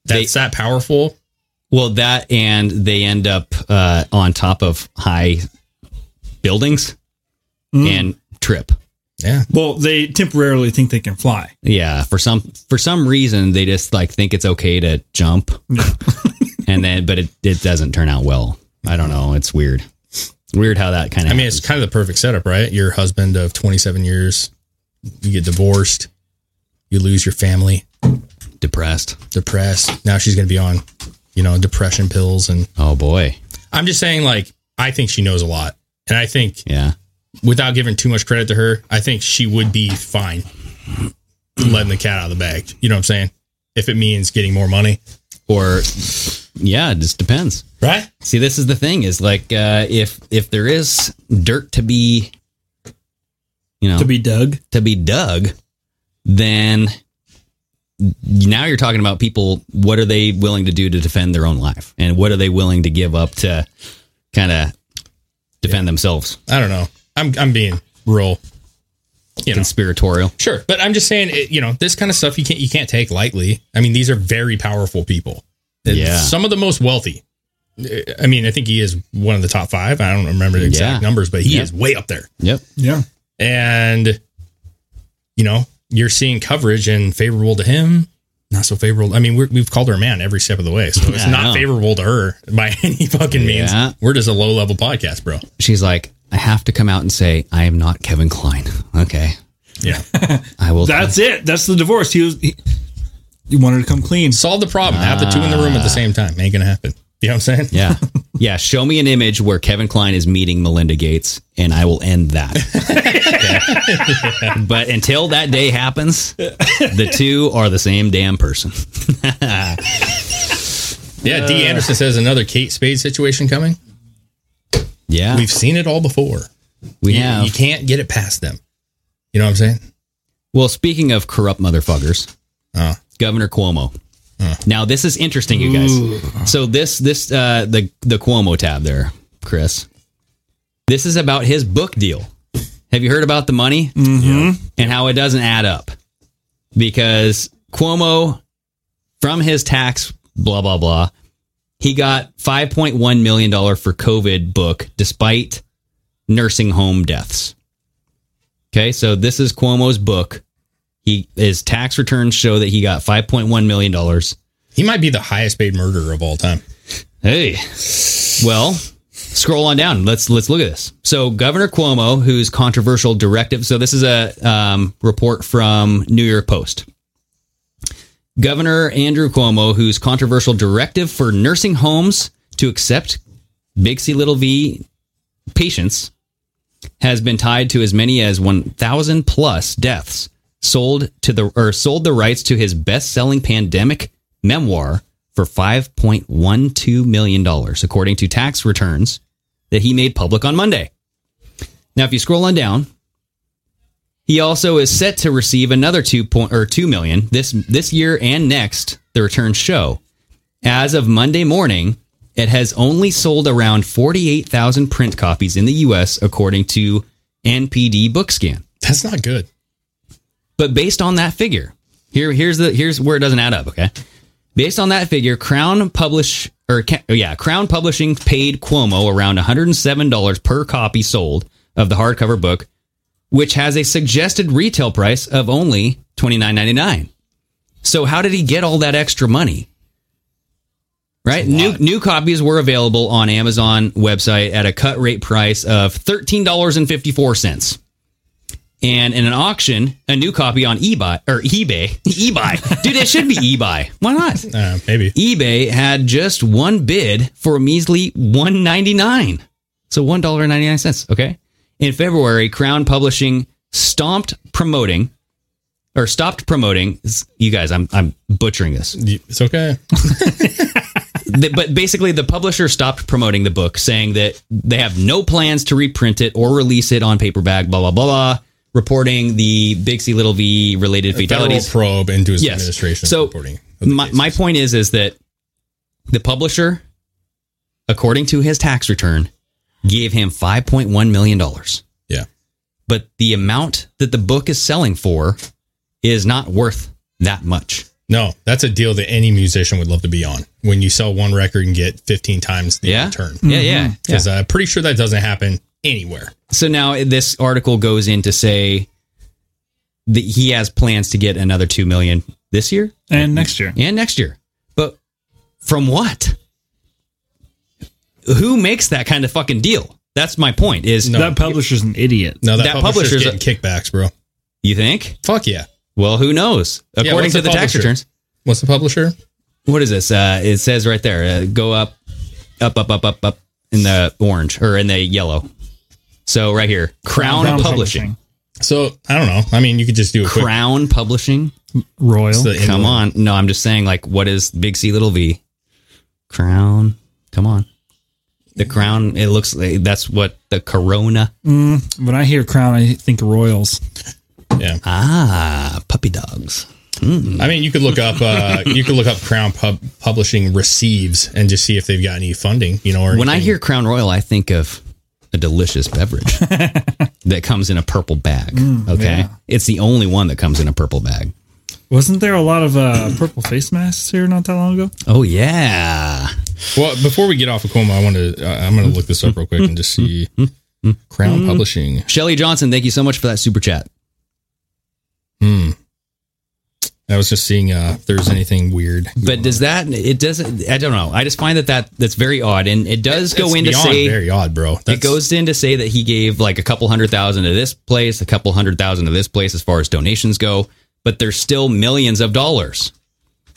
[SPEAKER 7] that's that powerful.
[SPEAKER 6] Well, that and they end up uh, on top of high buildings
[SPEAKER 7] Mm-hmm.
[SPEAKER 6] and trip.
[SPEAKER 7] Yeah.
[SPEAKER 8] Well, they temporarily think they can fly.
[SPEAKER 6] Yeah, for some for some reason they just like think it's okay to jump, and then but it it doesn't turn out well. I don't know. It's weird. Weird how that kind
[SPEAKER 7] I
[SPEAKER 6] of.
[SPEAKER 7] mean, it's kind of the perfect setup, right? You're a husband of 27 years, you get divorced, you lose your family,
[SPEAKER 6] depressed,
[SPEAKER 7] depressed. Now she's going to be on, you know, depression pills and
[SPEAKER 6] oh boy.
[SPEAKER 7] I'm just saying like I think she knows a lot. And I think
[SPEAKER 6] Yeah.
[SPEAKER 7] without giving too much credit to her, I think she would be fine. letting the cat out of the bag. You know what I'm saying? If it means getting more money,
[SPEAKER 6] or yeah, it just depends,
[SPEAKER 7] right?
[SPEAKER 6] See, this is the thing: is like uh, if if there is dirt to be, you know,
[SPEAKER 8] To be dug,
[SPEAKER 6] to be dug, then now you're talking about people. What are they willing to do to defend their own life, and what are they willing to give up to kind of defend themselves?
[SPEAKER 7] I don't know. I'm I'm being real, you know,
[SPEAKER 6] conspiratorial.
[SPEAKER 7] Sure, but I'm just saying, it, you know, this kind of stuff you can't you can't take lightly. I mean, these are very powerful people. And
[SPEAKER 6] Yeah.
[SPEAKER 7] some of the most wealthy. I mean, I think he is one of the top five. I don't remember the exact
[SPEAKER 6] Yeah.
[SPEAKER 7] numbers, but he
[SPEAKER 6] Yeah.
[SPEAKER 7] is way up there.
[SPEAKER 6] Yep.
[SPEAKER 8] Yeah.
[SPEAKER 7] And you know, you're seeing coverage and favorable to him, not so favorable. I mean, we're, we've called her a man every step of the way, so it's
[SPEAKER 6] Yeah, I
[SPEAKER 7] not
[SPEAKER 6] know.
[SPEAKER 7] favorable to her by any fucking means.
[SPEAKER 6] Yeah.
[SPEAKER 7] We're just a low level podcast, bro.
[SPEAKER 6] She's like, I have to come out and say I am not Kevin Klein. Okay,
[SPEAKER 7] Yeah.
[SPEAKER 6] I will.
[SPEAKER 8] That's it. That's the divorce. He was. He, he wanted to come clean.
[SPEAKER 7] Solve the problem. Have the two in the room at the same time. Ain't gonna happen. You know what I'm saying?
[SPEAKER 6] Yeah. Yeah. Show me an image where Kevin Klein is meeting Melinda Gates, and I will end that. Okay? But until that day happens, the two are the same damn person.
[SPEAKER 7] Yeah, D.
[SPEAKER 6] Uh.
[SPEAKER 7] Anderson says another Kate Spade situation coming.
[SPEAKER 6] Yeah.
[SPEAKER 7] We've seen it all before.
[SPEAKER 6] We
[SPEAKER 7] you,
[SPEAKER 6] have.
[SPEAKER 7] You can't get it past them. You know what I'm saying?
[SPEAKER 6] Well, speaking of corrupt motherfuckers, Governor Cuomo. Now this is interesting, you guys.
[SPEAKER 7] Ooh.
[SPEAKER 6] So this this uh, the the Cuomo tab there, Chris. This is about his book deal. Have you heard about the money and how it doesn't add up? Because Cuomo, from his tax, blah blah blah, he got five point one million dollar for COVID book, despite nursing home deaths. Okay, so this is Cuomo's book. He his tax returns show that he got five point one million dollars.
[SPEAKER 7] He might be the highest paid murderer of all time.
[SPEAKER 6] Hey, well, scroll on down. Let's let's look at this. So Governor Cuomo, whose controversial directive. So this is a um, report from New York Post. Governor Andrew Cuomo, whose controversial directive for nursing homes to accept Big C Little V patients has been tied to as many as 1,000 plus deaths sold to the or sold the rights to his best-selling pandemic memoir for 5.12 million dollars according to tax returns that he made public on Monday. Now if you scroll on down, he also is set to receive another 2 point or 2 million this this year and next the returns show. As of Monday morning, it has only sold around 48,000 print copies in the US according to NPD Bookscan.
[SPEAKER 7] That's not good.
[SPEAKER 6] But based on that figure, here here's the here's where it doesn't add up, okay? Based on that figure, Crown Publish or Ca- oh, yeah, Crown Publishing paid Cuomo around $107 per copy sold of the hardcover book, which has a suggested retail price of only $29.99. So how did he get all that extra money? Right? New new copies were available on Amazon website at a cut rate price of $13.54. And in an auction, a new copy on eBay or eBay, eBay, dude, it should be eBay. Why not?
[SPEAKER 7] Uh, maybe
[SPEAKER 6] eBay had just one bid for a measly one ninety nine, so one dollar ninety nine cents. Okay, in February, Crown Publishing stomped promoting or stopped promoting. You guys, I'm I'm butchering this.
[SPEAKER 7] It's okay.
[SPEAKER 6] The- but basically, the publisher stopped promoting the book, saying that they have no plans to reprint it or release it on paperback. Blah blah blah blah. Reporting the Big C Little V related fatalities.
[SPEAKER 7] Federal probe into his
[SPEAKER 6] Yes.
[SPEAKER 7] administration.
[SPEAKER 6] So
[SPEAKER 7] reporting.
[SPEAKER 6] my, my point is is that the publisher, according to his tax return, gave him five point one million dollars.
[SPEAKER 7] Yeah.
[SPEAKER 6] But the amount that the book is selling for is not worth that much.
[SPEAKER 7] No, that's a deal that any musician would love to be on. When you sell one record and get 15 times the
[SPEAKER 6] Yeah?
[SPEAKER 7] return.
[SPEAKER 6] Yeah, yeah, Mhm.
[SPEAKER 7] Because I'm pretty sure that doesn't happen anywhere.
[SPEAKER 6] So now this article goes in to say that he has plans to get another two million this year
[SPEAKER 8] and next year.
[SPEAKER 6] and next year. But from what? Who makes that kind of fucking deal? That's my point. Is
[SPEAKER 8] That publisher's an idiot.
[SPEAKER 7] No, that,
[SPEAKER 6] That
[SPEAKER 7] publisher's,
[SPEAKER 6] publisher's a-
[SPEAKER 7] getting kickbacks, bro.
[SPEAKER 6] you think?
[SPEAKER 7] Fuck yeah.
[SPEAKER 6] Well, who knows?
[SPEAKER 7] Yeah,
[SPEAKER 6] According
[SPEAKER 7] what's
[SPEAKER 6] to
[SPEAKER 7] the
[SPEAKER 6] the tax
[SPEAKER 7] publisher?
[SPEAKER 6] returns,
[SPEAKER 7] What's the publisher?
[SPEAKER 6] what is this? Uh, it says right there, uh, go up, up, up, up, up, up in the orange or in the yellow. So right here, Crown,
[SPEAKER 8] Crown
[SPEAKER 6] Publishing.
[SPEAKER 7] So I don't know. I mean, you could just do a quick-
[SPEAKER 6] Crown Publishing,
[SPEAKER 8] Royal.
[SPEAKER 6] Come on, no, I'm just saying. Like, what is Big C Little V? Crown. Come on. The crown. It looks like that's what the Corona.
[SPEAKER 8] Mm, when I hear crown, I think royals.
[SPEAKER 7] Yeah.
[SPEAKER 6] Ah, puppy dogs.
[SPEAKER 7] I mean, you could look up uh, you could look up Crown Pub- Publishing receives and just see if they've got any funding. You know, or
[SPEAKER 6] When I
[SPEAKER 7] anything.
[SPEAKER 6] hear Crown Royal, I think of a delicious beverage that comes in a purple bag.
[SPEAKER 8] Mm,
[SPEAKER 6] okay,
[SPEAKER 8] yeah.
[SPEAKER 6] it's the only one that comes in a purple bag.
[SPEAKER 8] Wasn't there a lot of uh, purple face masks here not that long ago?
[SPEAKER 6] Oh yeah.
[SPEAKER 7] Well, before we get off of coma, I want to uh, I'm going to look this up real quick and
[SPEAKER 6] Hmm.
[SPEAKER 7] just see Crown Publishing.
[SPEAKER 6] Shelly Johnson, thank you so much for that super chat.
[SPEAKER 7] Hmm. I was just seeing uh, if there's anything weird.
[SPEAKER 6] But does that it doesn't? I don't know. I just find that that that's very odd, and it does go
[SPEAKER 7] It's
[SPEAKER 6] into
[SPEAKER 7] beyond
[SPEAKER 6] say
[SPEAKER 7] very odd, bro.
[SPEAKER 6] it goes in to say that he gave like a couple hundred thousand to this place, a couple hundred thousand to this place as far as donations go, but there's still millions of dollars.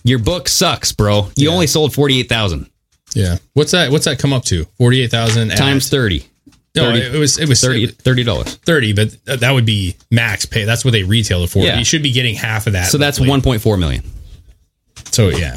[SPEAKER 6] Your book sucks, bro. You only sold forty eight thousand
[SPEAKER 7] Yeah. What's that? What's that come up to? Forty eight thousand
[SPEAKER 6] times thirty.
[SPEAKER 7] No,
[SPEAKER 6] 30
[SPEAKER 7] it was it was
[SPEAKER 6] $30 thirty dollars.
[SPEAKER 7] Thirty, but th- that would be max pay. That's what they retail it for.
[SPEAKER 6] Yeah.
[SPEAKER 7] You should be getting half of that.
[SPEAKER 6] So that's
[SPEAKER 7] monthly.
[SPEAKER 6] one point four million.
[SPEAKER 7] So yeah.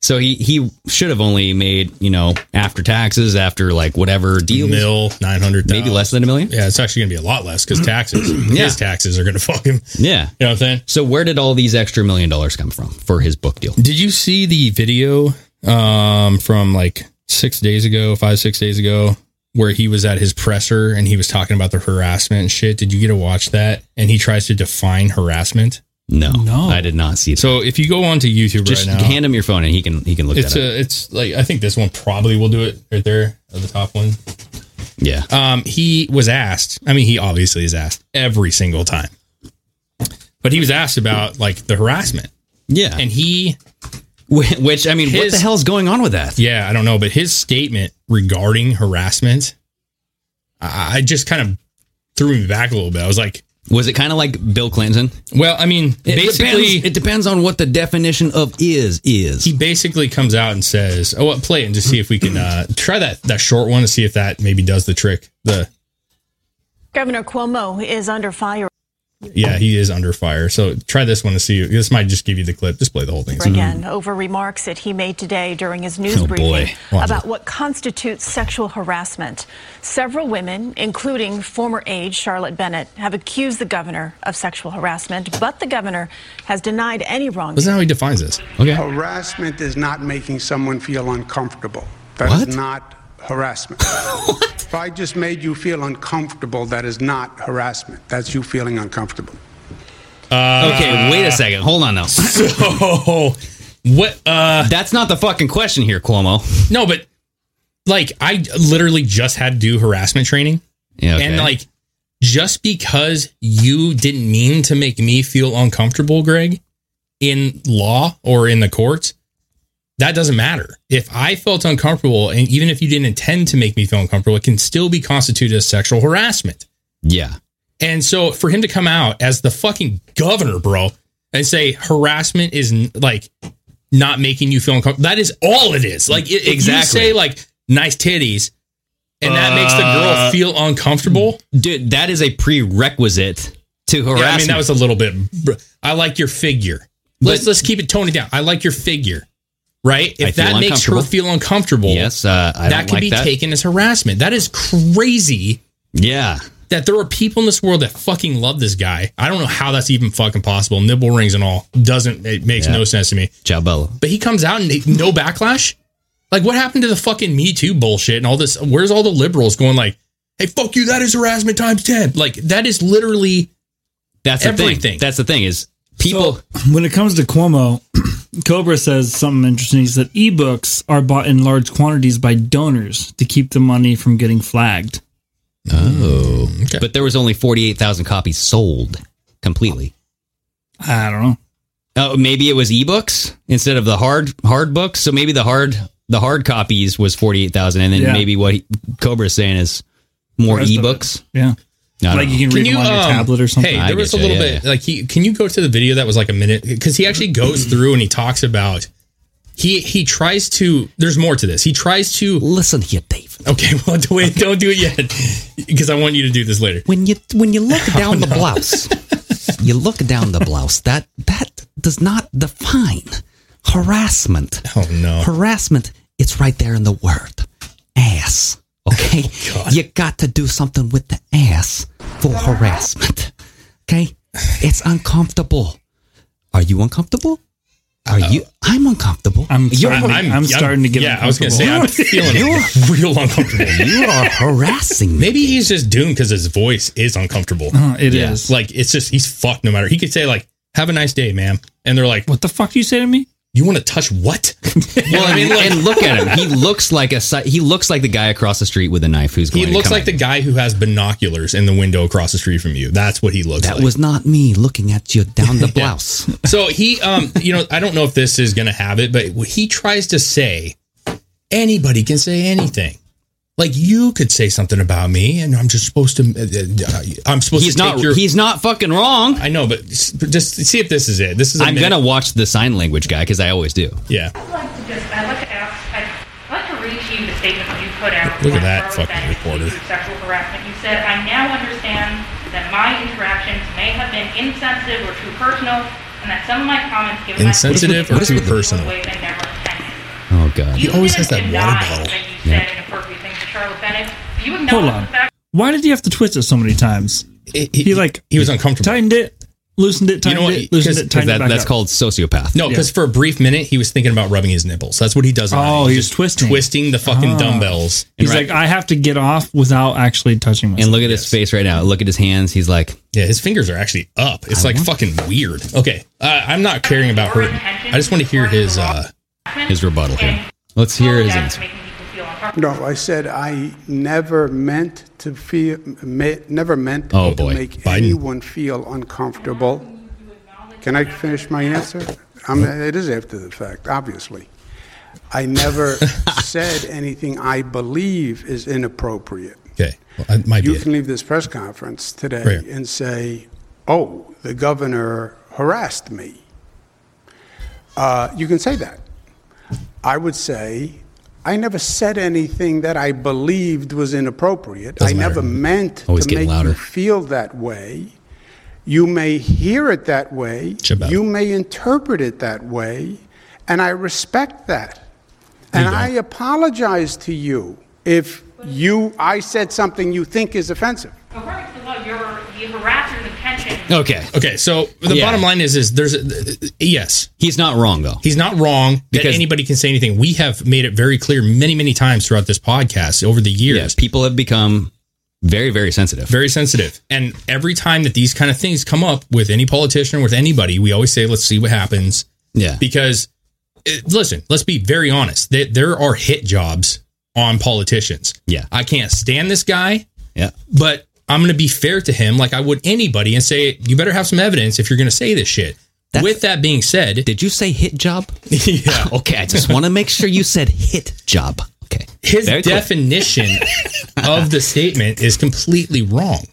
[SPEAKER 6] So he he should have only made you know after taxes after like whatever deal
[SPEAKER 7] mil nine hundred
[SPEAKER 6] maybe less than a million.
[SPEAKER 7] Yeah, it's actually going to be a lot less because taxes.
[SPEAKER 6] Yeah.
[SPEAKER 7] His taxes are going to fuck him.
[SPEAKER 6] Yeah.
[SPEAKER 7] You know what I'm saying?
[SPEAKER 6] So where did all these extra million dollars come from for his book deal?
[SPEAKER 7] Did you see the video um, from like six days ago, five, six days ago, where he was at his presser and he was talking about the harassment and shit? Did you get to watch that? And he tries to define harassment.
[SPEAKER 6] No, no, I did not see it.
[SPEAKER 7] So if you go onto YouTube
[SPEAKER 6] Just
[SPEAKER 7] right now,
[SPEAKER 6] hand him your phone and he can he can look
[SPEAKER 7] it's
[SPEAKER 6] that up.
[SPEAKER 7] a, it's like I think this one probably will do it right there, uh, the top one.
[SPEAKER 6] yeah.
[SPEAKER 7] Um, he was asked. I mean, he obviously is asked every single time, but he was asked about like the harassment.
[SPEAKER 6] Yeah,
[SPEAKER 7] and he,
[SPEAKER 6] which I mean, what the hell's going on with that?
[SPEAKER 7] Yeah, I don't know, but his statement regarding harassment, I, I just kind of threw me back a little bit. I was like,
[SPEAKER 6] Was it kind of like Bill Clinton?
[SPEAKER 7] well, I mean,
[SPEAKER 6] It
[SPEAKER 7] basically,
[SPEAKER 6] depends, it depends on what the definition of is is.
[SPEAKER 7] he basically comes out and says, "Oh, well, play it and just see if we can uh, try that that short one to see if that maybe does the trick." The
[SPEAKER 14] Governor Cuomo is under fire
[SPEAKER 7] yeah, he is under fire, so try this one to see. This might just give you the clip. Just play the whole thing.
[SPEAKER 14] again over remarks that he made today during his news
[SPEAKER 7] Oh, boy.
[SPEAKER 14] briefing
[SPEAKER 7] Watch
[SPEAKER 14] about
[SPEAKER 7] it.
[SPEAKER 14] what constitutes sexual harassment. Several women, including former aide Charlotte Bennett, have accused the governor of sexual harassment, but the governor has denied any wrongdoing.
[SPEAKER 7] That's how he defines this.
[SPEAKER 14] Oh,
[SPEAKER 15] Harassment is not making someone feel uncomfortable. That is not harassment. If I just made you feel uncomfortable, that is not harassment. That's you feeling uncomfortable.
[SPEAKER 7] Uh,
[SPEAKER 6] okay, wait a second. Hold on though.
[SPEAKER 7] So Oh, what? uh
[SPEAKER 6] That's not the fucking question here, Cuomo.
[SPEAKER 7] No, but like I literally just had to do harassment training.
[SPEAKER 6] Yeah, okay.
[SPEAKER 7] And like just because you didn't mean to make me feel uncomfortable, Greg, in law or in the courts, that doesn't matter. If I felt uncomfortable and even if you didn't intend to make me feel uncomfortable, it can still be constituted as sexual harassment.
[SPEAKER 6] Yeah.
[SPEAKER 7] And so for him to come out as the fucking governor, bro, and say harassment is n- like not making you feel uncomfortable, that is all it is. Like, it,
[SPEAKER 6] Exactly.
[SPEAKER 7] exactly. you say, like, nice titties, and that makes the girl
[SPEAKER 6] Uh,
[SPEAKER 7] feel uncomfortable.
[SPEAKER 6] Dude, that is a prerequisite to
[SPEAKER 7] Yeah,
[SPEAKER 6] harassment.
[SPEAKER 7] I mean, that was a little bit. br- I like your figure. Let's let's keep it toned down. I like your figure, right?
[SPEAKER 6] I
[SPEAKER 7] If
[SPEAKER 6] feel
[SPEAKER 7] that makes her
[SPEAKER 6] uncomfortable.
[SPEAKER 7] feel uncomfortable,
[SPEAKER 6] Yes, uh, I
[SPEAKER 7] that
[SPEAKER 6] don't
[SPEAKER 7] could
[SPEAKER 6] like
[SPEAKER 7] be
[SPEAKER 6] that.
[SPEAKER 7] taken as harassment. That is crazy.
[SPEAKER 6] Yeah.
[SPEAKER 7] That there are people in this world that fucking love this guy. I don't know how that's even fucking possible. Nibble rings and all doesn't. It makes
[SPEAKER 6] Yeah.
[SPEAKER 7] no sense to me.
[SPEAKER 6] Chabelo.
[SPEAKER 7] But he comes out and they- no backlash. Like what happened to the fucking Me Too bullshit and all this? Where's all the liberals going? Like, hey, fuck you. That is harassment times ten. Like that is literally
[SPEAKER 6] That's the thing.
[SPEAKER 7] Everything.
[SPEAKER 6] That's the thing is people.
[SPEAKER 8] when it comes to Cuomo, Cobra says something interesting. He said ebooks are bought in large quantities by donors to keep the money from getting flagged.
[SPEAKER 6] oh. But there was only forty eight thousand copies sold completely.
[SPEAKER 8] I don't know.
[SPEAKER 6] Oh, maybe it was ebooks instead of the hard hard books. So maybe the hard the hard copies was forty eight thousand, and then
[SPEAKER 8] Yeah.
[SPEAKER 6] maybe what he, Cobra is saying is more
[SPEAKER 8] Rest of it.
[SPEAKER 6] ebooks.
[SPEAKER 8] Yeah.
[SPEAKER 6] I don't
[SPEAKER 8] Like you
[SPEAKER 6] know.
[SPEAKER 8] can read them on your
[SPEAKER 7] um,
[SPEAKER 8] tablet or something.
[SPEAKER 7] Hey, there was a little bit like he. Can you go to the video that was like a minute because he actually goes through and he talks about he he tries to. There's more to this. He tries to
[SPEAKER 6] listen here, Dave.
[SPEAKER 7] Okay, well, do wait, don't do it yet because I want you to do this later.
[SPEAKER 16] When you when you look down the blouse, you look down the blouse. That that does not define harassment.
[SPEAKER 7] Oh no,
[SPEAKER 16] harassment. It's right there in the word ass. Okay, you got to do something with the ass for harassment. Okay, it's uncomfortable. Are you uncomfortable? Are you? I'm uncomfortable.
[SPEAKER 8] I'm
[SPEAKER 16] You're-
[SPEAKER 8] starting- I'm- I'm starting to get
[SPEAKER 7] Yeah, I was gonna say I'm
[SPEAKER 16] uncomfortable.
[SPEAKER 7] feeling real uncomfortable.
[SPEAKER 16] You are harassing.
[SPEAKER 7] Maybe he's just doomed because his voice is uncomfortable.
[SPEAKER 8] Uh, it
[SPEAKER 7] is like it's just he's fucked. No matter he could say like "Have a nice day, ma'am," and they're like,
[SPEAKER 8] "What the fuck do you say to me?"
[SPEAKER 7] You want to touch what?
[SPEAKER 6] Well, I mean, and look at him. He looks like a si- he looks like the guy across the street with a knife who's
[SPEAKER 7] He
[SPEAKER 6] going. to
[SPEAKER 7] looks
[SPEAKER 6] come
[SPEAKER 7] like the guy who has binoculars in the window across the street from you. That's what he looks
[SPEAKER 16] That
[SPEAKER 7] like.
[SPEAKER 16] was not me looking at you down the blouse.
[SPEAKER 7] so he, um, you know, I don't know if this is going to have it, but he tries to say anybody can say anything. Like you could say something about me, and I'm just supposed to. uh, uh, I'm supposed
[SPEAKER 6] He's
[SPEAKER 7] to.
[SPEAKER 6] not-
[SPEAKER 7] Take your,
[SPEAKER 6] he's not fucking wrong.
[SPEAKER 7] I know, but s- but just see if this is it. This is. i
[SPEAKER 6] I'm gonna watch the sign language guy because I always do.
[SPEAKER 7] Yeah.
[SPEAKER 17] I'd like to just, I'd like to ask, I'd like to read to you the statement that you put out.
[SPEAKER 7] Look at
[SPEAKER 17] when Charlie
[SPEAKER 7] that fucking
[SPEAKER 17] Bennett
[SPEAKER 7] reporter.
[SPEAKER 17] accused you of Sexual harassment. You said, I now understand that my interactions may have been insensitive or too personal, and that some of my comments given my.
[SPEAKER 7] Insensitive or too personal?
[SPEAKER 17] Ways I never intended.
[SPEAKER 6] Oh god,
[SPEAKER 7] he always has that
[SPEAKER 17] didn't
[SPEAKER 7] water
[SPEAKER 17] deny
[SPEAKER 7] bottle.
[SPEAKER 17] That you said inappropriate things to Charlotte Bennett. You
[SPEAKER 8] Hold
[SPEAKER 17] acknowledge
[SPEAKER 8] on.
[SPEAKER 17] the fact.
[SPEAKER 8] Why did you have to twist it so many times?
[SPEAKER 7] he,
[SPEAKER 8] like
[SPEAKER 7] he was uncomfortable.
[SPEAKER 8] Tightened it, loosened it, tightened it, loosened it, tightened it back up.
[SPEAKER 6] called sociopath.
[SPEAKER 7] No, because Oh, for a brief minute he was thinking about rubbing his nipples. That's what he does.
[SPEAKER 8] Oh,
[SPEAKER 7] he's, just twisting, twisting the fucking
[SPEAKER 8] Ah.
[SPEAKER 7] dumbbells.
[SPEAKER 8] He's like, I have to get off without actually touching myself.
[SPEAKER 6] And look at his face right now. Look at his hands. He's like,
[SPEAKER 7] yeah, his fingers are actually up. It's like fucking weird. Okay, uh, I'm not caring about her. I just want to hear his uh,
[SPEAKER 6] his rebuttal here. Let's hear his.
[SPEAKER 15] No, I said I never meant to feel, me, never meant
[SPEAKER 6] Oh,
[SPEAKER 15] to
[SPEAKER 6] boy.
[SPEAKER 15] make
[SPEAKER 6] Biden.
[SPEAKER 15] anyone feel uncomfortable. Can I finish my answer? I'm, it is after the fact, obviously. I never said anything I believe is inappropriate.
[SPEAKER 7] Okay, well, that might
[SPEAKER 15] you
[SPEAKER 7] be it.
[SPEAKER 15] can leave this press conference today
[SPEAKER 7] Right.
[SPEAKER 15] and say, "Oh, the governor harassed me." Uh, you can say that. I would say, I never said anything that I believed was inappropriate.
[SPEAKER 6] Doesn't
[SPEAKER 15] I never
[SPEAKER 6] matter.
[SPEAKER 15] meant
[SPEAKER 6] Always
[SPEAKER 15] to
[SPEAKER 6] getting
[SPEAKER 15] make
[SPEAKER 6] louder.
[SPEAKER 15] you feel that way. You may hear it that way.
[SPEAKER 6] Chabad.
[SPEAKER 15] You may interpret it that way, and I respect that. And I apologize to you if you I said something you think is offensive.
[SPEAKER 17] According to the law, your, the harasser's intention
[SPEAKER 6] Okay.
[SPEAKER 7] Okay. So the
[SPEAKER 6] Yeah.
[SPEAKER 7] bottom line is, is there's a, yes,
[SPEAKER 6] he's not wrong though.
[SPEAKER 7] He's not wrong
[SPEAKER 6] Because-
[SPEAKER 7] that anybody can say anything. We have made it very clear many, many times throughout this podcast over the years.
[SPEAKER 6] Yeah, people have become very, very sensitive.
[SPEAKER 7] Very sensitive. And every time that these kind of things come up with any politician, with anybody, we always say, let's see what happens.
[SPEAKER 6] Yeah.
[SPEAKER 7] Because, eh, listen, let's be very honest. There, there are hit jobs on politicians.
[SPEAKER 6] Yeah.
[SPEAKER 7] I can't stand this guy.
[SPEAKER 6] Yeah.
[SPEAKER 7] But I'm going to be fair to him like I would anybody and say, you better have some evidence if you're going to say this shit. with that being said,
[SPEAKER 6] did you say hit job?
[SPEAKER 7] yeah.
[SPEAKER 6] okay. I just want to make sure you said hit job. Okay.
[SPEAKER 7] his
[SPEAKER 6] Very clear.
[SPEAKER 7] definition of the statement is completely wrong.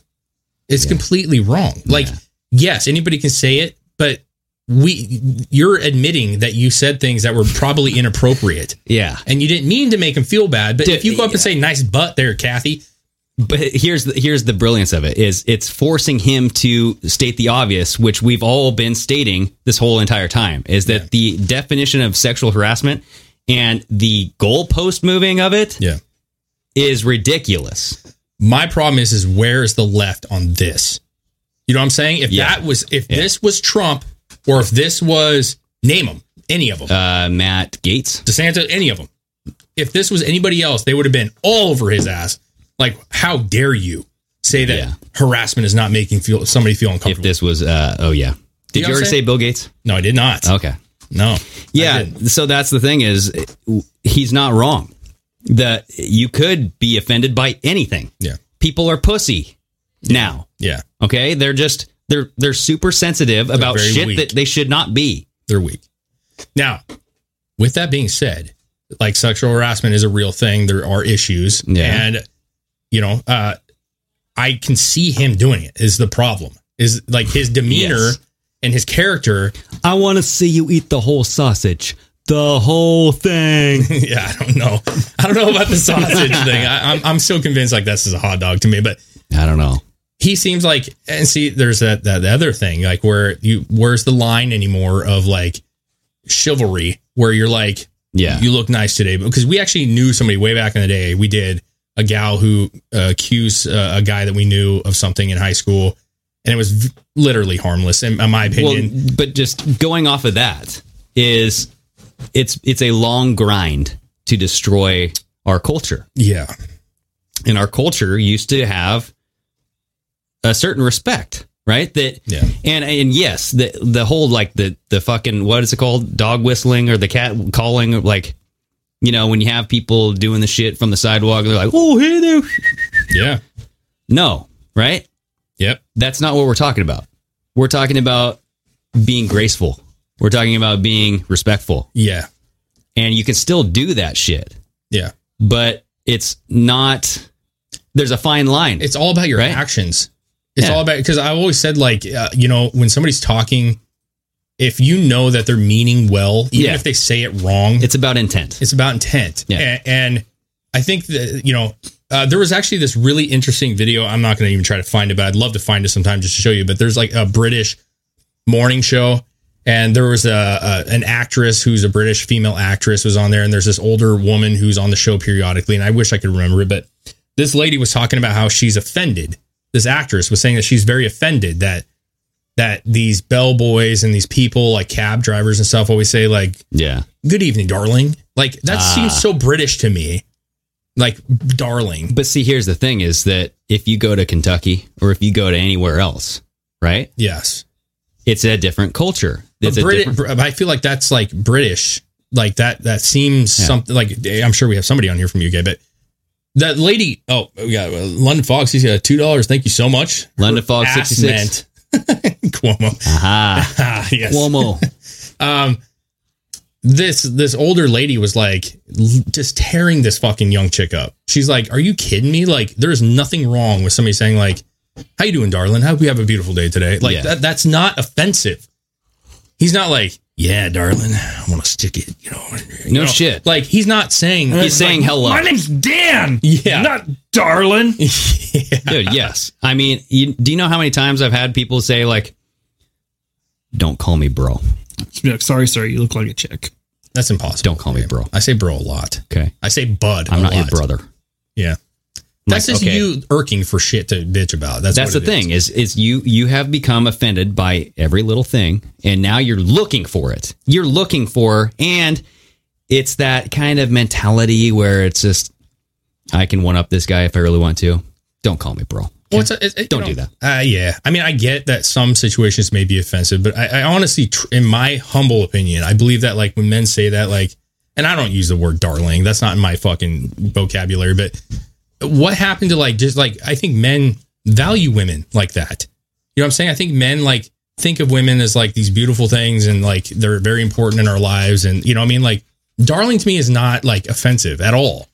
[SPEAKER 7] It's completely wrong. Like, yes, anybody can say it, but we you're admitting that you said things that were probably inappropriate.
[SPEAKER 6] Yeah.
[SPEAKER 7] And you didn't mean to make him feel bad, but if you go up and say nice butt there, Kathy,
[SPEAKER 6] but here's the, here's the brilliance of it is it's forcing him to state the obvious which we've all been stating this whole entire time is that the definition of sexual harassment and the goalpost moving of it
[SPEAKER 7] Yeah.
[SPEAKER 6] is ridiculous
[SPEAKER 7] my problem is is where is the left on this? You know what I'm saying? If that was if this was Trump or if this was name them, any of them.
[SPEAKER 6] Uh, Matt Gates,
[SPEAKER 7] DeSantis, any of them. If this was anybody else, they would have been all over his ass. Like, how dare you say that harassment is not making feel somebody feel uncomfortable?
[SPEAKER 6] if this was uh, oh yeah did
[SPEAKER 7] You
[SPEAKER 6] you
[SPEAKER 7] know what
[SPEAKER 6] already
[SPEAKER 7] I'm
[SPEAKER 6] say
[SPEAKER 7] saying?
[SPEAKER 6] bill gates
[SPEAKER 7] no i did not
[SPEAKER 6] okay
[SPEAKER 7] no
[SPEAKER 6] yeah so that's the thing is he's not wrong that you could be offended by anything
[SPEAKER 7] yeah
[SPEAKER 6] people are pussy now
[SPEAKER 7] yeah
[SPEAKER 6] Okay, they're just they're they're super sensitive about
[SPEAKER 7] very
[SPEAKER 6] shit
[SPEAKER 7] weak.
[SPEAKER 6] that they should not be.
[SPEAKER 7] They're weak. Now, with that being said, like sexual harassment is a real thing. There are issues,
[SPEAKER 6] Yeah.
[SPEAKER 7] and you know, uh, I can see him doing it. Is the problem is like his demeanor and his character?
[SPEAKER 16] I want to see you eat the whole sausage.
[SPEAKER 6] The whole thing.
[SPEAKER 7] yeah, I don't know. I don't know about the sausage thing. I, I'm I'm still convinced like this is a hot dog to me, but
[SPEAKER 6] I don't know.
[SPEAKER 7] He seems like and see, there's that that the other thing like where you where's the line anymore of like chivalry where you're like
[SPEAKER 6] Yeah.
[SPEAKER 7] you look nice today because we actually knew somebody way back in the day. We did a gal who uh, accused uh, a guy that we knew of something in high school, and it was v- literally harmless in, in my opinion.
[SPEAKER 6] Well, but just going off of that is it's it's a long grind to destroy our culture.
[SPEAKER 7] yeah,
[SPEAKER 6] And our culture used to have a certain respect, right? That yeah. and and yes, the the whole like the the fucking what is it called? Dog whistling or the cat calling or like you know, when you have people doing the shit from the sidewalk, they're like, "Oh, hey there."
[SPEAKER 7] Yeah.
[SPEAKER 6] No, right?
[SPEAKER 7] Yep.
[SPEAKER 6] That's not what we're talking about. We're talking about being graceful. We're talking about being respectful.
[SPEAKER 7] Yeah.
[SPEAKER 6] And you can still do that shit,
[SPEAKER 7] yeah.
[SPEAKER 6] but it's not there's a fine line.
[SPEAKER 7] It's all about your actions. It's all about because I've always said like uh, you know when somebody's talking, if you know that they're meaning well, even
[SPEAKER 6] Yeah.
[SPEAKER 7] if they say it wrong,
[SPEAKER 6] it's about intent.
[SPEAKER 7] It's about intent. Yeah. And, I think that you know uh, there was actually this really interesting video. I'm not going to even try to find it, but I'd love to find it sometime just to show you. But there's like a British morning show and there was a, a an actress who's a british female actress was on there and there's this older woman who's on the show periodically and i wish i could remember it but this lady was talking about how she's offended this actress was saying that she's very offended that that these bellboys and these people like cab drivers and stuff always say like
[SPEAKER 6] yeah
[SPEAKER 7] good evening darling like that
[SPEAKER 6] Ah.
[SPEAKER 7] seems so british to me like darling
[SPEAKER 6] But see, here's the thing is that if you go to Kentucky or if you go to anywhere else, right?
[SPEAKER 7] Yes.
[SPEAKER 6] It's a different culture.
[SPEAKER 7] But
[SPEAKER 6] It's a
[SPEAKER 7] Brit-
[SPEAKER 6] different-
[SPEAKER 7] Br- I feel like that's like British. Like that that seems
[SPEAKER 6] Yeah.
[SPEAKER 7] something like eh, I'm sure we have somebody on here from UK, but that lady oh we got uh, London Fox, he's got two dollars. Thank you so much.
[SPEAKER 6] London
[SPEAKER 7] Her
[SPEAKER 6] Fox
[SPEAKER 7] ass
[SPEAKER 6] 66.
[SPEAKER 7] meant. Cuomo.
[SPEAKER 6] Aha.
[SPEAKER 7] Ah, yes.
[SPEAKER 6] Cuomo.
[SPEAKER 7] um this this older lady was like l- just tearing this fucking young chick up. She's like, "Are you kidding me? Like, there's nothing wrong with somebody saying like, "How you doing, darling? Hope you have a beautiful day today." Like
[SPEAKER 6] Yeah.
[SPEAKER 7] that that's not offensive. He's not like, "Yeah, darling, I want to stick it." You know, you
[SPEAKER 6] No
[SPEAKER 7] know?
[SPEAKER 6] shit.
[SPEAKER 7] Like he's not saying.
[SPEAKER 6] He's
[SPEAKER 7] like,
[SPEAKER 6] saying hello.
[SPEAKER 8] My name's Dan.
[SPEAKER 7] Yeah.
[SPEAKER 8] Not darling.
[SPEAKER 6] Dude, yes. I mean, you, do you know how many times I've had people say like, "Don't call me bro."
[SPEAKER 8] Just be like, sorry, sir, you look like a chick.
[SPEAKER 7] That's impossible.
[SPEAKER 6] Don't call me bro.
[SPEAKER 7] I say bro a lot.
[SPEAKER 6] Okay,
[SPEAKER 7] I say bud.
[SPEAKER 6] I'm
[SPEAKER 7] a
[SPEAKER 6] not your
[SPEAKER 7] lot.
[SPEAKER 6] brother.
[SPEAKER 7] Yeah. That's just you irking for shit to bitch about. That's
[SPEAKER 6] That's, the
[SPEAKER 7] what it is.
[SPEAKER 6] thing is. is you you have become offended by every little thing, and now you're looking for it. You're looking for, and it's that kind of mentality where it's just, I can one up this guy if I really want to. Don't call me bro.
[SPEAKER 7] Well, it's a, it, it- you
[SPEAKER 6] Don't
[SPEAKER 7] know,
[SPEAKER 6] do that.
[SPEAKER 7] Uh, yeah, I mean, I get that some situations may be offensive, but I, I honestly, tr- in my humble opinion, I believe that like when men say that, like, and I don't use the word darling. That's not in my fucking vocabulary. But what happened to like just like I think men value women like that. You know what I'm saying? I think men like think of women as like these beautiful things and like they're very important in our lives. And you know what I mean? Like, darling to me is not like offensive at all.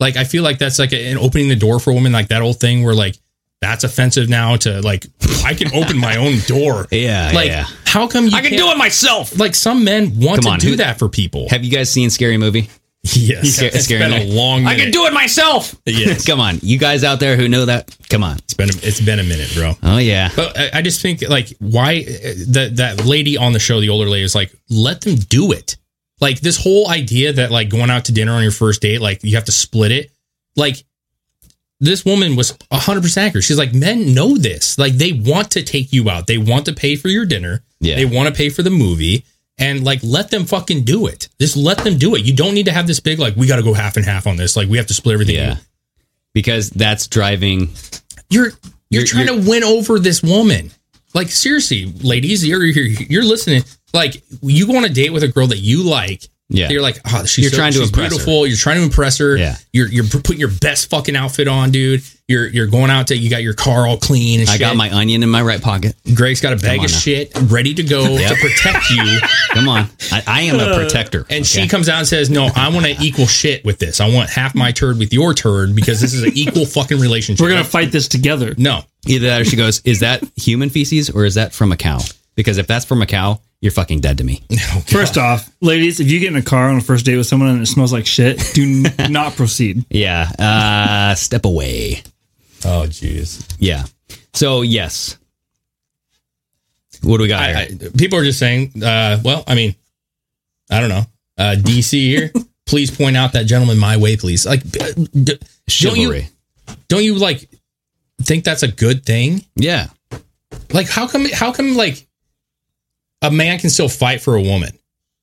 [SPEAKER 7] Like I feel like that's like an opening the door for women, like that old thing where like that's offensive now to like I can open my own door.
[SPEAKER 6] Yeah,
[SPEAKER 7] like
[SPEAKER 6] yeah.
[SPEAKER 7] how come you
[SPEAKER 6] I can
[SPEAKER 7] can't-
[SPEAKER 6] do it myself.
[SPEAKER 7] Like some men want
[SPEAKER 6] Come
[SPEAKER 7] to
[SPEAKER 6] on,
[SPEAKER 7] do
[SPEAKER 6] who-
[SPEAKER 7] that for people.
[SPEAKER 6] Have you guys seen Scary Movie?
[SPEAKER 7] Yes,
[SPEAKER 6] Scar-
[SPEAKER 7] it's
[SPEAKER 6] scary
[SPEAKER 7] been a
[SPEAKER 6] movie.
[SPEAKER 7] long.
[SPEAKER 6] I can do it myself.
[SPEAKER 7] Yes.
[SPEAKER 6] come on, you guys out there who know that, come on.
[SPEAKER 7] It's been a, it's been a minute, bro.
[SPEAKER 6] Oh yeah.
[SPEAKER 7] But I, I just think like why uh, that that lady on the show, the older lady, is like, let them do it. Like this whole idea that like going out to dinner on your first date, like you have to split it. Like this woman was hundred percent accurate. She's like, men know this. Like they want to take you out. They want to pay for your dinner.
[SPEAKER 6] Yeah.
[SPEAKER 7] They want to pay for the movie. And like, let them fucking do it. Just let them do it. You don't need to have this big like we got to go half and half on this. Like we have to split everything.
[SPEAKER 6] Yeah. Because that's driving
[SPEAKER 7] You're you're,
[SPEAKER 6] You're-
[SPEAKER 7] trying to win over this woman. Like seriously, ladies, you're you're, you're listening. Like you go on a date with a girl that you like.
[SPEAKER 6] Yeah.
[SPEAKER 7] you're like, oh, she's
[SPEAKER 6] You're
[SPEAKER 7] so-
[SPEAKER 6] trying to
[SPEAKER 7] she's
[SPEAKER 6] impress her."
[SPEAKER 7] beautiful. You're trying to impress her.
[SPEAKER 6] Yeah.
[SPEAKER 7] you're you're putting your best fucking outfit on, dude. You're you're going out to you got your car all clean. And
[SPEAKER 6] I
[SPEAKER 7] shit.
[SPEAKER 6] got my onion in my right pocket.
[SPEAKER 7] Greg's got a bag
[SPEAKER 6] on
[SPEAKER 7] of
[SPEAKER 6] now.
[SPEAKER 7] shit ready to go
[SPEAKER 6] Yep.
[SPEAKER 7] to protect you. Uh,
[SPEAKER 6] Come on. I, I am a protector.
[SPEAKER 7] And
[SPEAKER 6] okay?
[SPEAKER 7] she comes out and says, "No, I want to equal shit with this. I want half my turd with your turd because this is an equal fucking relationship.
[SPEAKER 8] We're gonna fight this together.
[SPEAKER 7] no,
[SPEAKER 6] Either that or she goes, Is that human feces or is that from a cow? Because if that's from a cow, you're fucking dead to me.
[SPEAKER 8] First off, ladies, if you get in a car on a first date with someone and it smells like shit, do n- not proceed.
[SPEAKER 6] Yeah. Uh, step away. Oh, jeez. Yeah. So, yes. What do we got
[SPEAKER 7] I, I- people are just saying, uh, well, I mean, I don't know. Uh, DC here, please point out that gentleman my way, please. Like, uh, d- d- don't you,
[SPEAKER 6] Chivalry.
[SPEAKER 7] don't you like think that's a good thing?
[SPEAKER 6] Yeah.
[SPEAKER 7] Like, how come, how come, like, a man can still fight for a woman?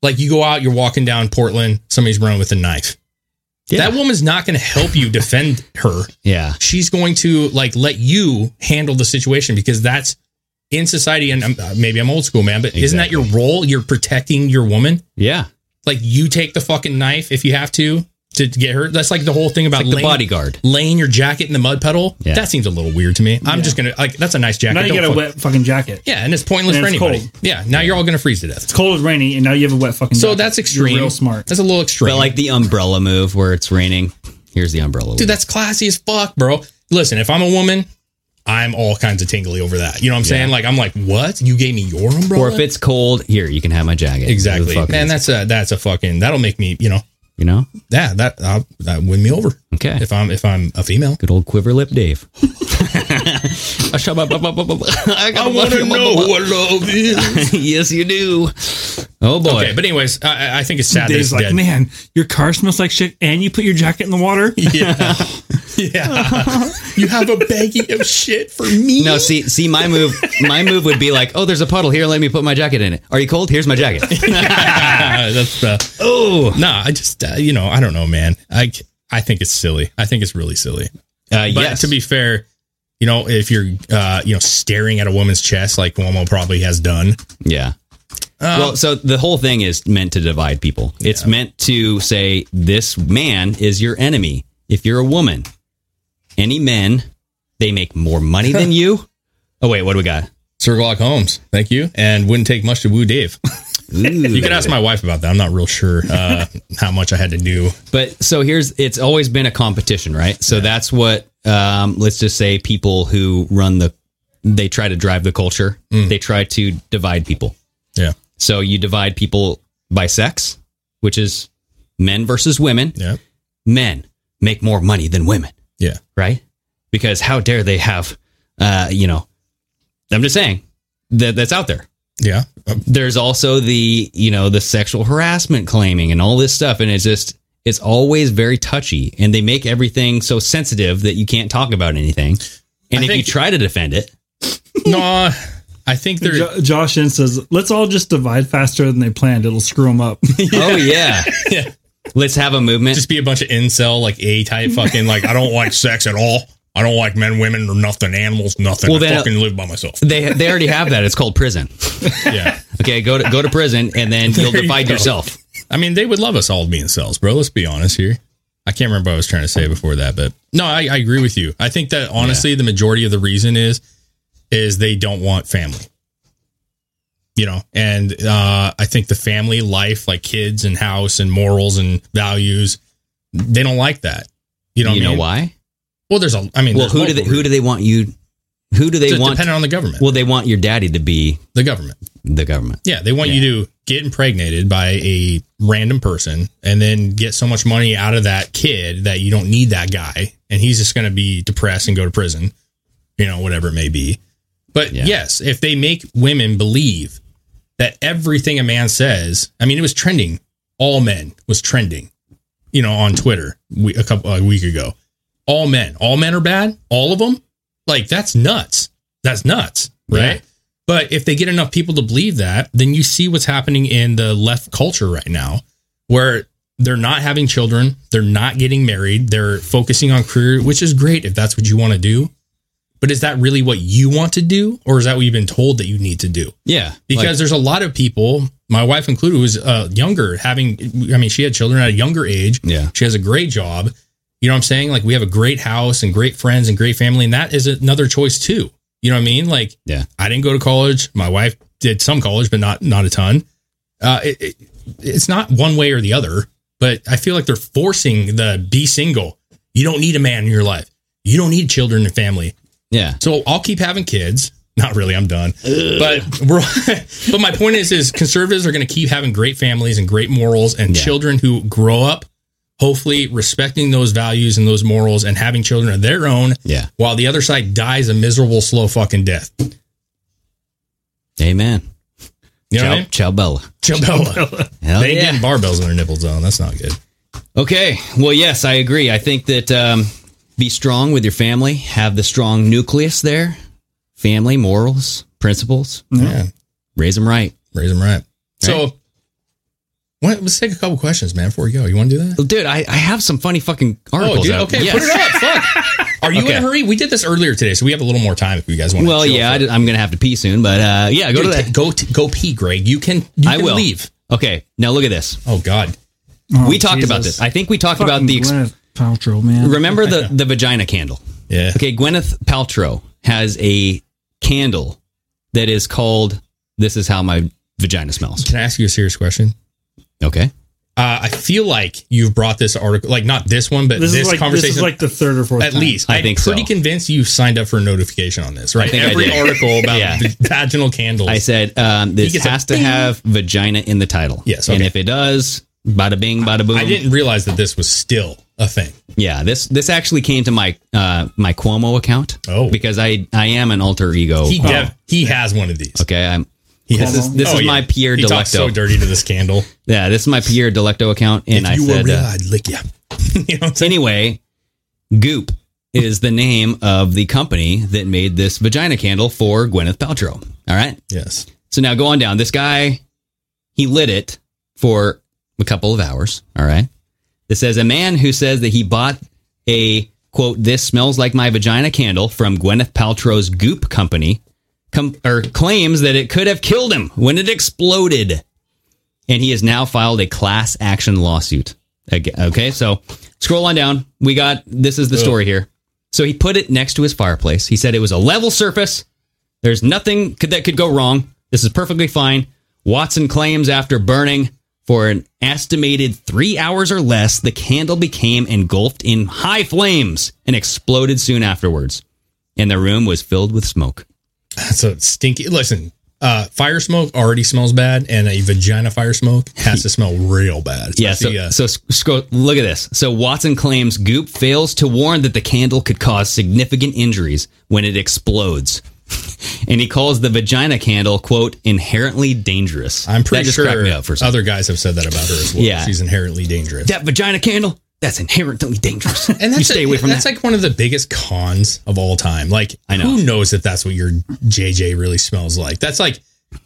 [SPEAKER 7] Like, you go out, you're walking down Portland, somebody's running with a knife. That woman's not going to help you defend her.
[SPEAKER 6] Yeah.
[SPEAKER 7] She's going to like let you handle the situation because that's in society. And I'm, uh, maybe I'm old school, man, but isn't that your role? You're protecting your woman.
[SPEAKER 6] Yeah.
[SPEAKER 7] Like you take the fucking knife if you have to to get hurt. That's like the whole thing about
[SPEAKER 6] like the bodyguard.
[SPEAKER 7] laying your jacket in the mud puddle.
[SPEAKER 6] Yeah.
[SPEAKER 7] That seems a little weird to me. I'm just gonna like that's a nice jacket.
[SPEAKER 8] now you
[SPEAKER 7] Don't
[SPEAKER 8] got a
[SPEAKER 7] fuck-
[SPEAKER 8] wet fucking jacket.
[SPEAKER 7] Yeah, and it's pointless
[SPEAKER 8] And
[SPEAKER 7] for
[SPEAKER 8] it's
[SPEAKER 7] anybody.
[SPEAKER 8] cold.
[SPEAKER 7] Yeah, now you're all gonna freeze to death.
[SPEAKER 8] It's cold and rainy, and now you have a wet fucking.
[SPEAKER 7] So
[SPEAKER 8] jacket.
[SPEAKER 7] that's
[SPEAKER 8] You're
[SPEAKER 7] extreme.
[SPEAKER 8] real smart.
[SPEAKER 7] That's a little extreme.
[SPEAKER 6] But like the umbrella move where it's raining. Here's the umbrella.
[SPEAKER 7] Dude, that's classy as fuck, bro. Listen, if I'm a woman, I'm all kinds of tingly over that. You know what I'm saying?
[SPEAKER 6] Yeah.
[SPEAKER 7] Like I'm like, what? You gave me your umbrella?
[SPEAKER 6] Or if it's cold, here you can have my jacket.
[SPEAKER 7] exactly,
[SPEAKER 6] Who the fuck
[SPEAKER 7] man,
[SPEAKER 6] is-
[SPEAKER 7] that's a that's a fucking that'll make me, you know,
[SPEAKER 6] you know,
[SPEAKER 7] yeah, that uh, that win me over.
[SPEAKER 6] Okay.
[SPEAKER 7] if I'm if I'm a female,
[SPEAKER 6] good old quiver lip Dave. I shut my- I,
[SPEAKER 7] I want to know what love is.
[SPEAKER 6] yes, you do. Oh boy.
[SPEAKER 7] Okay, but anyways, I, I- I think it's sad. That
[SPEAKER 8] Dave's
[SPEAKER 7] it's
[SPEAKER 8] like,
[SPEAKER 7] dead.
[SPEAKER 8] man, your car smells like shit, and you put your jacket in the water.
[SPEAKER 7] Yeah, yeah. you have a baggie of shit for me.
[SPEAKER 6] No, see, see, my move, my move would be like, oh, there's a puddle here. Let me put my jacket in it. Are you cold? Here's my jacket.
[SPEAKER 7] that's the
[SPEAKER 6] oh
[SPEAKER 7] nah. I just uh, you know I don't know, man. I c- I think it's silly. I think it's really silly.
[SPEAKER 6] Uh,
[SPEAKER 7] But
[SPEAKER 6] yes.
[SPEAKER 7] to be fair, you know, if you're uh, you know staring at a woman's chest like Cuomo probably has done,
[SPEAKER 6] yeah.
[SPEAKER 7] Um,
[SPEAKER 6] well, so the whole thing is meant to divide people. It's meant to say this man is your enemy. If you're a woman, any men, they make more money than you. Oh wait, what do we got?
[SPEAKER 7] Sir Glock Holmes, thank you, and wouldn't take much to woo Dave. you could ask my wife about that. I'm not real sure uh, how much I had to do.
[SPEAKER 6] But so here's it's always been a competition, right? So that's what um, let's just say people who run the they try to drive the culture. They try to divide people.
[SPEAKER 7] Yeah.
[SPEAKER 6] So you divide people by sex, which is men versus women.
[SPEAKER 7] Yeah.
[SPEAKER 6] Men make more money than women,
[SPEAKER 7] Yeah.
[SPEAKER 6] right? Because how dare they have, uh, you know, I'm just saying that that's out there.
[SPEAKER 7] Yeah. Uh,
[SPEAKER 6] There's also the, you know, the sexual harassment claiming and all this stuff. And it's just, it's always very touchy and they make everything so sensitive that you can't talk about anything. And
[SPEAKER 7] I
[SPEAKER 6] if
[SPEAKER 7] think-
[SPEAKER 6] you try to defend it,
[SPEAKER 7] no, I think there.
[SPEAKER 8] Jo- Josh in says, "Let's all just divide faster than they planned. It'll screw them up."
[SPEAKER 6] oh yeah.
[SPEAKER 7] Yeah.
[SPEAKER 6] Let's have a movement.
[SPEAKER 7] Just be a bunch of incel, like A type fucking, like, I don't like sex at all. I don't like men, women, or nothing, animals, nothing.
[SPEAKER 6] Well,
[SPEAKER 7] I
[SPEAKER 6] then- uh,
[SPEAKER 7] fucking live by myself.
[SPEAKER 6] They they already have that. It's called prison.
[SPEAKER 7] Yeah.
[SPEAKER 6] Okay, go to go to prison and then you'll
[SPEAKER 7] There you
[SPEAKER 6] divide
[SPEAKER 7] go.
[SPEAKER 6] yourself.
[SPEAKER 7] I mean, they would love us all being cells, bro. Let's be honest here. I can't remember what I was trying to say before that, but no, I, I agree with you. I think that honestly, the majority of the reason is is they don't want family. You know, and uh, I think the family life, like kids and house and morals and values, they don't like that. You know,
[SPEAKER 6] You
[SPEAKER 7] what I
[SPEAKER 6] know
[SPEAKER 7] mean?
[SPEAKER 6] why?
[SPEAKER 7] Well, there's a. I mean,
[SPEAKER 6] well,
[SPEAKER 7] there's
[SPEAKER 6] who do they
[SPEAKER 7] multiple
[SPEAKER 6] who do they want you? Who do they
[SPEAKER 7] It's
[SPEAKER 6] want?
[SPEAKER 7] dependent on the government.
[SPEAKER 6] Well, they want your daddy to be
[SPEAKER 7] the government.
[SPEAKER 6] the government.
[SPEAKER 7] Yeah, they want you to get impregnated by a random person and then get so much money out of that kid that you don't need that guy and he's just going to be depressed and go to prison, you know, whatever it may be. But yes, if they make women believe that everything a man says, I mean, it was trending. All men was trending, you know, on Twitter we, a couple a week ago. All men, all men are bad. All of them, like that's nuts. That's nuts, right? But if they get enough people to believe that, then you see what's happening in the left culture right now, where they're not having children, they're not getting married, they're focusing on career, which is great if that's what you want to do. But is that really what you want to do, or is that what you've been told that you need to do?
[SPEAKER 6] Yeah,
[SPEAKER 7] because
[SPEAKER 6] like-
[SPEAKER 7] there's a lot of people, my wife included, who's uh, younger, having, I mean, she had children at a younger age.
[SPEAKER 6] Yeah.
[SPEAKER 7] She has a great job. You know what I'm saying? Like, we have a great house and great friends and great family. And that is another choice, too. You know what I mean? Like,
[SPEAKER 6] Yeah.
[SPEAKER 7] I didn't go to college. My wife did some college, but not, not a ton. Uh, it, it, it's not one way or the other, but I feel like they're forcing the be single. You don't need a man in your life. You don't need children and family.
[SPEAKER 6] Yeah.
[SPEAKER 7] So I'll keep having kids. Not really. I'm done. But we're, but my point is, is conservatives are going to keep having great families and great morals and
[SPEAKER 6] Yeah.
[SPEAKER 7] children who grow up, hopefully respecting those values and those morals and having children of their own.
[SPEAKER 6] Yeah.
[SPEAKER 7] While the other side dies a miserable, slow fucking death.
[SPEAKER 6] Amen.
[SPEAKER 7] You know what I mean?
[SPEAKER 6] Chow Bella.
[SPEAKER 7] Chabella.
[SPEAKER 6] Hell
[SPEAKER 7] they ain't
[SPEAKER 6] yeah.
[SPEAKER 7] getting barbells on their nipples though. That's not good.
[SPEAKER 6] Okay. Well, yes, I agree. I think that um, be strong with your family. Have the strong nucleus there. Family, morals, principles.
[SPEAKER 7] Yeah.
[SPEAKER 6] Raise them right.
[SPEAKER 7] Raise them right. So, what, let's take a couple questions, man, before we go. You want to do that?
[SPEAKER 6] Dude, I, I have some funny fucking articles.
[SPEAKER 7] Oh, dude.
[SPEAKER 6] out.
[SPEAKER 7] Okay,
[SPEAKER 6] Yes.
[SPEAKER 7] put it up. Fuck. Are you in
[SPEAKER 6] Okay.
[SPEAKER 7] a hurry? We did this earlier today, so we have a little more time if you guys want.
[SPEAKER 6] Well, yeah, I did- I'm gonna have to pee soon, but uh, yeah, go to that.
[SPEAKER 7] Go t- go pee, Greg. You can. You
[SPEAKER 6] I
[SPEAKER 7] can
[SPEAKER 6] will
[SPEAKER 7] leave.
[SPEAKER 6] Okay. Now look at this.
[SPEAKER 7] Oh God.
[SPEAKER 8] Oh,
[SPEAKER 6] we talked about this. I think we talked about the. Ex-
[SPEAKER 8] Paltrow, man.
[SPEAKER 6] Remember the the vagina candle.
[SPEAKER 7] Yeah.
[SPEAKER 6] Okay, Gwyneth Paltrow has a candle that is called "This is how my vagina smells."
[SPEAKER 7] Can I ask you a serious question?
[SPEAKER 6] Okay.
[SPEAKER 7] Uh, I feel like you've brought this article, like not this one, but
[SPEAKER 8] This
[SPEAKER 7] this,
[SPEAKER 8] is like- this
[SPEAKER 7] conversation.
[SPEAKER 8] is like the third or fourth
[SPEAKER 7] At
[SPEAKER 8] time.
[SPEAKER 7] least.
[SPEAKER 8] I
[SPEAKER 7] I'm
[SPEAKER 8] think
[SPEAKER 7] pretty
[SPEAKER 8] so.
[SPEAKER 7] convinced you've signed up for a notification on this, right?
[SPEAKER 6] I think I
[SPEAKER 7] Every
[SPEAKER 6] did.
[SPEAKER 7] article about
[SPEAKER 6] Yeah.
[SPEAKER 7] the vaginal candles.
[SPEAKER 6] I said um, this
[SPEAKER 7] He gets a
[SPEAKER 6] has to
[SPEAKER 7] bing.
[SPEAKER 6] have vagina in the title.
[SPEAKER 7] Yes,
[SPEAKER 6] and
[SPEAKER 7] okay.
[SPEAKER 6] if it does, bada bing, bada boom.
[SPEAKER 7] I didn't realize that this was still a thing.
[SPEAKER 6] Yeah, this this actually came to my uh, my Cuomo account.
[SPEAKER 7] Oh,
[SPEAKER 6] because I I am an alter ego.
[SPEAKER 7] He def- he has one of these.
[SPEAKER 6] Oh, Okay, I'm.
[SPEAKER 7] He
[SPEAKER 6] this is this
[SPEAKER 7] Oh,
[SPEAKER 6] is
[SPEAKER 7] yeah.
[SPEAKER 6] my Pierre
[SPEAKER 7] he
[SPEAKER 6] Delecto.
[SPEAKER 7] talks so dirty to this candle.
[SPEAKER 6] Yeah, this is my Pierre Delecto account, and I
[SPEAKER 7] if you
[SPEAKER 6] said
[SPEAKER 7] were real,
[SPEAKER 6] uh,
[SPEAKER 7] I'd lick you.
[SPEAKER 6] anyway, Goop is the name of the company that made this vagina candle for Gwyneth Paltrow. All right.
[SPEAKER 7] Yes.
[SPEAKER 6] So now go on down. This guy, he lit it for a couple of hours. All right. This says a man who says that he bought a quote, this smells like my vagina candle from Gwyneth Paltrow's Goop company com- or claims that it could have killed him when it exploded and he has now filed a class action lawsuit. Ag- Okay, so scroll on down. We got this is the story here. So he put it next to his fireplace. He said it was a level surface. There's nothing could, that could go wrong. This is perfectly fine. Watson claims after burning for an estimated three hours or less, the candle became engulfed in high flames and exploded soon afterwards. And the room was filled with smoke.
[SPEAKER 7] That's a stinky. Listen, uh, fire smoke already smells bad, and a vagina fire smoke has to smell real bad.
[SPEAKER 6] Yeah, so,
[SPEAKER 7] Especially, uh,
[SPEAKER 6] so sc- scroll, look at this. So Watson claims Goop fails to warn that the candle could cause significant injuries when it explodes. and he calls the vagina candle, quote, inherently dangerous.
[SPEAKER 7] I'm pretty
[SPEAKER 6] that just cracked
[SPEAKER 7] sure
[SPEAKER 6] me up for some-
[SPEAKER 7] other guys have said that about her as well.
[SPEAKER 6] Yeah.
[SPEAKER 7] She's inherently dangerous.
[SPEAKER 6] That vagina candle, that's inherently dangerous. and you stay away from
[SPEAKER 7] that's
[SPEAKER 6] that.
[SPEAKER 7] like one of the biggest cons of all time. Like, I know. who knows if that's what your JJ really smells like? That's like,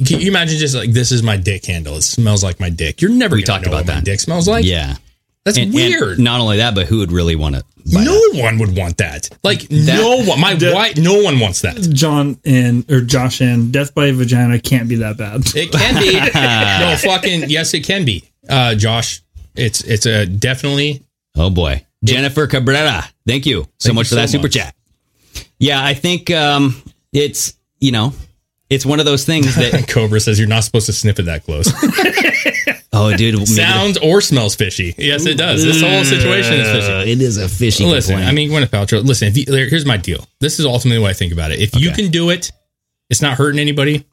[SPEAKER 7] can you imagine just like this is my dick handle? It smells like my dick. You're never
[SPEAKER 6] we
[SPEAKER 7] gonna
[SPEAKER 6] talked
[SPEAKER 7] know
[SPEAKER 6] about
[SPEAKER 7] what
[SPEAKER 6] that.
[SPEAKER 7] My dick smells like
[SPEAKER 6] yeah.
[SPEAKER 7] That's
[SPEAKER 6] And- and
[SPEAKER 7] weird.
[SPEAKER 6] not only that, but who would really want it?
[SPEAKER 7] no one would want that. Like no one. My wife. No one wants that.
[SPEAKER 8] John and or Josh and Death by Vagina can't be that bad.
[SPEAKER 7] It can be. no, fucking yes, it can be. Uh, Josh, it's it's a definitely.
[SPEAKER 6] Oh boy, Jennifer Cabrera. Thank you so
[SPEAKER 7] Thank
[SPEAKER 6] much
[SPEAKER 7] you
[SPEAKER 6] for that
[SPEAKER 7] so
[SPEAKER 6] super
[SPEAKER 7] much.
[SPEAKER 6] chat. Yeah, I think um, it's you know, it's one of those things that
[SPEAKER 7] Cobra says you're not supposed to sniff it that close.
[SPEAKER 6] oh, dude, maybe-
[SPEAKER 7] Sounds or smells fishy. Yes, it does. This whole situation is
[SPEAKER 6] Uh,
[SPEAKER 7] fishy.
[SPEAKER 6] It is a fishy.
[SPEAKER 7] Listen,
[SPEAKER 6] complaint.
[SPEAKER 7] I mean, Gwyneth Paltrow. Listen, if you, there- here's my deal. This is ultimately what I think about it. If you
[SPEAKER 6] Okay.
[SPEAKER 7] can do it, it's not hurting anybody.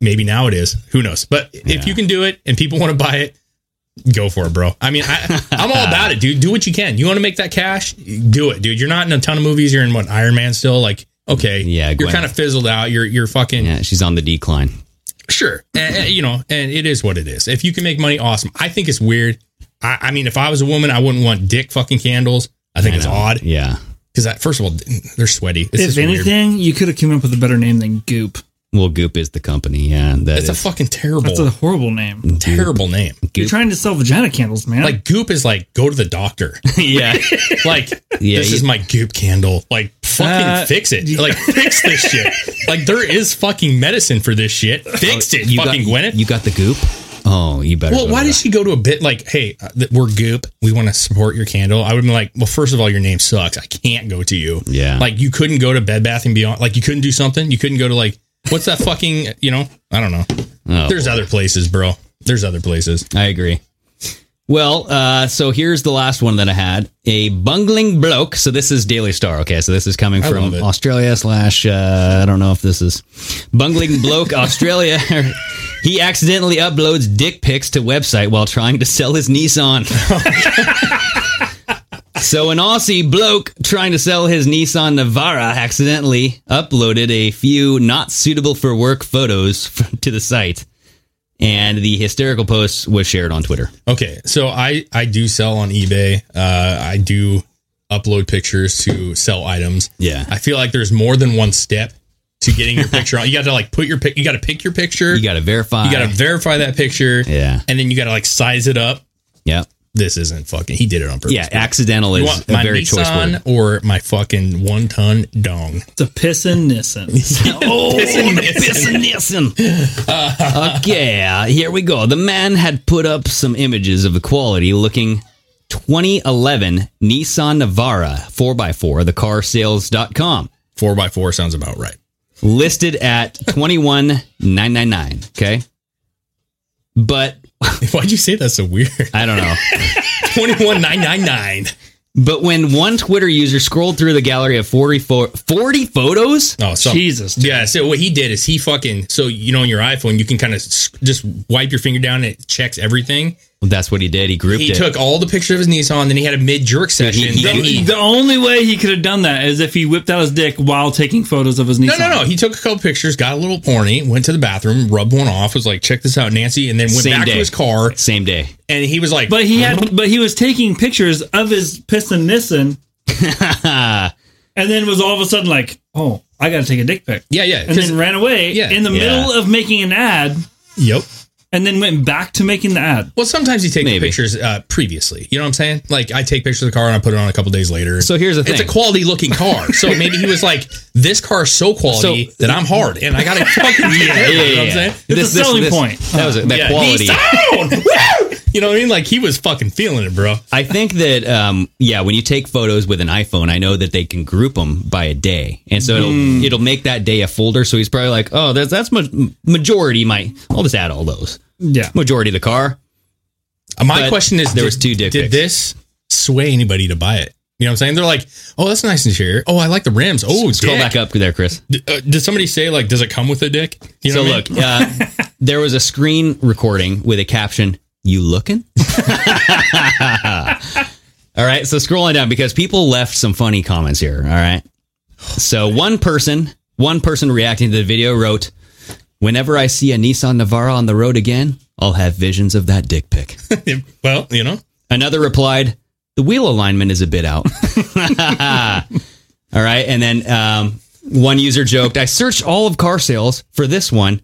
[SPEAKER 7] Maybe now it is. Who knows? But
[SPEAKER 6] Yeah.
[SPEAKER 7] if you can do it and people want to buy it, go for it, bro. I mean, I, I'm all about it, dude. Do what you can. You want to make that cash? Do it, dude. You're not in a ton of movies. You're in what Iron Man still. Like, okay,
[SPEAKER 6] Yeah,
[SPEAKER 7] you're
[SPEAKER 6] Gwyneth.
[SPEAKER 7] kind of fizzled out. You're you're fucking
[SPEAKER 6] yeah, she's on the decline.
[SPEAKER 7] Sure. And, and, you know, and it is what it is. If you can make money, awesome. I think it's weird. I, I mean, if I was a woman, I wouldn't want dick fucking candles. I think it's odd
[SPEAKER 6] Yeah.
[SPEAKER 7] because, first of all, they're sweaty. It's
[SPEAKER 8] if
[SPEAKER 7] just weird.
[SPEAKER 8] anything, you could have come up with a better name than Goop.
[SPEAKER 6] Well, Goop is the company. Yeah, that
[SPEAKER 7] it's a
[SPEAKER 6] is-
[SPEAKER 7] fucking terrible,
[SPEAKER 8] That's a horrible name.
[SPEAKER 7] terrible name.
[SPEAKER 8] You're trying to sell vagina candles, man.
[SPEAKER 7] Like goop is like go to the doctor.
[SPEAKER 6] yeah.
[SPEAKER 7] Like
[SPEAKER 6] Yeah,
[SPEAKER 7] this
[SPEAKER 6] you-
[SPEAKER 7] is my goop candle. Like fucking
[SPEAKER 6] Uh,
[SPEAKER 7] fix it. Like fix this shit. Like there is fucking medicine for this shit. Fix it.
[SPEAKER 6] Oh, You
[SPEAKER 7] fucking
[SPEAKER 6] got,
[SPEAKER 7] Gwyneth.
[SPEAKER 6] You got the goop. Oh, you better.
[SPEAKER 7] Well, why did she go to a bit like, hey, uh, th- we're goop. We want to support your candle. I would have been like, well, first of all, your name sucks. I can't go to you.
[SPEAKER 6] Yeah.
[SPEAKER 7] Like, you couldn't go to Bed Bath and Beyond. Like, you couldn't do something. You couldn't go to, like, what's that fucking, you know, I don't know.
[SPEAKER 6] Oh,
[SPEAKER 7] There's
[SPEAKER 6] boy.
[SPEAKER 7] other places, bro. There's other places.
[SPEAKER 6] I agree. Well, uh, so here's the last one that I had. A bungling bloke. So this is Daily Star. Okay, so this is coming
[SPEAKER 7] I
[SPEAKER 6] from
[SPEAKER 7] love it.
[SPEAKER 6] Australia slash uh, I don't know if this is bungling bloke Australia. he accidentally uploads dick pics to website while trying to sell his Nissan. so an Aussie bloke trying to sell his Nissan Navara accidentally uploaded a few not suitable for work photos to the site, and the hysterical post was shared on Twitter.
[SPEAKER 7] Okay, so I I do sell on eBay. Uh, I do upload pictures to sell items.
[SPEAKER 6] Yeah.
[SPEAKER 7] I feel like there's more than one step to getting your picture on. You got to like put your pic. You got to pick your picture. You
[SPEAKER 6] got to verify.
[SPEAKER 7] You got to verify that picture. Yeah, and then you got to like size it up.
[SPEAKER 6] Yeah,
[SPEAKER 7] this isn't fucking. He did it on purpose.
[SPEAKER 6] Yeah, accidental
[SPEAKER 7] You
[SPEAKER 6] is
[SPEAKER 7] want
[SPEAKER 6] a
[SPEAKER 7] my
[SPEAKER 6] very choice
[SPEAKER 7] Nissan
[SPEAKER 6] word.
[SPEAKER 7] or my fucking one ton dong.
[SPEAKER 8] It's a pissin' Nissan.
[SPEAKER 6] oh, Nissen. okay, uh, here we go. The man had put up some images of the quality looking 2011 Nissan Navara 4x4, the carsales.com.
[SPEAKER 7] 4x4 sounds about right.
[SPEAKER 6] Listed at 21999, okay? But
[SPEAKER 7] why'd you say that's so weird?
[SPEAKER 6] I don't know.
[SPEAKER 7] 21999.
[SPEAKER 6] But when one Twitter user scrolled through the gallery of 40, pho- 40 photos,
[SPEAKER 7] Oh, so, Yeah. So what he did is he fucking. So you know, on your iPhone, you can kind of just wipe your finger down. and It checks everything.
[SPEAKER 6] that's what he did. He grouped
[SPEAKER 7] He
[SPEAKER 6] it.
[SPEAKER 7] took all the pictures of his Nissan, then he had a mid jerk session. then
[SPEAKER 8] The,
[SPEAKER 7] he-
[SPEAKER 8] the only way he could have done that is if he whipped out his dick while taking photos of his
[SPEAKER 7] no,
[SPEAKER 8] Nissan.
[SPEAKER 7] no, no. He took a couple pictures, got a little porny, went to the bathroom, rubbed one off, was like, "Check this out, Nancy," and then went
[SPEAKER 6] Same
[SPEAKER 7] back
[SPEAKER 6] day.
[SPEAKER 7] to his car.
[SPEAKER 6] Same day.
[SPEAKER 7] And he was like,
[SPEAKER 8] But he had, but he was taking pictures of his pissin' Nissan, and then was all of a sudden like, "Oh, I got to take a dick pic."
[SPEAKER 7] Yeah, yeah.
[SPEAKER 8] And then ran away
[SPEAKER 7] Yeah.
[SPEAKER 8] in the
[SPEAKER 7] Yeah.
[SPEAKER 8] middle of making an ad.
[SPEAKER 7] Yep.
[SPEAKER 8] And then went back to making the ad.
[SPEAKER 7] Well, sometimes he takes pictures uh, previously. You know what I'm saying? Like I take pictures of the car and I put it on a couple days later.
[SPEAKER 6] So here's the
[SPEAKER 7] It's
[SPEAKER 6] thing.
[SPEAKER 7] a quality looking car. So maybe he was like, "This car's so quality
[SPEAKER 6] So-
[SPEAKER 7] that I'm hard and I got to fucking
[SPEAKER 6] Yeah,
[SPEAKER 7] yeah,
[SPEAKER 6] yeah,
[SPEAKER 7] You know what I'm
[SPEAKER 6] yeah.
[SPEAKER 7] saying?
[SPEAKER 6] It's This- a this- selling this- point. that was it, that quality.
[SPEAKER 7] Nissan! Woo! you know what I mean? Like he was fucking feeling it, bro.
[SPEAKER 6] I think that um, yeah, when you take photos with an iPhone, I know that they can group them by a day, and so it'll
[SPEAKER 7] Mm.
[SPEAKER 6] it'll make that day a folder. So he's probably like, oh, that's that's ma- majority my. I'll just add all those.
[SPEAKER 8] Yeah,
[SPEAKER 6] majority of the car.
[SPEAKER 7] Uh, My
[SPEAKER 6] But
[SPEAKER 7] question is,
[SPEAKER 6] there
[SPEAKER 7] did,
[SPEAKER 6] was two dick
[SPEAKER 7] Did
[SPEAKER 6] pics.
[SPEAKER 7] this sway anybody to buy it? You know what I'm saying? They're like, "Oh, that's nice interior. Oh, I like the rims. Oh,
[SPEAKER 6] Scroll
[SPEAKER 7] dick.
[SPEAKER 6] back up there, Chris.
[SPEAKER 7] D- uh, did somebody say like, does it come with a dick? You
[SPEAKER 6] so
[SPEAKER 7] know what I
[SPEAKER 6] look,
[SPEAKER 7] mean?
[SPEAKER 6] uh, there was a screen recording with a caption, "You looking?" all right, so scrolling down because people left some funny comments here. All right, so one person, one person reacting to the video wrote, "Whenever I see a Nissan Navara on the road again, I'll have visions of that dick pic."
[SPEAKER 7] well, you know.
[SPEAKER 6] Another replied, "The wheel alignment is a bit out." all right, and then um, one user joked, "I searched all of car sales for this one."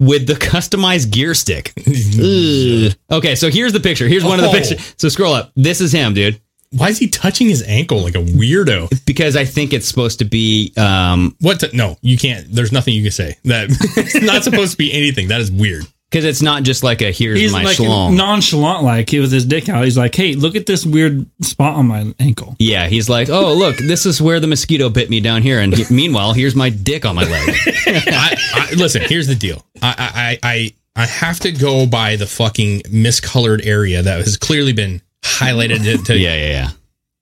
[SPEAKER 6] With the customized gear stick. Ugh. okay, so here's the picture. Here's one of
[SPEAKER 7] Oh.
[SPEAKER 6] the pictures. So scroll up. This is him, dude.
[SPEAKER 7] Why is he touching his ankle like a weirdo?
[SPEAKER 6] Because I think it's supposed to be um
[SPEAKER 7] what? the- no, you can't. There's nothing you can say. That it's not supposed to be anything. That is weird.
[SPEAKER 6] Because it's not just like a here's
[SPEAKER 8] He's
[SPEAKER 6] my
[SPEAKER 8] like
[SPEAKER 6] schlong.
[SPEAKER 8] nonchalant, like he was his dick out. He's like, "Hey, look at this weird spot on my ankle."
[SPEAKER 6] yeah, he's like, oh look, this is where the mosquito bit me down here, and he- meanwhile, here's my dick on my leg.
[SPEAKER 7] I, I, listen, here's the deal. I, I, I, I have to go by the fucking miscolored area that has clearly been highlighted. To, to-
[SPEAKER 6] yeah, yeah, yeah.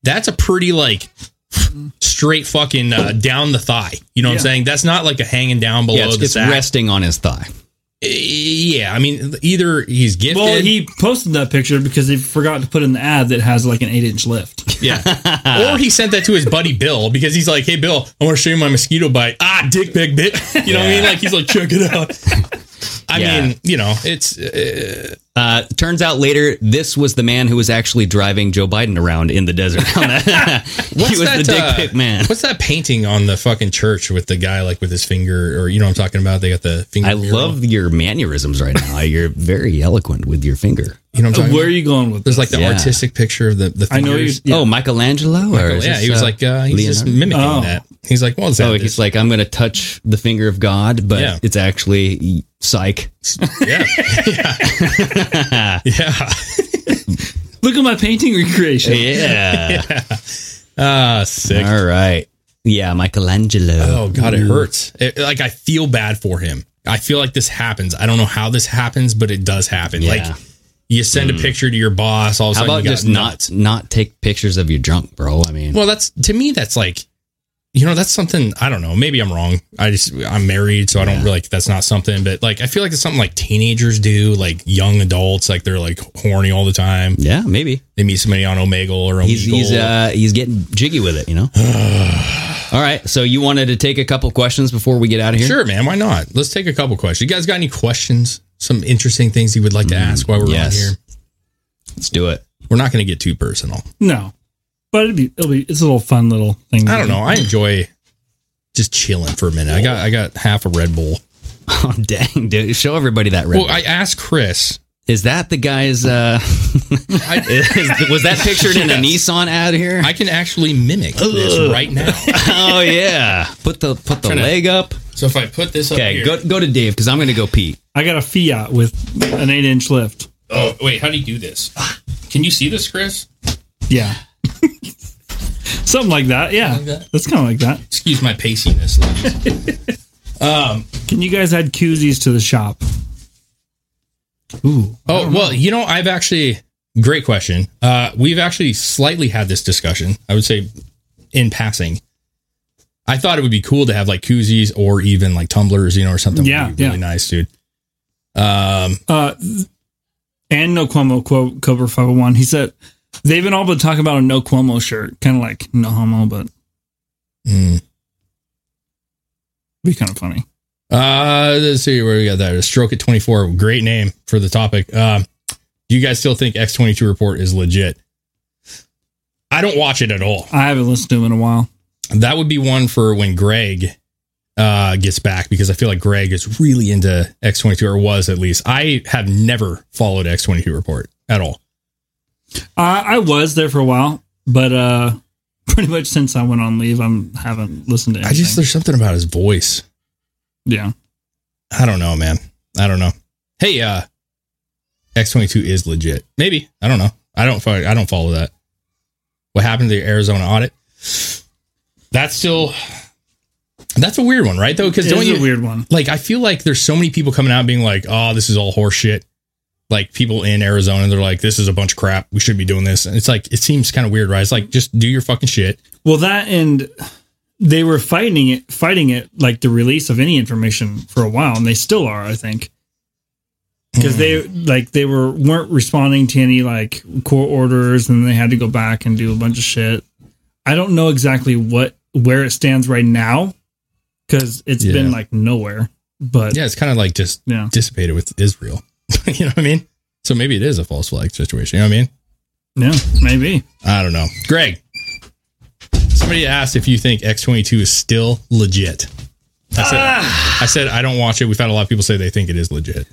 [SPEAKER 7] That's a pretty like straight fucking uh, down the thigh. You know what
[SPEAKER 6] Yeah.
[SPEAKER 7] I'm saying? That's not like a hanging down below
[SPEAKER 6] yeah, it's,
[SPEAKER 7] the
[SPEAKER 6] it's
[SPEAKER 7] sack.
[SPEAKER 6] resting on his thigh.
[SPEAKER 7] Eh, yeah, I mean, either he's gifted.
[SPEAKER 8] Well, he posted that picture because he forgot to put in the ad that has like an eight inch lift.
[SPEAKER 7] Yeah. or he sent that to his buddy Bill because he's like, hey, Bill, I want to show you my mosquito bite. Ah, dick big bit. You know what I mean? Like, he's like, check it out. I
[SPEAKER 6] Yeah.
[SPEAKER 7] mean, you know, it's. Uh,
[SPEAKER 6] Uh, turns out later, this was the man who was actually driving Joe Biden around in the desert. he was the dick
[SPEAKER 7] uh,
[SPEAKER 6] pic man.
[SPEAKER 7] What's that painting on the fucking church with the guy, like, with his finger, or you know what I'm talking about? They got the finger.
[SPEAKER 6] I
[SPEAKER 7] mural.
[SPEAKER 6] love your mannerisms right now. Uh, You're very eloquent with your finger.
[SPEAKER 7] You know what I'm talking
[SPEAKER 8] Where
[SPEAKER 7] about?
[SPEAKER 8] are you going with
[SPEAKER 7] There's
[SPEAKER 8] this?
[SPEAKER 7] like the
[SPEAKER 6] Yeah.
[SPEAKER 7] artistic picture of the, the
[SPEAKER 8] I know you-
[SPEAKER 7] fingers.
[SPEAKER 6] Oh, Michelangelo? or
[SPEAKER 7] Michael-
[SPEAKER 6] is
[SPEAKER 7] yeah,
[SPEAKER 6] this,
[SPEAKER 7] he was like, uh, he's just mimicking
[SPEAKER 6] Oh.
[SPEAKER 7] that. He's like, well, is that
[SPEAKER 6] Oh,
[SPEAKER 7] this?
[SPEAKER 6] he's like, I'm going to touch the finger of God, but
[SPEAKER 7] Yeah.
[SPEAKER 6] it's actually psych.
[SPEAKER 7] Yeah. yeah.
[SPEAKER 8] Look at my painting recreation.
[SPEAKER 6] Yeah.
[SPEAKER 7] Ah, sick.
[SPEAKER 6] All right. Yeah, Michelangelo.
[SPEAKER 7] Oh God, it
[SPEAKER 6] Ooh.
[SPEAKER 7] hurts. It, like I feel bad for him. I feel like this happens. I don't know how this happens, but it does happen.
[SPEAKER 6] Yeah.
[SPEAKER 7] Like you send a picture to your boss. All of a
[SPEAKER 6] How
[SPEAKER 7] sudden
[SPEAKER 6] about
[SPEAKER 7] you got
[SPEAKER 6] just not not take pictures of your junk, bro? I mean,
[SPEAKER 7] Well, that's to me. That's like, you know, that's something. I don't know. Maybe I'm wrong. I just I'm married, so I don't really. That's not something. But like, I feel like it's something like teenagers do, like young adults, like they're like horny all the time.
[SPEAKER 6] Yeah, maybe
[SPEAKER 7] they meet somebody on Omegle or Omegle.
[SPEAKER 6] he's he's uh, he's getting jiggy with it, you know. All right, so you wanted to take a couple questions before we get out of here?
[SPEAKER 7] Sure, man. Why not? Let's take a couple questions. You guys got any questions? Some interesting things you would like to ask while we're
[SPEAKER 6] Mm. yes.
[SPEAKER 7] on here?
[SPEAKER 6] Let's do it.
[SPEAKER 7] We're not going to get too personal.
[SPEAKER 8] No, but it'd be it'll be it's a little fun little thing.
[SPEAKER 7] I don't know. I enjoy just chilling for a minute. I got I got half a Red Bull.
[SPEAKER 6] Oh dang, dude! Show everybody that. Red
[SPEAKER 7] Well, I asked Chris.
[SPEAKER 6] Is that the guy's? Uh, is- was that pictured in a
[SPEAKER 7] Yes.
[SPEAKER 6] Nissan ad here?
[SPEAKER 7] I can actually mimic this
[SPEAKER 6] Ugh.
[SPEAKER 7] right now.
[SPEAKER 6] oh yeah, put the put the
[SPEAKER 7] Trying to-
[SPEAKER 6] leg up.
[SPEAKER 7] So if I put this up
[SPEAKER 6] Okay,
[SPEAKER 7] here-
[SPEAKER 6] go go to Dave because I'm going to go pee.
[SPEAKER 8] I got a Fiat with an eight inch lift.
[SPEAKER 7] Oh wait, how do you do this? Can you see this, Chris?
[SPEAKER 8] Yeah, something like that. Yeah, that's kind of like that.
[SPEAKER 7] Excuse my paciness. um,
[SPEAKER 8] can you guys add koozies to the shop? Ooh.
[SPEAKER 7] Oh well, you know, I've actually great question. Uh, we've actually slightly had this discussion. I would say in passing. I thought it would be cool to have like koozies or even like tumblers, you know, or something. would
[SPEAKER 8] Yeah,
[SPEAKER 7] be really nice, dude. Um,
[SPEAKER 8] uh, and no Cuomo quote Cobra five hundred one. He said they've been all but talking about a no Cuomo shirt, kind of like no homo, but
[SPEAKER 7] Mm.
[SPEAKER 8] be kind of funny.
[SPEAKER 7] Uh, let's see where we got that. Stroke at 24. Great name for the topic. Um, do you guys still think X22 report is legit? I don't watch it at all.
[SPEAKER 8] I haven't listened to him in a while.
[SPEAKER 7] That would be one for when Greg uh, gets back because I feel like Greg is really into X22 or was at least. I have never followed X22 report at all.
[SPEAKER 8] I, I was there for a while, but uh, pretty much since I went on leave, I haven't listened to.
[SPEAKER 7] I
[SPEAKER 8] Anything.
[SPEAKER 7] just, there's something about his voice.
[SPEAKER 8] yeah.
[SPEAKER 7] I don't know, man. I don't know. Hey, uh, X22 is legit. Maybe. I don't know. I don't follow, I don't follow that. What happened to the Arizona audit? That's still That's a weird one, right though? Cuz
[SPEAKER 8] It
[SPEAKER 7] don't
[SPEAKER 8] is
[SPEAKER 7] you
[SPEAKER 8] a weird one.
[SPEAKER 7] Like I feel like there's so many people coming out being like, "Oh, this is all horse shit." Like people in Arizona, they're like, "This is a bunch of crap. We should be doing this." And it's like it seems kind of weird, right? It's like just do your fucking shit.
[SPEAKER 8] Well, that and they were fighting it, fighting it like the release of any information for a while, and they still are, I think, because they
[SPEAKER 6] Hmm.
[SPEAKER 8] like they were weren't responding to any like court orders, and they had to go back and do a bunch of shit. I don't know exactly what where it stands right now because it's been
[SPEAKER 7] Yeah.
[SPEAKER 8] like nowhere. But
[SPEAKER 7] yeah, it's kind of like just
[SPEAKER 8] Yeah.
[SPEAKER 7] dissipated with Israel. you know what I mean? So maybe it is a false flag situation. You know what I mean?
[SPEAKER 8] yeah, maybe
[SPEAKER 7] I don't know. Greg, somebody asked if you think X22 is still legit. I said, I said I don't watch it. We've had a lot of people say they think it is legit.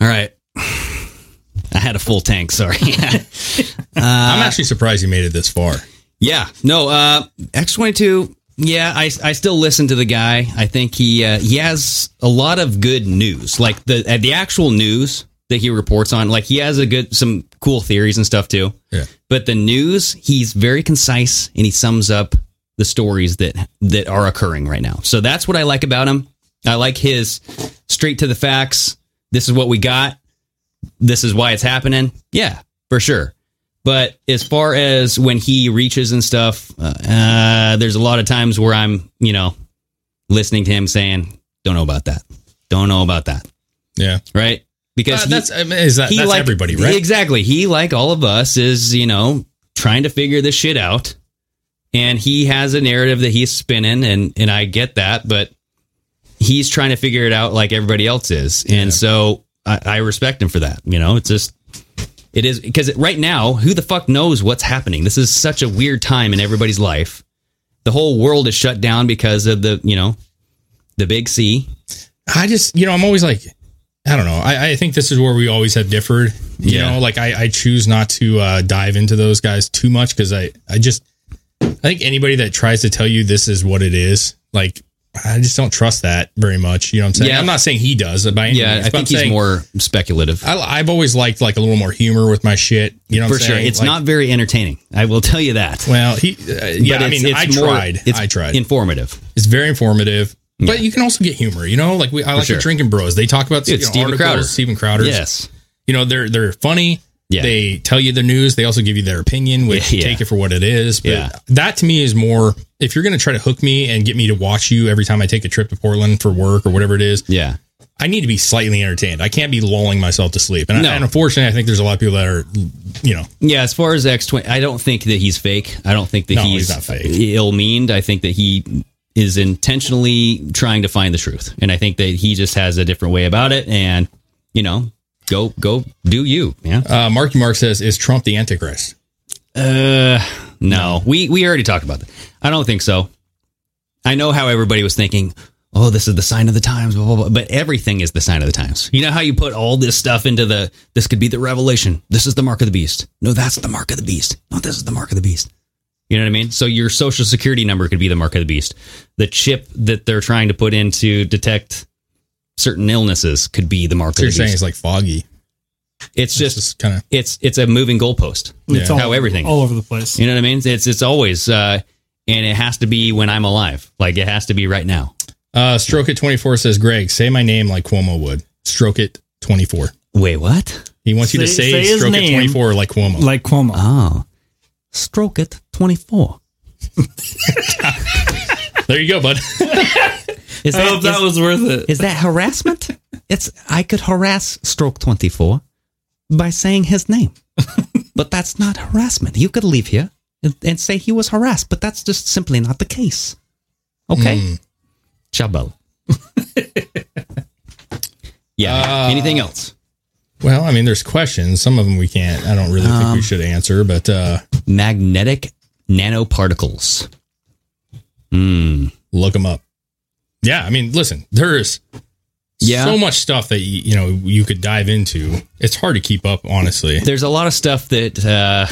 [SPEAKER 6] All right, I had a full tank. Sorry. Uh,
[SPEAKER 7] I'm actually surprised you made it this far.
[SPEAKER 6] Yeah. No, uh X22, yeah, I I still listen to the guy. I think he uh, he has a lot of good news. Like the uh, the actual news that he reports on, like he has a good some cool theories and stuff too.
[SPEAKER 7] Yeah.
[SPEAKER 6] But the news, he's very concise and he sums up the stories that that are occurring right now. So that's what I like about him. I like his straight to the facts. This is what we got this is why it's happening. Yeah, for sure. But as far as when he reaches and stuff, uh, uh, there's a lot of times where I'm, you know, listening to him saying, "Don't know about that. Don't know about that."
[SPEAKER 7] Yeah.
[SPEAKER 6] Right. Because
[SPEAKER 7] Uh,
[SPEAKER 6] he-
[SPEAKER 7] that's- I mean, is that- that's everybody, right?
[SPEAKER 6] Exactly. He, like all of us, is you know trying to figure this shit out, and he has a narrative that he's spinning, and and I get that, but he's trying to figure it out like everybody else is, and so I, I respect him for that. You know, it's just it is because right now, who the fuck knows what's happening? This is such a weird time in everybody's life. The whole world is shut down because of the you know the big C.
[SPEAKER 7] I just, you know, I'm always like, I don't know. I, I think this is where we always have differed. You
[SPEAKER 6] Yeah.
[SPEAKER 7] know, like I, I choose not to uh, dive into those guys too much because I, I just, I think anybody that tries to tell you this is what it is, like, I just don't trust that very much. You know what I'm saying?
[SPEAKER 6] Yeah.
[SPEAKER 7] I'm not saying he does by any
[SPEAKER 6] Yeah,
[SPEAKER 7] means,
[SPEAKER 6] I
[SPEAKER 7] but I'm
[SPEAKER 6] think he's
[SPEAKER 7] saying-
[SPEAKER 6] more speculative.
[SPEAKER 7] I, I've always liked like a little more humor with my shit. You know, what
[SPEAKER 6] for
[SPEAKER 7] I'm
[SPEAKER 6] sure,
[SPEAKER 7] saying?
[SPEAKER 6] it's
[SPEAKER 7] Like,
[SPEAKER 6] not very entertaining. I will tell you that.
[SPEAKER 7] Well, he, uh, yeah, I mean, I tried.
[SPEAKER 6] It's
[SPEAKER 7] I tried.
[SPEAKER 6] Informative.
[SPEAKER 7] It's very informative, but you can also get humor. You know, like we, I
[SPEAKER 6] For
[SPEAKER 7] like
[SPEAKER 6] sure.
[SPEAKER 7] the drinking bros. They talk about
[SPEAKER 6] Dude,
[SPEAKER 7] you know,
[SPEAKER 6] Steven
[SPEAKER 7] articles,
[SPEAKER 6] Crowder.
[SPEAKER 7] Steven Crowder.
[SPEAKER 6] Yes.
[SPEAKER 7] you know they're they're funny. They tell you the news. They also give you their opinion, which
[SPEAKER 6] Yeah, yeah.
[SPEAKER 7] take it for what it is. But
[SPEAKER 6] Yeah.
[SPEAKER 7] that to me is more if you're going to try to hook me and get me to watch you every time I take a trip to Portland for work or whatever it is.
[SPEAKER 6] Yeah.
[SPEAKER 7] I need to be slightly entertained. I can't be lulling myself to sleep. And, I-
[SPEAKER 6] No.
[SPEAKER 7] and unfortunately, I think there's a lot of people that are, you know,
[SPEAKER 6] Yeah, as far as X twenty, I don't think that he's fake. I don't think that
[SPEAKER 7] No,
[SPEAKER 6] he's,
[SPEAKER 7] he's not fake.
[SPEAKER 6] ill-meaned. I think that he is intentionally trying to find the truth, and I think that he just has a different way about it. And you know, go go do you. Yeah.
[SPEAKER 7] Uh, Marky Mark says, "Is Trump the Antichrist?"
[SPEAKER 6] Uh, no. We we already talked about that. I don't think so. I know how everybody was thinking. Oh, this is the sign of the times. Blah, blah, blah. But everything is the sign of the times. You know how you put all this stuff into the. This could be the revelation. This is the mark of the beast. No, that's the mark of the beast. No, this is the mark of the beast. You know what I mean? So your social security number could be the mark of the beast. The chip that they're trying to put in to detect certain illnesses could be the mark
[SPEAKER 7] So
[SPEAKER 6] of the
[SPEAKER 7] you're
[SPEAKER 6] beast.
[SPEAKER 7] saying it's like foggy.
[SPEAKER 6] It's just,
[SPEAKER 7] kind of
[SPEAKER 6] it's it's a moving goalpost.
[SPEAKER 8] It's all-
[SPEAKER 6] how everything
[SPEAKER 8] all over the place.
[SPEAKER 6] You know what I mean? It's it's always uh, and it has to be when I'm alive. Like it has to be right now.
[SPEAKER 7] Uh, Stroke it 24 says, Greg, say my name like Cuomo would. Stroke it 24.
[SPEAKER 6] Wait, what?
[SPEAKER 7] He wants you to
[SPEAKER 8] Say-
[SPEAKER 7] say,
[SPEAKER 8] say his
[SPEAKER 7] Stroke it
[SPEAKER 8] name
[SPEAKER 7] 24 like Cuomo.
[SPEAKER 8] Like Cuomo.
[SPEAKER 6] Oh. Stroke it twenty four.
[SPEAKER 7] there you go, bud.
[SPEAKER 6] Is
[SPEAKER 8] I hope that was worth it.
[SPEAKER 16] Is that harassment? it's I could harass stroke 24 by saying his name. but that's not harassment. You could leave here and, and say he was harassed, but that's just simply not the case. Okay?
[SPEAKER 6] Mm. Chabal. yeah.
[SPEAKER 16] Uh,
[SPEAKER 6] Anything else?
[SPEAKER 7] Well, I mean, there's questions. Some of them we can't, I don't really think
[SPEAKER 6] Um,
[SPEAKER 7] we should answer, but uh,
[SPEAKER 6] magnetic nanoparticles. Mm.
[SPEAKER 7] Look them up. Yeah. I mean, listen, there's
[SPEAKER 6] Yeah.
[SPEAKER 7] so much stuff that, you, you know, you could dive into. It's hard to keep up, honestly.
[SPEAKER 6] There's a lot of stuff that, uh,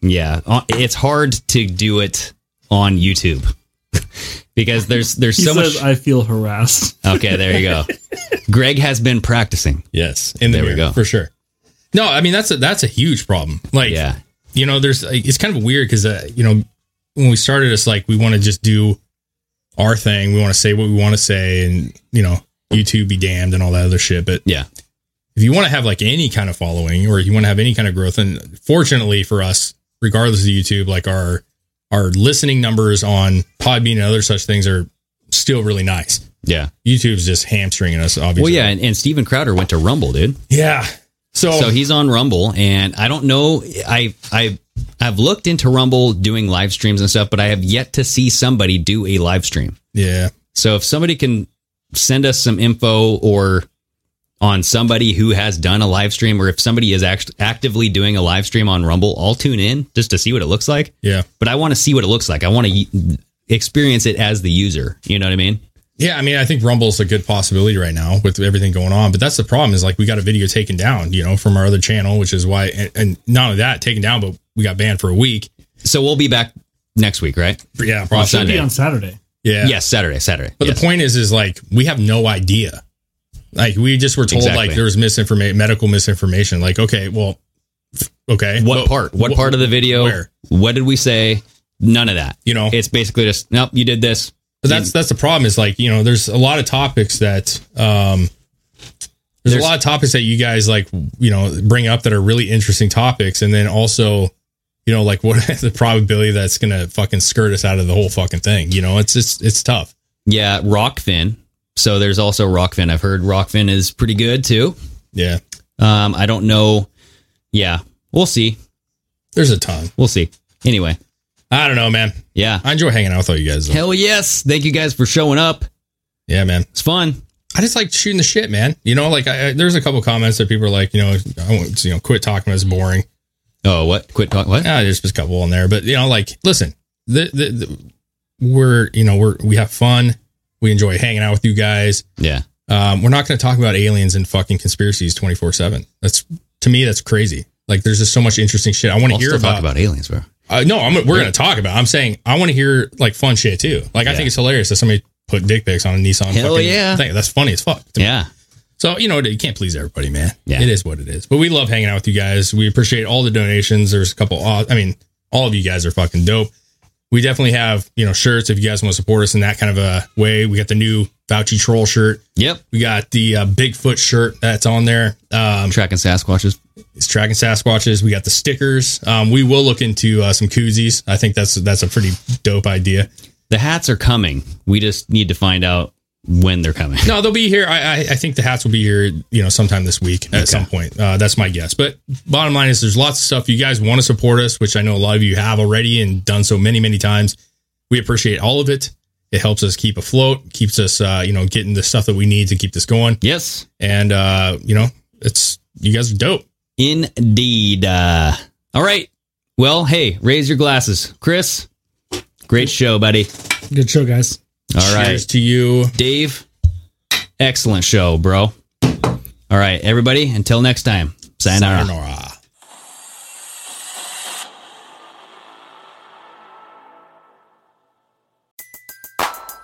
[SPEAKER 6] yeah, uh, it's hard to do it on YouTube because there's there's
[SPEAKER 8] He
[SPEAKER 6] so
[SPEAKER 8] says,
[SPEAKER 6] much.
[SPEAKER 8] I feel harassed.
[SPEAKER 6] okay, there you go. Greg has been practicing.
[SPEAKER 7] Yes, in the
[SPEAKER 6] there we
[SPEAKER 7] mirror,
[SPEAKER 6] go
[SPEAKER 7] for sure. No, I mean that's a that's a huge problem. Like, yeah, you know, there's it's kind of weird because uh, you know when we started, it's like we want to just do our thing. We want to say what we want to say, and you know, YouTube be damned and all that other shit. But
[SPEAKER 6] yeah,
[SPEAKER 7] if you want to have like any kind of following or you want to have any kind of growth, and fortunately for us, regardless of YouTube, like our our listening numbers on Podbean and other such things are still really nice.
[SPEAKER 6] Yeah,
[SPEAKER 7] YouTube's just hamstringing us. Obviously,
[SPEAKER 6] Well, yeah, and, and Steven Crowder went to Rumble, dude.
[SPEAKER 7] Yeah. So
[SPEAKER 6] so he's on Rumble, and I don't know. I I I've looked into Rumble doing live streams and stuff, but I have yet to see somebody do a live stream.
[SPEAKER 7] yeah.
[SPEAKER 6] So if somebody can send us some info or on somebody who has done a live stream, or if somebody is act- actively doing a live stream on Rumble, I'll tune in just to see what it looks like.
[SPEAKER 7] Yeah.
[SPEAKER 6] But I want to see what it looks like. I want to y- experience it as the user. You know what I mean?
[SPEAKER 7] Yeah, I mean, I think Rumble's a good possibility right now with everything going on. But that's the problem is like we got a video taken down, you know, from our other channel, which is why, and, and not only that, taken down, but we got banned for a week.
[SPEAKER 6] So we'll be back next week, right?
[SPEAKER 7] Yeah,
[SPEAKER 6] On
[SPEAKER 7] probably.
[SPEAKER 8] Should
[SPEAKER 6] Sunday.
[SPEAKER 8] be on Saturday.
[SPEAKER 7] yeah.
[SPEAKER 6] Yes, Saturday, Saturday.
[SPEAKER 7] But the point is, is like we have no idea. Like we just were told
[SPEAKER 6] Exactly.
[SPEAKER 7] like there was misinformation, medical misinformation. Like, okay, well, okay.
[SPEAKER 6] What
[SPEAKER 7] well,
[SPEAKER 6] part? What
[SPEAKER 7] wh-
[SPEAKER 6] part of the video?
[SPEAKER 7] Where? Oh.
[SPEAKER 6] What did we say? None of that.
[SPEAKER 7] You know,
[SPEAKER 6] it's basically just nope. You did this.
[SPEAKER 7] But that's that's the problem. Is like you know, there's a lot of topics that um, there's,
[SPEAKER 6] There's-
[SPEAKER 7] a lot of topics that you guys like you know bring up that are really interesting topics, and then also you know like what the probability that's gonna fucking skirt us out of the whole fucking thing. You know, it's it's it's tough.
[SPEAKER 6] Yeah, Rockfin. So there's also Rockfin. I've heard Rockfin is pretty good too.
[SPEAKER 7] Yeah.
[SPEAKER 6] Um, I don't know. Yeah, we'll see.
[SPEAKER 7] There's a ton.
[SPEAKER 6] We'll see. Anyway,
[SPEAKER 7] I don't know, man.
[SPEAKER 6] Yeah,
[SPEAKER 7] I enjoy hanging out with all you guys. though.
[SPEAKER 6] hell yes! Thank you guys for showing up.
[SPEAKER 7] Yeah, man.
[SPEAKER 6] It's fun.
[SPEAKER 7] I just like shooting the shit, man. You know, like I, I, there's a couple comments that people are like, you know, I want you know, quit talking. It's boring.
[SPEAKER 6] Oh, what? Quit talking. What?
[SPEAKER 7] Yeah, there's a couple on there, but you know, like, listen, the, the, the we're you know we're we have fun. We enjoy hanging out with you guys.
[SPEAKER 6] Yeah.
[SPEAKER 7] Um, we're not going to talk about aliens and fucking conspiracies twenty four seven. That's to me, that's crazy. Like, there's just so much interesting shit. I want to
[SPEAKER 6] I'll
[SPEAKER 7] hear
[SPEAKER 6] still
[SPEAKER 7] about.
[SPEAKER 6] talk about aliens, bro.
[SPEAKER 7] Uh, no, I'm, we're
[SPEAKER 6] Yeah.
[SPEAKER 7] going to talk about. it. I'm saying I want to hear like fun shit too. Like, I
[SPEAKER 6] Yeah.
[SPEAKER 7] think it's hilarious that somebody put dick pics on a Nissan.
[SPEAKER 6] Hell
[SPEAKER 7] fucking
[SPEAKER 6] yeah.
[SPEAKER 7] thing. that's funny as fuck. to me.
[SPEAKER 6] Yeah.
[SPEAKER 7] So you know you can't please everybody, man.
[SPEAKER 6] Yeah.
[SPEAKER 7] It is what it is. But we love hanging out with you guys. We appreciate all the donations. There's a couple. aw- I mean, all of you guys are fucking dope. we definitely have you know shirts if you guys want to support us in that kind of a way. We got the new Fauci troll shirt.
[SPEAKER 6] Yep.
[SPEAKER 7] We got the uh, Bigfoot shirt that's on there. Um,
[SPEAKER 6] tracking Sasquatches.
[SPEAKER 7] It's tracking Sasquatches. We got the stickers. Um, we will look into uh, some koozies. I think that's that's a pretty dope idea.
[SPEAKER 6] The hats are coming. We just need to find out when they're coming.
[SPEAKER 7] No, they'll be here. I, I, I think the hats will be here, you know, sometime this week at
[SPEAKER 6] Okay.
[SPEAKER 7] some point. Uh, that's my guess. But bottom line is, there's lots of stuff you guys want to support us, which I know a lot of you have already and done so many, many times. We appreciate all of it. It helps us keep afloat, keeps us, uh, you know, getting the stuff that we need to keep this going.
[SPEAKER 6] Yes,
[SPEAKER 7] and uh, you know, it's you guys are dope.
[SPEAKER 6] Indeed. Uh, all right. Well, hey, raise your glasses, Chris. Great show, buddy.
[SPEAKER 8] Good show, guys.
[SPEAKER 6] All right.
[SPEAKER 7] Cheers to you,
[SPEAKER 6] Dave. Excellent show, bro. All right, everybody. Until next time. Sayonara.
[SPEAKER 7] Sayonara.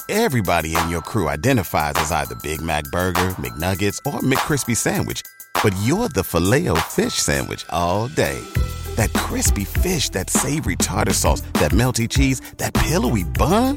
[SPEAKER 18] Everybody in your crew identifies as either Big Mac Burger, McNuggets, or McCrispy Sandwich. But you're the filet fish Sandwich all day. That crispy fish, that savory tartar sauce, that melty cheese, that pillowy bun.